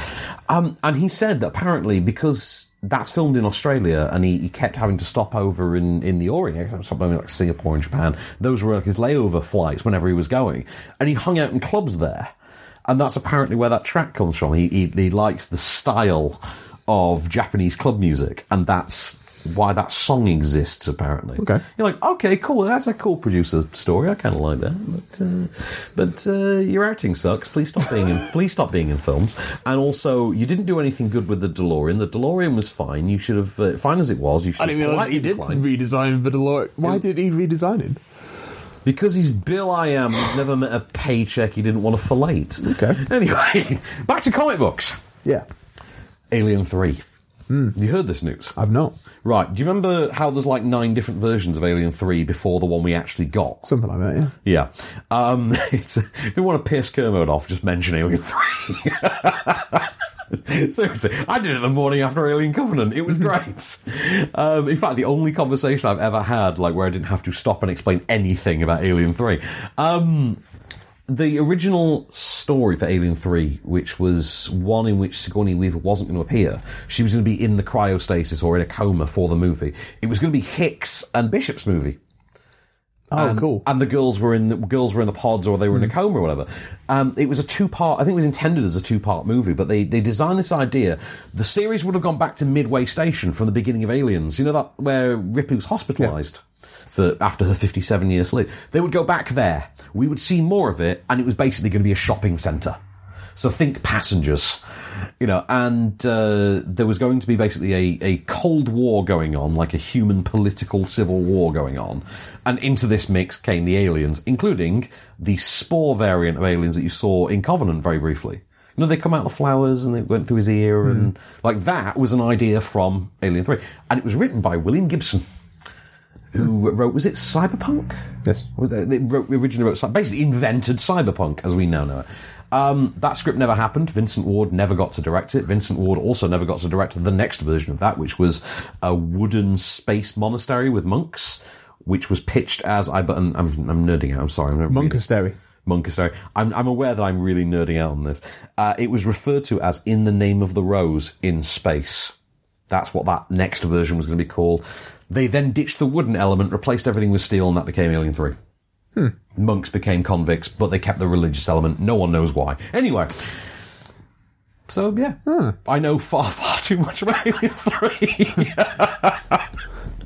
[SPEAKER 1] um, and he said that apparently because that's filmed in Australia and he, he kept having to stop over in, in the Orient, he kept stopping over in, like Singapore and Japan. Those were like his layover flights whenever he was going, and he hung out in clubs there, and that's apparently where that track comes from. He he, he likes the style of Japanese club music, and that's. Why that song exists, apparently.
[SPEAKER 2] Okay.
[SPEAKER 1] You're like, okay, cool. That's a cool producer story. I kind of like that. But, uh, but uh, your acting sucks. Please stop being in. please stop being in films. And also, you didn't do anything good with the DeLorean. The DeLorean was fine. You should have uh, fine as it was. You should.
[SPEAKER 2] I didn't
[SPEAKER 1] have
[SPEAKER 2] realize
[SPEAKER 1] politely
[SPEAKER 2] he did
[SPEAKER 1] declined.
[SPEAKER 2] redesign the DeLorean. Why did he redesign it?
[SPEAKER 1] because he's Bill. I am. He's never met a paycheck he didn't want to fellate.
[SPEAKER 2] Okay.
[SPEAKER 1] Anyway, back to comic books.
[SPEAKER 2] Yeah,
[SPEAKER 1] Alien Three.
[SPEAKER 2] Hmm.
[SPEAKER 1] You heard this news,
[SPEAKER 2] I've not.
[SPEAKER 1] right? Do you remember how there's like nine different versions of Alien Three before the one we actually got?
[SPEAKER 2] Something like that. Yeah.
[SPEAKER 1] Yeah. Um, it's, if you want to piss Kermode off, just mention Alien 3. Seriously, I did it the morning after Alien Covenant. It was great. um, in fact, the only conversation I've ever had, like where I didn't have to stop and explain anything about Alien 3. Um, the original story for Alien 3, which was one in which Sigourney Weaver wasn't going to appear, she was going to be in the cryostasis or in a coma for the movie. It was going to be Hicks and Bishop's movie
[SPEAKER 2] Oh, cool.
[SPEAKER 1] Um,
[SPEAKER 2] Mm.
[SPEAKER 1] and the girls were in the girls were in the pods or they were in a coma or whatever. Um, it was a two part. I think it was intended as a two part movie, but they they designed this idea. The series would have gone back to Midway Station from the beginning of Aliens. You know that where Ripley was hospitalized. For after her 57 year sleep, they would go back there. We would see more of it, and it was basically going to be a shopping centre. So think passengers, you know, and uh, there was going to be basically a, a Cold War going on, like a human political civil war going on. And into this mix came the aliens, including the spore variant of aliens that you saw in Covenant very briefly. You know, they come out of the flowers and it went through his ear, and like that was an idea from Alien 3. And it was written by William Gibson who wrote was it cyberpunk?
[SPEAKER 2] Yes.
[SPEAKER 1] was it, they wrote, originally wrote cy- basically invented cyberpunk as we now know it. Um, that script never happened. Vincent Ward never got to direct it. Vincent Ward also never got to direct the next version of that, which was a wooden space monastery with monks, which was pitched as I. But I'm, I'm, I'm nerding out. I'm sorry. I'm not
[SPEAKER 2] Monk
[SPEAKER 1] reading.
[SPEAKER 2] hysteria.
[SPEAKER 1] Monkasteri. I'm, I'm aware that I'm really nerding out on this. Uh, it was referred to as In the Name of the Rose in Space. That's what that next version was going to be called. They then ditched the wooden element, replaced everything with steel, and that became Alien 3. Monks became convicts, but they kept the religious element. No one knows why. Anyway. So, yeah. I know far, far too much about Alien 3.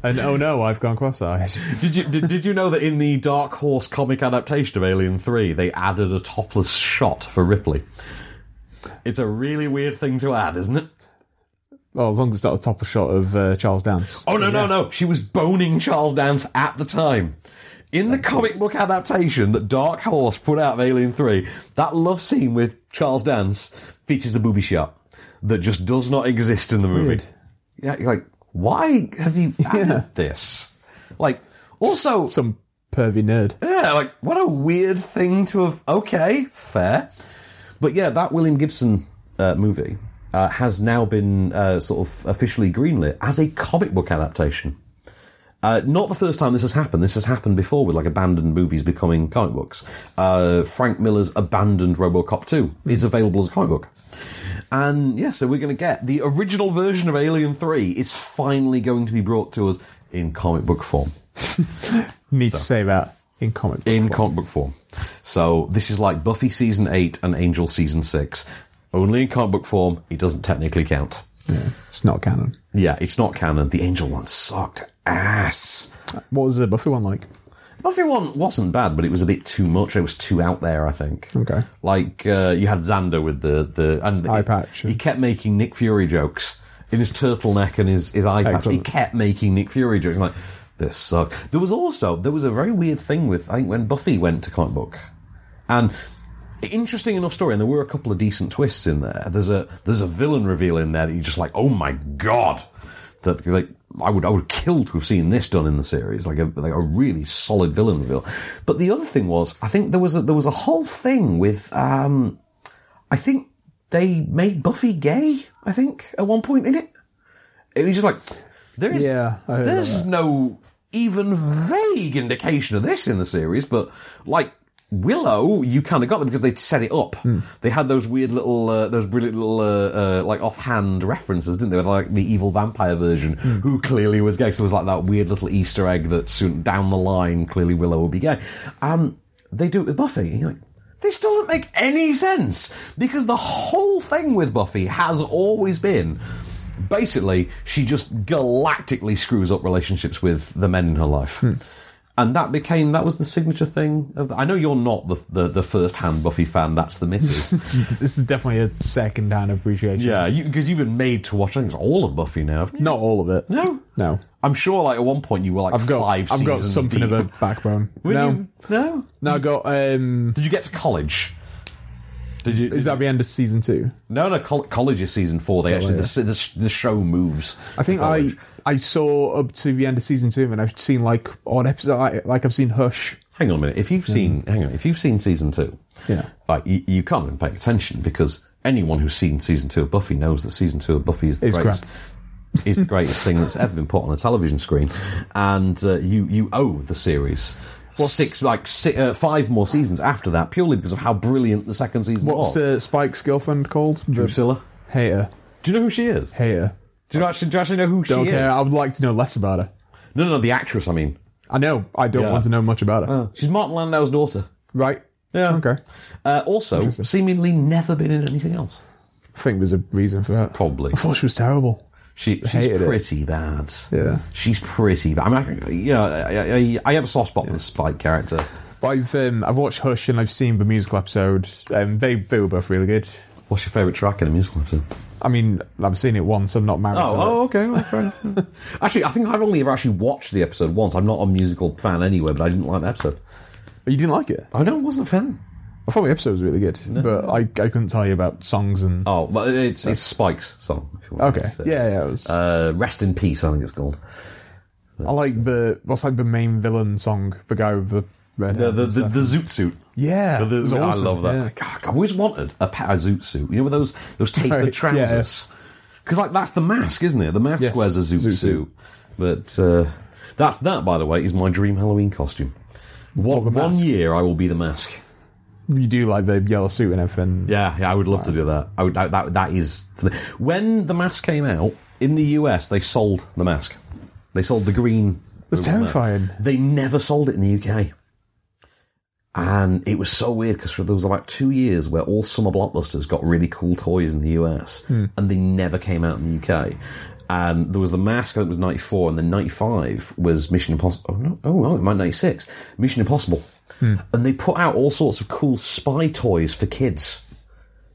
[SPEAKER 2] And oh no, I've gone cross-eyed.
[SPEAKER 1] Did you did, did you know that in the Dark Horse comic adaptation of Alien Three, they added a topless shot for Ripley? It's a really weird thing to add, isn't it?
[SPEAKER 2] Well, as long as it's not a topper shot of uh, Charles Dance.
[SPEAKER 1] Oh no, no, no! She was boning Charles Dance at the time. In the comic book adaptation that Dark Horse put out of Alien Three, that love scene with Charles Dance features a booby shot that just does not exist in the movie.
[SPEAKER 2] Weird.
[SPEAKER 1] Yeah, you're like, why have you added this? Like, also
[SPEAKER 2] some pervy nerd.
[SPEAKER 1] Yeah, like what a weird thing to have. Okay, fair, but yeah, that William Gibson uh, movie uh, has now been uh, sort of officially greenlit as a comic book adaptation. Uh, not the first time this has happened. This has happened before with like abandoned movies becoming comic books. Uh, Frank Miller's abandoned RoboCop 2 is available as a comic book. And yeah, so we're going to get the original version of Alien 3 is finally going to be brought to us in comic book form.
[SPEAKER 2] Need to say that in comic. book
[SPEAKER 1] in
[SPEAKER 2] form.
[SPEAKER 1] comic book form. So this is like Buffy season eight and Angel season six, only in comic book form. It doesn't technically count.
[SPEAKER 2] it's not canon.
[SPEAKER 1] Yeah, it's not canon. The Angel one sucked ass.
[SPEAKER 2] What was the Buffy one like?
[SPEAKER 1] Buffy one wasn't bad, but it was a bit too much. It was too out there, I think.
[SPEAKER 2] Okay.
[SPEAKER 1] Like uh, you had Xander with the the and
[SPEAKER 2] Eye
[SPEAKER 1] he-
[SPEAKER 2] patch.
[SPEAKER 1] He, kept making Nick Fury jokes in his turtleneck and his his eye patch. He
[SPEAKER 2] Excellent.
[SPEAKER 1] kept making Nick Fury jokes. I'm like, this sucks. There was also there was a very weird thing with I think when Buffy went to comic book, and interesting enough story. And there were a couple of decent twists in there. There's a there's a villain reveal in there that you're just like, oh my god, that you're like. I would I would kill to have seen this done in the series, like a like a really solid villain reveal. But the other thing was, I think there was a, there was a whole thing with um, I think they made Buffy gay. I think at one point in it, it was just like there is
[SPEAKER 2] Yeah, I heard about
[SPEAKER 1] there's no even vague indication of this in the series, but like Willow, you kind of got them because they set it up.
[SPEAKER 2] Hmm.
[SPEAKER 1] They had those weird little, uh, those brilliant little, uh, uh, like offhand references, didn't they? With, Like the evil vampire version,
[SPEAKER 2] Hmm.
[SPEAKER 1] who clearly was gay. So it was like that weird little Easter egg that soon down the line, clearly Willow will be gay. Um, they do it with Buffy. And you're like, this doesn't make any sense because the whole thing with Buffy has always been basically she just galactically screws up relationships with the men in her life.
[SPEAKER 2] Hmm.
[SPEAKER 1] And that became that was the signature thing of. I know you're not the the, the first hand Buffy fan. That's the missus.
[SPEAKER 2] this is definitely a second-hand appreciation.
[SPEAKER 1] yeah, because you, have been made to watch. I think it's all of Buffy now. haven't you?
[SPEAKER 2] Not all of it.
[SPEAKER 1] No?
[SPEAKER 2] No.
[SPEAKER 1] I'm sure. Like at one point you were like
[SPEAKER 2] I've got
[SPEAKER 1] five.
[SPEAKER 2] I've got
[SPEAKER 1] seasons
[SPEAKER 2] something
[SPEAKER 1] deep.
[SPEAKER 2] of a backbone.
[SPEAKER 1] Were
[SPEAKER 2] no.
[SPEAKER 1] you- no.
[SPEAKER 2] No, I got um
[SPEAKER 1] Did you get to college? Did you?
[SPEAKER 2] is that the end of season 2?
[SPEAKER 1] no, no. Col- college is season four.
[SPEAKER 2] Oh,
[SPEAKER 1] They actually the, the sh- the show moves.
[SPEAKER 2] I think
[SPEAKER 1] to
[SPEAKER 2] I
[SPEAKER 1] college.
[SPEAKER 2] I saw up to the end of season 2 and I've seen like odd episode like, like I've seen Hush.
[SPEAKER 1] Hang on a minute. If you've seen, hang on. If you've seen season two,
[SPEAKER 2] Yeah.
[SPEAKER 1] like you, you can't even pay attention because anyone who's seen season two of Buffy knows that season two of Buffy is the
[SPEAKER 2] It's
[SPEAKER 1] greatest. Is the greatest thing that's ever been put on a television screen, and uh, you you owe the series six like si uh, five more seasons after that purely because of how brilliant the second season
[SPEAKER 2] What's
[SPEAKER 1] was.
[SPEAKER 2] uh, Spike's girlfriend called?
[SPEAKER 1] Drusilla,
[SPEAKER 2] Hater.
[SPEAKER 1] do you know who she is?
[SPEAKER 2] Hater.
[SPEAKER 1] Do you actually do you actually know who
[SPEAKER 2] Don't
[SPEAKER 1] she
[SPEAKER 2] care.
[SPEAKER 1] is?
[SPEAKER 2] I would like to know less about her.
[SPEAKER 1] No, no, no, the actress. I mean,
[SPEAKER 2] I know. I don't
[SPEAKER 1] Yeah.
[SPEAKER 2] want to know much about her.
[SPEAKER 1] she's Martin Landau's daughter.
[SPEAKER 2] Right?
[SPEAKER 1] Yeah.
[SPEAKER 2] Okay.
[SPEAKER 1] Uh, also, seemingly never been in anything else.
[SPEAKER 2] I think there's a reason for that.
[SPEAKER 1] Probably.
[SPEAKER 2] I thought she was terrible.
[SPEAKER 1] She, she's
[SPEAKER 2] Hated it.
[SPEAKER 1] pretty bad.
[SPEAKER 2] Yeah.
[SPEAKER 1] she's pretty bad. I mean, I, you know, I, I, I have a soft spot for the Spike character.
[SPEAKER 2] But I've um, I've watched Hush and I've seen the musical episode. Um, they they were both really good.
[SPEAKER 1] What's your favourite track in a musical episode?
[SPEAKER 2] I mean, I've seen it once. I'm not married.
[SPEAKER 1] Oh,
[SPEAKER 2] to
[SPEAKER 1] oh,
[SPEAKER 2] it.
[SPEAKER 1] okay, well, fair enough. actually, I think I've only ever actually watched the episode once. I'm not a musical fan anyway, but I didn't like the episode.
[SPEAKER 2] But you didn't like it.
[SPEAKER 1] I know, I wasn't a fan.
[SPEAKER 2] I thought the episode was really good, but I, I couldn't tell you about songs and.
[SPEAKER 1] Oh, but it's it's Spike's song. If you want
[SPEAKER 2] okay.
[SPEAKER 1] It's, uh,
[SPEAKER 2] yeah, yeah. It was,
[SPEAKER 1] Uh, Rest in peace, I think it's called.
[SPEAKER 2] I like the what's like the main villain song, the guy with the red
[SPEAKER 1] The
[SPEAKER 2] hair
[SPEAKER 1] the
[SPEAKER 2] and
[SPEAKER 1] the,
[SPEAKER 2] stuff.
[SPEAKER 1] the zoot suit.
[SPEAKER 2] yeah.
[SPEAKER 1] The- the-
[SPEAKER 2] it was
[SPEAKER 1] I
[SPEAKER 2] awesome,
[SPEAKER 1] love that.
[SPEAKER 2] yeah.
[SPEAKER 1] God, I've always wanted a pair of zoot suit. You know, with those those tapered
[SPEAKER 2] Right,
[SPEAKER 1] trousers. Because like that's the mask, isn't it? The mask
[SPEAKER 2] Yes,
[SPEAKER 1] wears a zoot,
[SPEAKER 2] zoot
[SPEAKER 1] suit. But uh, that's that, by the way, is my dream Halloween costume. One,
[SPEAKER 2] the
[SPEAKER 1] one
[SPEAKER 2] mask?
[SPEAKER 1] year I will be the mask.
[SPEAKER 2] You do like the yellow suit and everything.
[SPEAKER 1] Yeah, yeah, I would love to do that. I would, I, that that is to me. when the mask came out in the US, they sold the mask. They sold the green.
[SPEAKER 2] That's
[SPEAKER 1] the one there.
[SPEAKER 2] terrifying.
[SPEAKER 1] They never sold it in the UK, and it was so weird because there was about two years where all summer blockbusters got really cool toys in the US, and they never came out in the UK. and there was the mask. I think it was ninety four, and then ninety five was Mission Impossible. Oh no, oh no, it might ninety six. Mission Impossible, and they put out all sorts of cool spy toys for kids.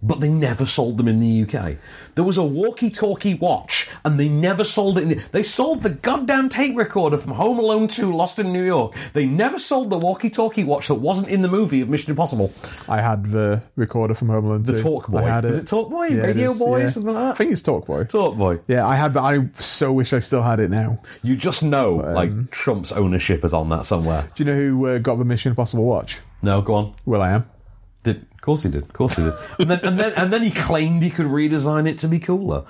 [SPEAKER 1] But they never sold them in the UK. There was a walkie-talkie watch, and they never sold it. In the, they sold the goddamn tape recorder from Home Alone 2 Lost in New York. They never sold the walkie-talkie watch that wasn't in the movie of Mission Impossible.
[SPEAKER 2] I had the recorder from Home Alone.
[SPEAKER 1] The
[SPEAKER 2] 2.
[SPEAKER 1] Talk Boy.
[SPEAKER 2] I had
[SPEAKER 1] Is it Talk Boy?
[SPEAKER 2] it
[SPEAKER 1] Radio Boy?
[SPEAKER 2] yeah.
[SPEAKER 1] Something like that?
[SPEAKER 2] I think it's Talk Boy.
[SPEAKER 1] Talk Boy.
[SPEAKER 2] Yeah, I had, but I so wish I still had it now.
[SPEAKER 1] You just know, like Trump's ownership is on that somewhere.
[SPEAKER 2] Do you know who uh, got the Mission Impossible watch?
[SPEAKER 1] No, go on.
[SPEAKER 2] Will I am.
[SPEAKER 1] Did of course he did, of course he did, and then and then and then he claimed he could redesign it to be cooler.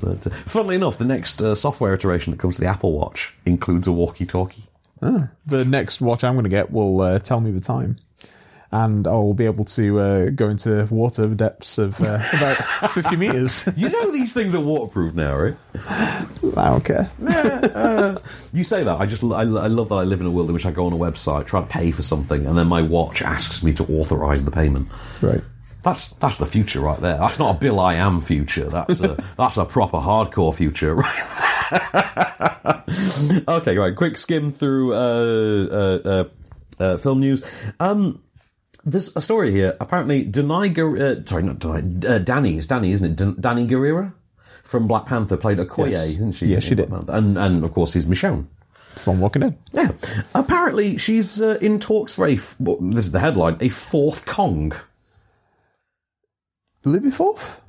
[SPEAKER 1] But, uh, funnily enough, the next uh, software iteration that comes to the Apple Watch includes a walkie-talkie.
[SPEAKER 2] The next watch I'm going to get will uh, tell me the time. And I'll be able to uh, go into water depths of uh, about 50 meters.
[SPEAKER 1] You know these things are waterproof now, right?
[SPEAKER 2] I don't care.
[SPEAKER 1] You say that. I just I, I love that I live in a world in which I go on a website, try to pay for something, and then my watch asks me to authorize the payment.
[SPEAKER 2] Right.
[SPEAKER 1] That's that's the future right there. That's not a Bill I Am future. That's a that's a proper hardcore future, right? okay, right. Quick skim through uh, uh, uh, uh, film news. Um, there's a story here. Apparently, Danai Guer- uh, sorry, not Danai, uh, Danny. It's Danny, isn't it? Dan- Danny Guerrera from Black Panther played Okoye,
[SPEAKER 2] Yes.
[SPEAKER 1] didn't she?
[SPEAKER 2] Yeah,
[SPEAKER 1] in
[SPEAKER 2] she
[SPEAKER 1] Black
[SPEAKER 2] did.
[SPEAKER 1] Panther? And and of course, he's Michonne.
[SPEAKER 2] From Walking Dead.
[SPEAKER 1] Yeah. Apparently, she's uh, in talks for a. F- well, this is the headline: a fourth Kong.
[SPEAKER 2] Libby Fourth?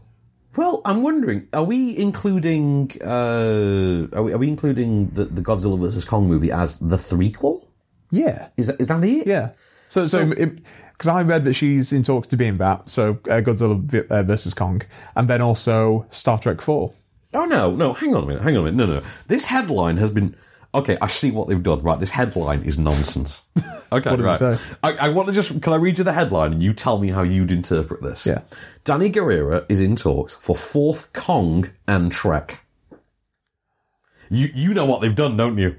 [SPEAKER 1] Well, I'm wondering: are we including uh, are, we, are we including the, the Godzilla vs Kong movie as the threequel?
[SPEAKER 2] Yeah.
[SPEAKER 1] Is that is that it?
[SPEAKER 2] Yeah. So, so, because I read that she's in talks to be in that, so uh, Godzilla v- uh, versus Kong, and then also Star Trek Four.
[SPEAKER 1] Oh no, no. Hang on a minute. Hang on a minute. No, no. This headline has been. Okay, I see what they've done. Right, this headline is nonsense. Okay,
[SPEAKER 2] What does it
[SPEAKER 1] right.
[SPEAKER 2] say?
[SPEAKER 1] I, I want to just. Can I read you the headline and you tell me how you'd interpret this?
[SPEAKER 2] Yeah.
[SPEAKER 1] Danny Guerrera is in talks for fourth Kong and Trek. You you know what they've done, don't you?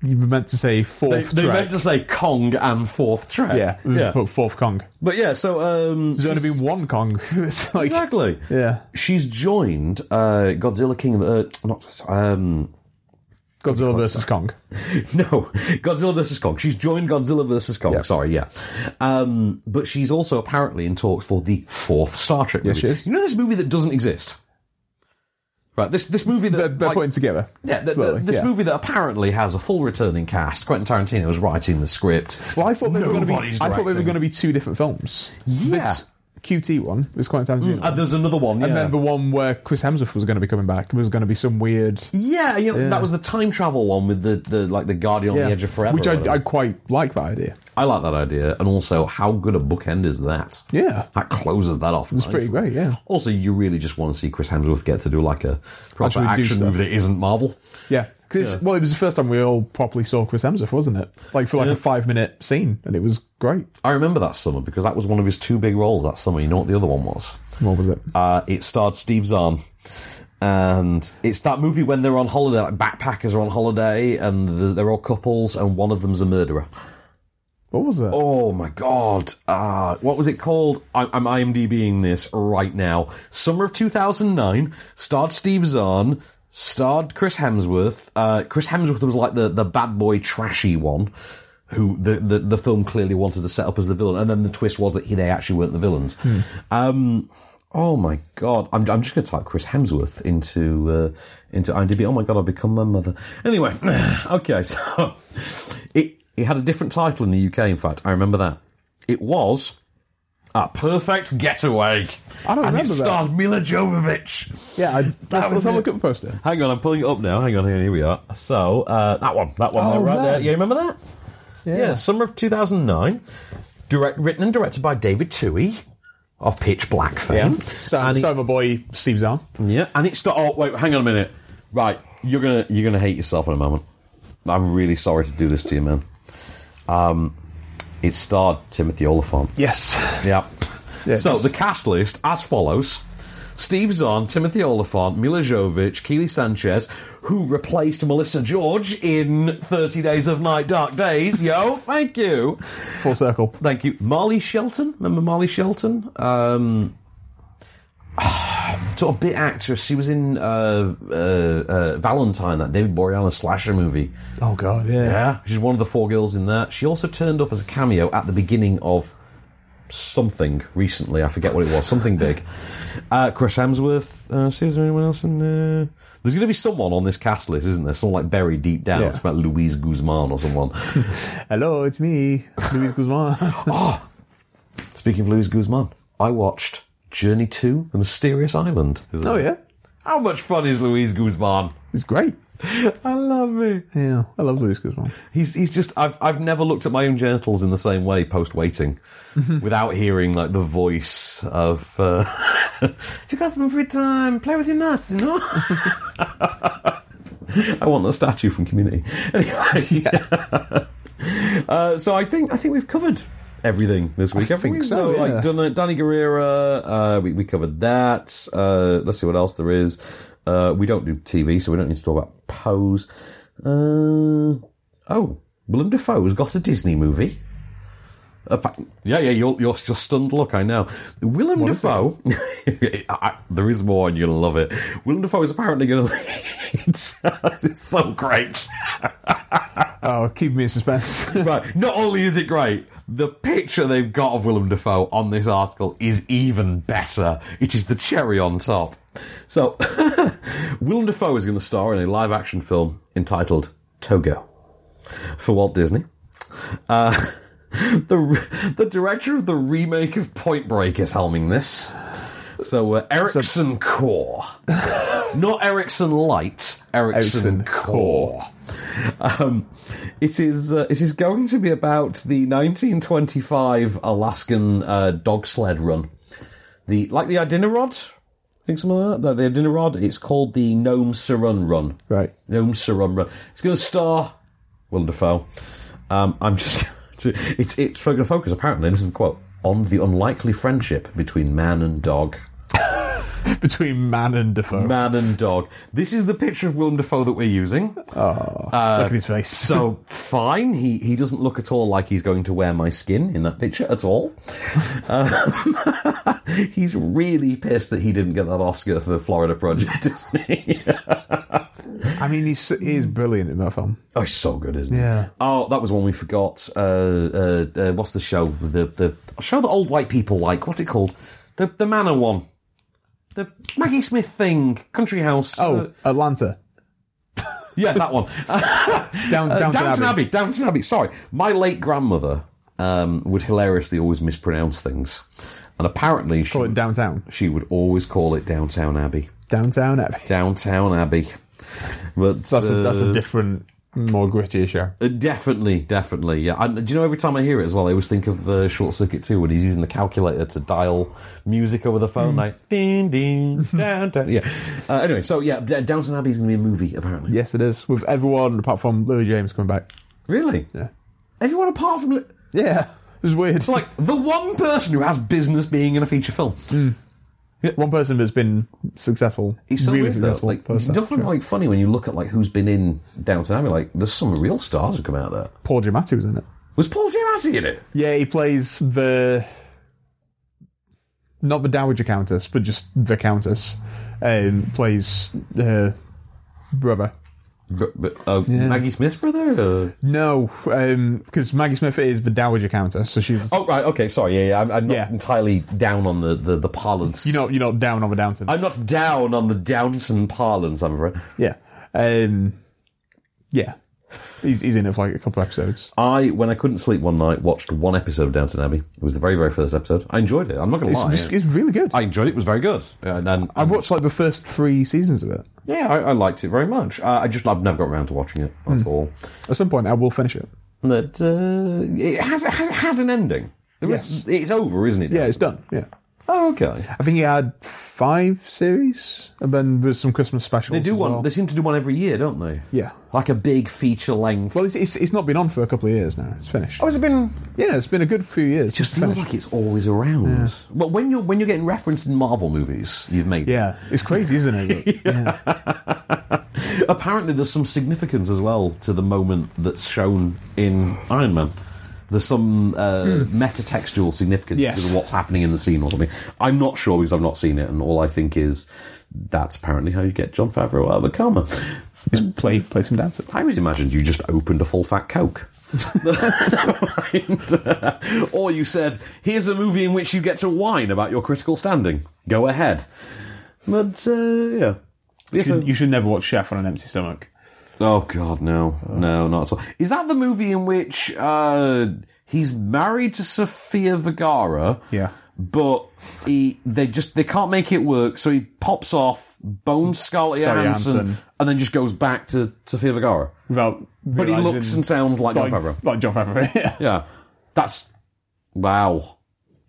[SPEAKER 2] You were meant to say
[SPEAKER 1] They,
[SPEAKER 2] fourth
[SPEAKER 1] they
[SPEAKER 2] Trek.
[SPEAKER 1] meant to say Kong and fourth Trek.
[SPEAKER 2] yeah,
[SPEAKER 1] yeah.
[SPEAKER 2] But fourth Kong.
[SPEAKER 1] But yeah, so um,
[SPEAKER 2] There's only been one Kong. it's like
[SPEAKER 1] exactly.
[SPEAKER 2] Yeah.
[SPEAKER 1] she's joined uh, Godzilla King of the uh, not um,
[SPEAKER 2] Godzilla versus Kong.
[SPEAKER 1] no Godzilla versus Kong. She's joined Godzilla versus Kong. Sorry, yeah. Um, but she's also apparently in talks for the fourth Star Trek movie.
[SPEAKER 2] she is.
[SPEAKER 1] You know this movie that doesn't exist. Right, this this movie that
[SPEAKER 2] They're, they're
[SPEAKER 1] like-
[SPEAKER 2] putting together.
[SPEAKER 1] Yeah, th- th-
[SPEAKER 2] slowly,
[SPEAKER 1] this
[SPEAKER 2] yeah.
[SPEAKER 1] movie that apparently has a full returning cast. Quentin Tarantino was writing the script.
[SPEAKER 2] Well, I thought they were going to be.
[SPEAKER 1] Nobody's
[SPEAKER 2] I thought they were
[SPEAKER 1] directing.
[SPEAKER 2] going to be two different films.
[SPEAKER 1] Yeah.
[SPEAKER 2] This QT one was quite Tarantino.
[SPEAKER 1] Uh, there's another one. Yeah.
[SPEAKER 2] and then the one where Chris Hemsworth was going to be coming back was going to be some weird.
[SPEAKER 1] Yeah, you know, that was the time travel one with the, the like the Guardian on the Edge of Forever.
[SPEAKER 2] which
[SPEAKER 1] or
[SPEAKER 2] I,
[SPEAKER 1] whatever.
[SPEAKER 2] I quite like that idea.
[SPEAKER 1] I like that idea, and also how good a bookend is that?
[SPEAKER 2] Yeah.
[SPEAKER 1] that closes that off. It's
[SPEAKER 2] pretty great, yeah.
[SPEAKER 1] Also, you really just want to see Chris Hemsworth get to do like a proper
[SPEAKER 2] Actually do
[SPEAKER 1] action
[SPEAKER 2] stuff.
[SPEAKER 1] movie that isn't Marvel.
[SPEAKER 2] Yeah. 'Cause it's- well, it was the first time we all properly saw Chris Hemsworth, wasn't it? Like for like a five minute scene, and it was great.
[SPEAKER 1] I remember that summer because that was one of his two big roles that summer. You know what the other one was?
[SPEAKER 2] What was it?
[SPEAKER 1] Uh, it starred Steve Zahn. And it's that movie when they're on holiday, like backpackers are on holiday, and th- they're all couples, and one of them's a murderer.
[SPEAKER 2] What was it?
[SPEAKER 1] Oh my god! Uh, what was it called? I, I'm IMDbing this right now. Summer of 2009. Starred Steve Zahn. Starred Chris Hemsworth. Uh, Chris Hemsworth was like the, the bad boy, trashy one, who the, the the film clearly wanted to set up as the villain. And then the twist was that he, they actually weren't the villains. Um, oh my god! I'm, I'm just going to type Chris Hemsworth into uh, into IMDb. Oh my god! I've become my mother. Anyway, okay, so it. It had a different title in the UK, in fact. I remember that. It was A Perfect Getaway.
[SPEAKER 2] I
[SPEAKER 1] and
[SPEAKER 2] don't remember
[SPEAKER 1] it
[SPEAKER 2] that.
[SPEAKER 1] starred Mila Jovovich.
[SPEAKER 2] yeah, I,
[SPEAKER 1] was
[SPEAKER 2] let's, let's have a
[SPEAKER 1] it.
[SPEAKER 2] look at the poster.
[SPEAKER 1] Hang on, I'm pulling it up now. Hang on, here, here we are. So, uh, that one, that one,
[SPEAKER 2] Oh,
[SPEAKER 1] there, right
[SPEAKER 2] man.
[SPEAKER 1] there. You remember that? Yeah. summer of 2009. Direct, written and directed by David Toohey of Pitch Black fame.
[SPEAKER 2] Mm-hmm. So,
[SPEAKER 1] and it-
[SPEAKER 2] so my boy Steve Zahn.
[SPEAKER 1] yeah, and it's oh wait, hang on a minute. Right, you're gonna you're gonna hate yourself in a moment. I'm really sorry to do this to you, man. Um, it starred Timothy Oliphant.
[SPEAKER 2] Yes.
[SPEAKER 1] Yeah.
[SPEAKER 2] Yeah,
[SPEAKER 1] so
[SPEAKER 2] just-
[SPEAKER 1] the cast list as follows: Steve Zahn, Timothy Oliphant, Mila Jovovich, Keely Sanchez, who replaced Melissa George in Thirty Days of Night, Dark Days. Yo, thank you.
[SPEAKER 2] Full circle.
[SPEAKER 1] Thank you. Marley Shelton. Remember Marley Shelton? Um, sort of bit actress. She was in uh, uh, uh, Valentine, that David Boreanaz slasher movie.
[SPEAKER 2] Oh God, yeah.
[SPEAKER 1] Yeah, she's one of the four girls in that. She also turned up as a cameo at the beginning of something recently. I forget what it was. Something big. Uh, Chris Hemsworth. Uh, see, is there anyone else in there? There's going to be someone on this cast list, isn't there? Someone like buried deep down.
[SPEAKER 2] Yeah.
[SPEAKER 1] It's about Louise Guzman or someone.
[SPEAKER 2] Hello, it's me, Luis Guzman.
[SPEAKER 1] oh, speaking of Louise Guzman, I watched Journey to the Mysterious Island.
[SPEAKER 2] Oh yeah,
[SPEAKER 1] How much fun is Louise Guzman?
[SPEAKER 2] it's great.
[SPEAKER 1] I love it.
[SPEAKER 2] Yeah, I love Luis Guzman.
[SPEAKER 1] He's he's just I've I've never looked at my own genitals in the same way post waiting, without hearing like the voice of. Uh, if you got some free time, play with your nuts, you know. I want the statue from Community. Anyway, uh, so I think I think we've covered everything this week. haven't
[SPEAKER 2] think
[SPEAKER 1] we?
[SPEAKER 2] so,
[SPEAKER 1] Like
[SPEAKER 2] yeah.
[SPEAKER 1] Dun- Danny Guerrera, uh, we we covered that. Uh, let's see what else there is. Uh, we don't do TV, so we don't need to talk about Pose. Uh, oh, Willem Dafoe's got a Disney movie. Appa- Yeah, yeah, you're, you're just stunned. Look, I know. Willem Dafoe. I, there is more, and you're gonna love it. Willem Dafoe is apparently gonna. this is so great.
[SPEAKER 2] Oh, keep me in suspense.
[SPEAKER 1] right. Not only is it great, the picture they've got of Willem Dafoe on this article is even better. It is the cherry on top. So, Willem Dafoe is going to star in a live action film entitled Togo for Walt Disney. Uh, the, the director of the remake of Point Break is helming this. So, uh, Ericsson Core. Not Ericsson Light, Ericsson
[SPEAKER 2] Ericsson
[SPEAKER 1] Core. Um, it is uh, it is going to be about the 1925 Alaskan uh, dog sled run. The like the Iditarod, I think something like that. The Iditarod. It's called the Nome Surun Run.
[SPEAKER 2] Right.
[SPEAKER 1] Nome Surun Run. It's going to star Willem Dafoe. Um, I'm just to, it's it's going to focus apparently. This is the quote on the unlikely friendship between man and dog.
[SPEAKER 2] Between man and Defoe,
[SPEAKER 1] Man and dog. This is the picture of Willem Dafoe that we're using.
[SPEAKER 2] look at his face.
[SPEAKER 1] So fine, he he doesn't look at all like he's going to wear my skin in that picture at all. Um, he's really pissed that he didn't get that Oscar for Florida Project, isn't he?
[SPEAKER 2] I mean, he's he is brilliant in that film.
[SPEAKER 1] oh, he's so good, isn't he?
[SPEAKER 2] Yeah.
[SPEAKER 1] Oh, that was one we forgot. Uh, uh, uh, what's the show? The the show that old white people like. What's it called? The the Manor one. The Maggie Smith thing, Country House. Uh,
[SPEAKER 2] Oh, Atlanta,
[SPEAKER 1] yeah, that one.
[SPEAKER 2] down
[SPEAKER 1] Uh,
[SPEAKER 2] down to
[SPEAKER 1] Downton
[SPEAKER 2] Abbey.
[SPEAKER 1] Abbey. Downton Abbey. Sorry, my late grandmother um, would hilariously always mispronounce things, and apparently she
[SPEAKER 2] Call it downtown.
[SPEAKER 1] she would always call it Downtown Abbey.
[SPEAKER 2] Downtown Abbey.
[SPEAKER 1] Downtown Abbey. But
[SPEAKER 2] That's a, that's
[SPEAKER 1] uh,
[SPEAKER 2] a different, more grittier show.
[SPEAKER 1] uh, Definitely, definitely, yeah. And do you know every time I hear it as well, I always think of uh, Short Circuit 2 when he's using the calculator to dial music over the phone,
[SPEAKER 2] Mm.
[SPEAKER 1] like ding, ding, down, down. Yeah. Uh, anyway, so yeah, D- Downton Abbey is going to be a movie, apparently.
[SPEAKER 2] Yes, it is. With everyone apart from Lily James coming back.
[SPEAKER 1] Really?
[SPEAKER 2] Yeah.
[SPEAKER 1] Everyone apart from.
[SPEAKER 2] Yeah, it was weird.
[SPEAKER 1] It's like the one person who has business being in a feature film.
[SPEAKER 2] one person that's been successful,
[SPEAKER 1] He's so
[SPEAKER 2] really
[SPEAKER 1] weird, though.
[SPEAKER 2] successful.
[SPEAKER 1] Like, you
[SPEAKER 2] person.
[SPEAKER 1] don't find it, like funny when you look at like who's been in Downton Abbey. Like, there's some real stars who come out of that.
[SPEAKER 2] Paul Giamatti was in it.
[SPEAKER 1] Was Paul Giamatti in it?
[SPEAKER 2] Yeah, he plays the not the dowager countess, but just the countess. Um, plays her brother.
[SPEAKER 1] But, but, uh, Maggie Smith's brother. Uh,
[SPEAKER 2] No, because Maggie Smith is the dowager countess, so she's
[SPEAKER 1] oh right, okay, sorry, yeah, yeah. I'm, I'm not
[SPEAKER 2] Yeah.
[SPEAKER 1] entirely down on the the, the parlance.
[SPEAKER 2] you know you're not down on the Downton.
[SPEAKER 1] I'm not down on the Downton parlance. I'm afraid.
[SPEAKER 2] yeah, um, yeah. He's, he's in it for like a couple episodes.
[SPEAKER 1] I, when I couldn't sleep one night, watched one episode of Downton Abbey. It was the very, very first episode. I enjoyed it. I'm not going to
[SPEAKER 2] It's,
[SPEAKER 1] lie.
[SPEAKER 2] it's, it's really good.
[SPEAKER 1] I enjoyed it. It was very good. And, and,
[SPEAKER 2] I watched like the first three seasons of it.
[SPEAKER 1] Yeah, I, I liked it very much. Uh, I just I've never got around to watching it. That's
[SPEAKER 2] Hmm.
[SPEAKER 1] all.
[SPEAKER 2] At some point, I will finish it.
[SPEAKER 1] That uh, it has has it had an ending. There is- it's over, isn't it?
[SPEAKER 2] Yeah, it's done. Yeah.
[SPEAKER 1] Oh, okay.
[SPEAKER 2] I think he had five series, and then there's some Christmas specials.
[SPEAKER 1] They do
[SPEAKER 2] as
[SPEAKER 1] one.
[SPEAKER 2] well.
[SPEAKER 1] They seem to do one every year, don't they?
[SPEAKER 2] Yeah.
[SPEAKER 1] like a big feature length.
[SPEAKER 2] Well, it's, it's it's not been on for a couple of years now. It's finished.
[SPEAKER 1] oh, has it been?
[SPEAKER 2] Yeah, it's been a good few years.
[SPEAKER 1] Just feels like it's always around. Well, when you're when you're getting referenced in Marvel movies, you've made.
[SPEAKER 2] yeah, it's crazy, isn't it? But- yeah.
[SPEAKER 1] Apparently, there's some significance as well to the moment that's shown in Iron Man. There's some uh, metatextual significance
[SPEAKER 2] Yes.
[SPEAKER 1] because of what's happening in the scene or something. I'm not sure because I've not seen it, and all I think is that's apparently how you get John Favreau out of a coma.
[SPEAKER 2] Just play play some dance.
[SPEAKER 1] I always imagined you just opened a full fat coke. or you said, "Here's a movie in which you get to whine about your critical standing. Go ahead." But uh, yeah,
[SPEAKER 2] You
[SPEAKER 1] Yes,
[SPEAKER 2] should,
[SPEAKER 1] uh,
[SPEAKER 2] you should never watch Chef on an empty stomach.
[SPEAKER 1] Oh God, no, no, not at all. Is that the movie in which uh, he's married to Sofia Vergara?
[SPEAKER 2] Yeah.
[SPEAKER 1] but he they just they can't make it work, so he pops off, bones Scarlett
[SPEAKER 2] Scarlett
[SPEAKER 1] Johansson,
[SPEAKER 2] Johansson.
[SPEAKER 1] and then just goes back to Sofia Vergara.
[SPEAKER 2] Without
[SPEAKER 1] But he
[SPEAKER 2] realising-
[SPEAKER 1] looks and sounds like John
[SPEAKER 2] like,
[SPEAKER 1] Favreau.
[SPEAKER 2] Like John Favreau. yeah.
[SPEAKER 1] Yeah, that's wow.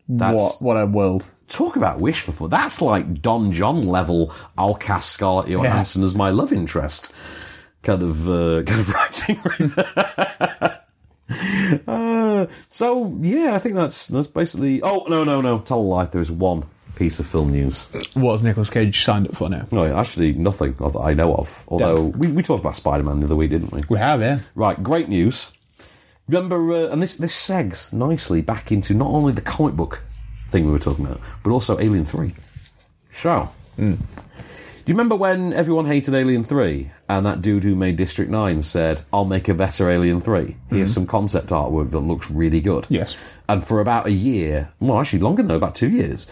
[SPEAKER 1] That's
[SPEAKER 2] What what a world.
[SPEAKER 1] talk about wish fulfillment. That's like Don John level. I'll cast Scarlett Johansson as my love interest. Kind of uh, kind of writing. Right there. uh, so yeah, I think that's that's basically. Oh no no no! Tell a lie. There's one piece of film news.
[SPEAKER 2] What has Nicolas Cage signed up for now?
[SPEAKER 1] No, actually nothing that I know of. Although we, we talked about Spider Man the other week, didn't we?
[SPEAKER 2] We have, yeah.
[SPEAKER 1] Right, great news. Remember, uh, and this this segs nicely back into not only the comic book thing we were talking about, but also Alien Three. So, do you remember when everyone hated Alien Three, and that dude who made District Nine said, "I'll make a better Alien 3 Here's some concept artwork that looks really good."
[SPEAKER 2] Yes.
[SPEAKER 1] And for about a year, well, actually longer than that, about two years,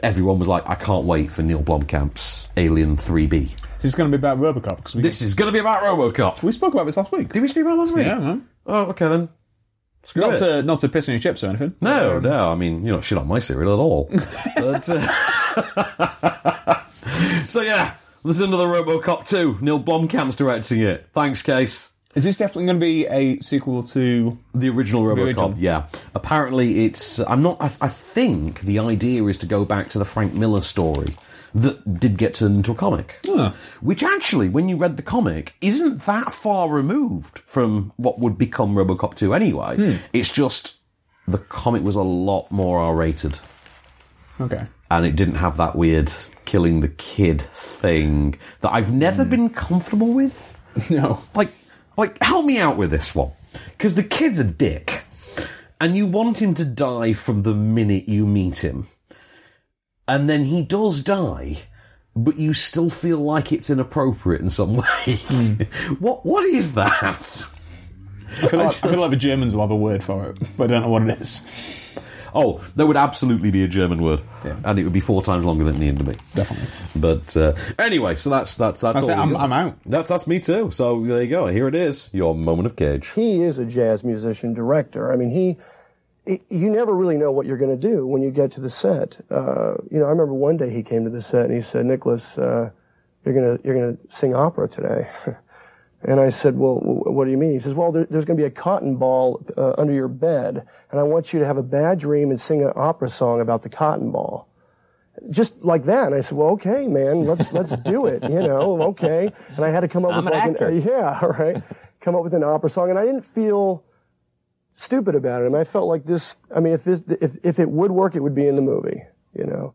[SPEAKER 1] everyone was like, "I can't wait for Neil Blomkamp's Alien Three B."
[SPEAKER 2] This is going to be about Robocop. 'cause we,
[SPEAKER 1] This is going to be about RoboCop.
[SPEAKER 2] we spoke about this last week.
[SPEAKER 1] Did we speak about it last week?
[SPEAKER 2] Yeah, man.
[SPEAKER 1] Oh, okay then. Screw
[SPEAKER 2] Not
[SPEAKER 1] it.
[SPEAKER 2] to, not to piss on your chips or anything.
[SPEAKER 1] No, no. I mean, you're not shit on my cereal at all. but, uh, so yeah, there's another RoboCop 2. Neil Blomkamp's directing it. Thanks, Case.
[SPEAKER 2] Is this definitely going to be a sequel to.
[SPEAKER 1] The original RoboCop,
[SPEAKER 2] original.
[SPEAKER 1] yeah. Apparently, it's. I'm not. I, I think the idea is to go back to the Frank Miller story that did get turned into a comic, which actually, when you read the comic, isn't that far removed from what would become RoboCop 2 anyway. It's just the comic was a lot more R-rated.
[SPEAKER 2] Okay.
[SPEAKER 1] and it didn't have that weird killing the kid thing that I've never been comfortable with.
[SPEAKER 2] No.
[SPEAKER 1] Like, like, help me out with this one because the kid's a dick, and you want him to die from the minute you meet him, and then he does die. But you still feel like it's inappropriate in some way. what what is that?
[SPEAKER 2] I feel, like, I feel like the Germans will have a word for it, but I don't know what it is.
[SPEAKER 1] Oh, there would absolutely be a German word, and it would be four times longer than it needed to be.
[SPEAKER 2] Definitely.
[SPEAKER 1] But uh, anyway, so that's that's that's,
[SPEAKER 2] That's
[SPEAKER 1] all.
[SPEAKER 2] it,
[SPEAKER 1] we
[SPEAKER 2] I'm-
[SPEAKER 1] got.
[SPEAKER 2] I'm out.
[SPEAKER 1] That's that's me too. So there you go. Here it is. Your moment of cage.
[SPEAKER 11] he is a jazz musician director. I mean, he, he- you never really know what you're going to do when you get to the set. Uh, you know, I remember one day he came to the set and he said, "Nicholas, uh, you're going to you're going to sing opera today." and I said, "Well, wh- what do you mean?" He says, "Well, there, there's going to be a cotton ball uh, under your bed, and I want you to have a bad dream and sing an opera song about the cotton ball." Just like that, and I said, "Well, okay, man, let's let's do it." You know, okay. And I had to come up
[SPEAKER 12] I'm
[SPEAKER 11] with
[SPEAKER 12] an
[SPEAKER 11] like
[SPEAKER 12] actor.
[SPEAKER 11] An, yeah, all right. Come up with an opera song, and I didn't feel stupid about it. And I felt like this. I mean, if this, if if it would work, it would be in the movie. You know.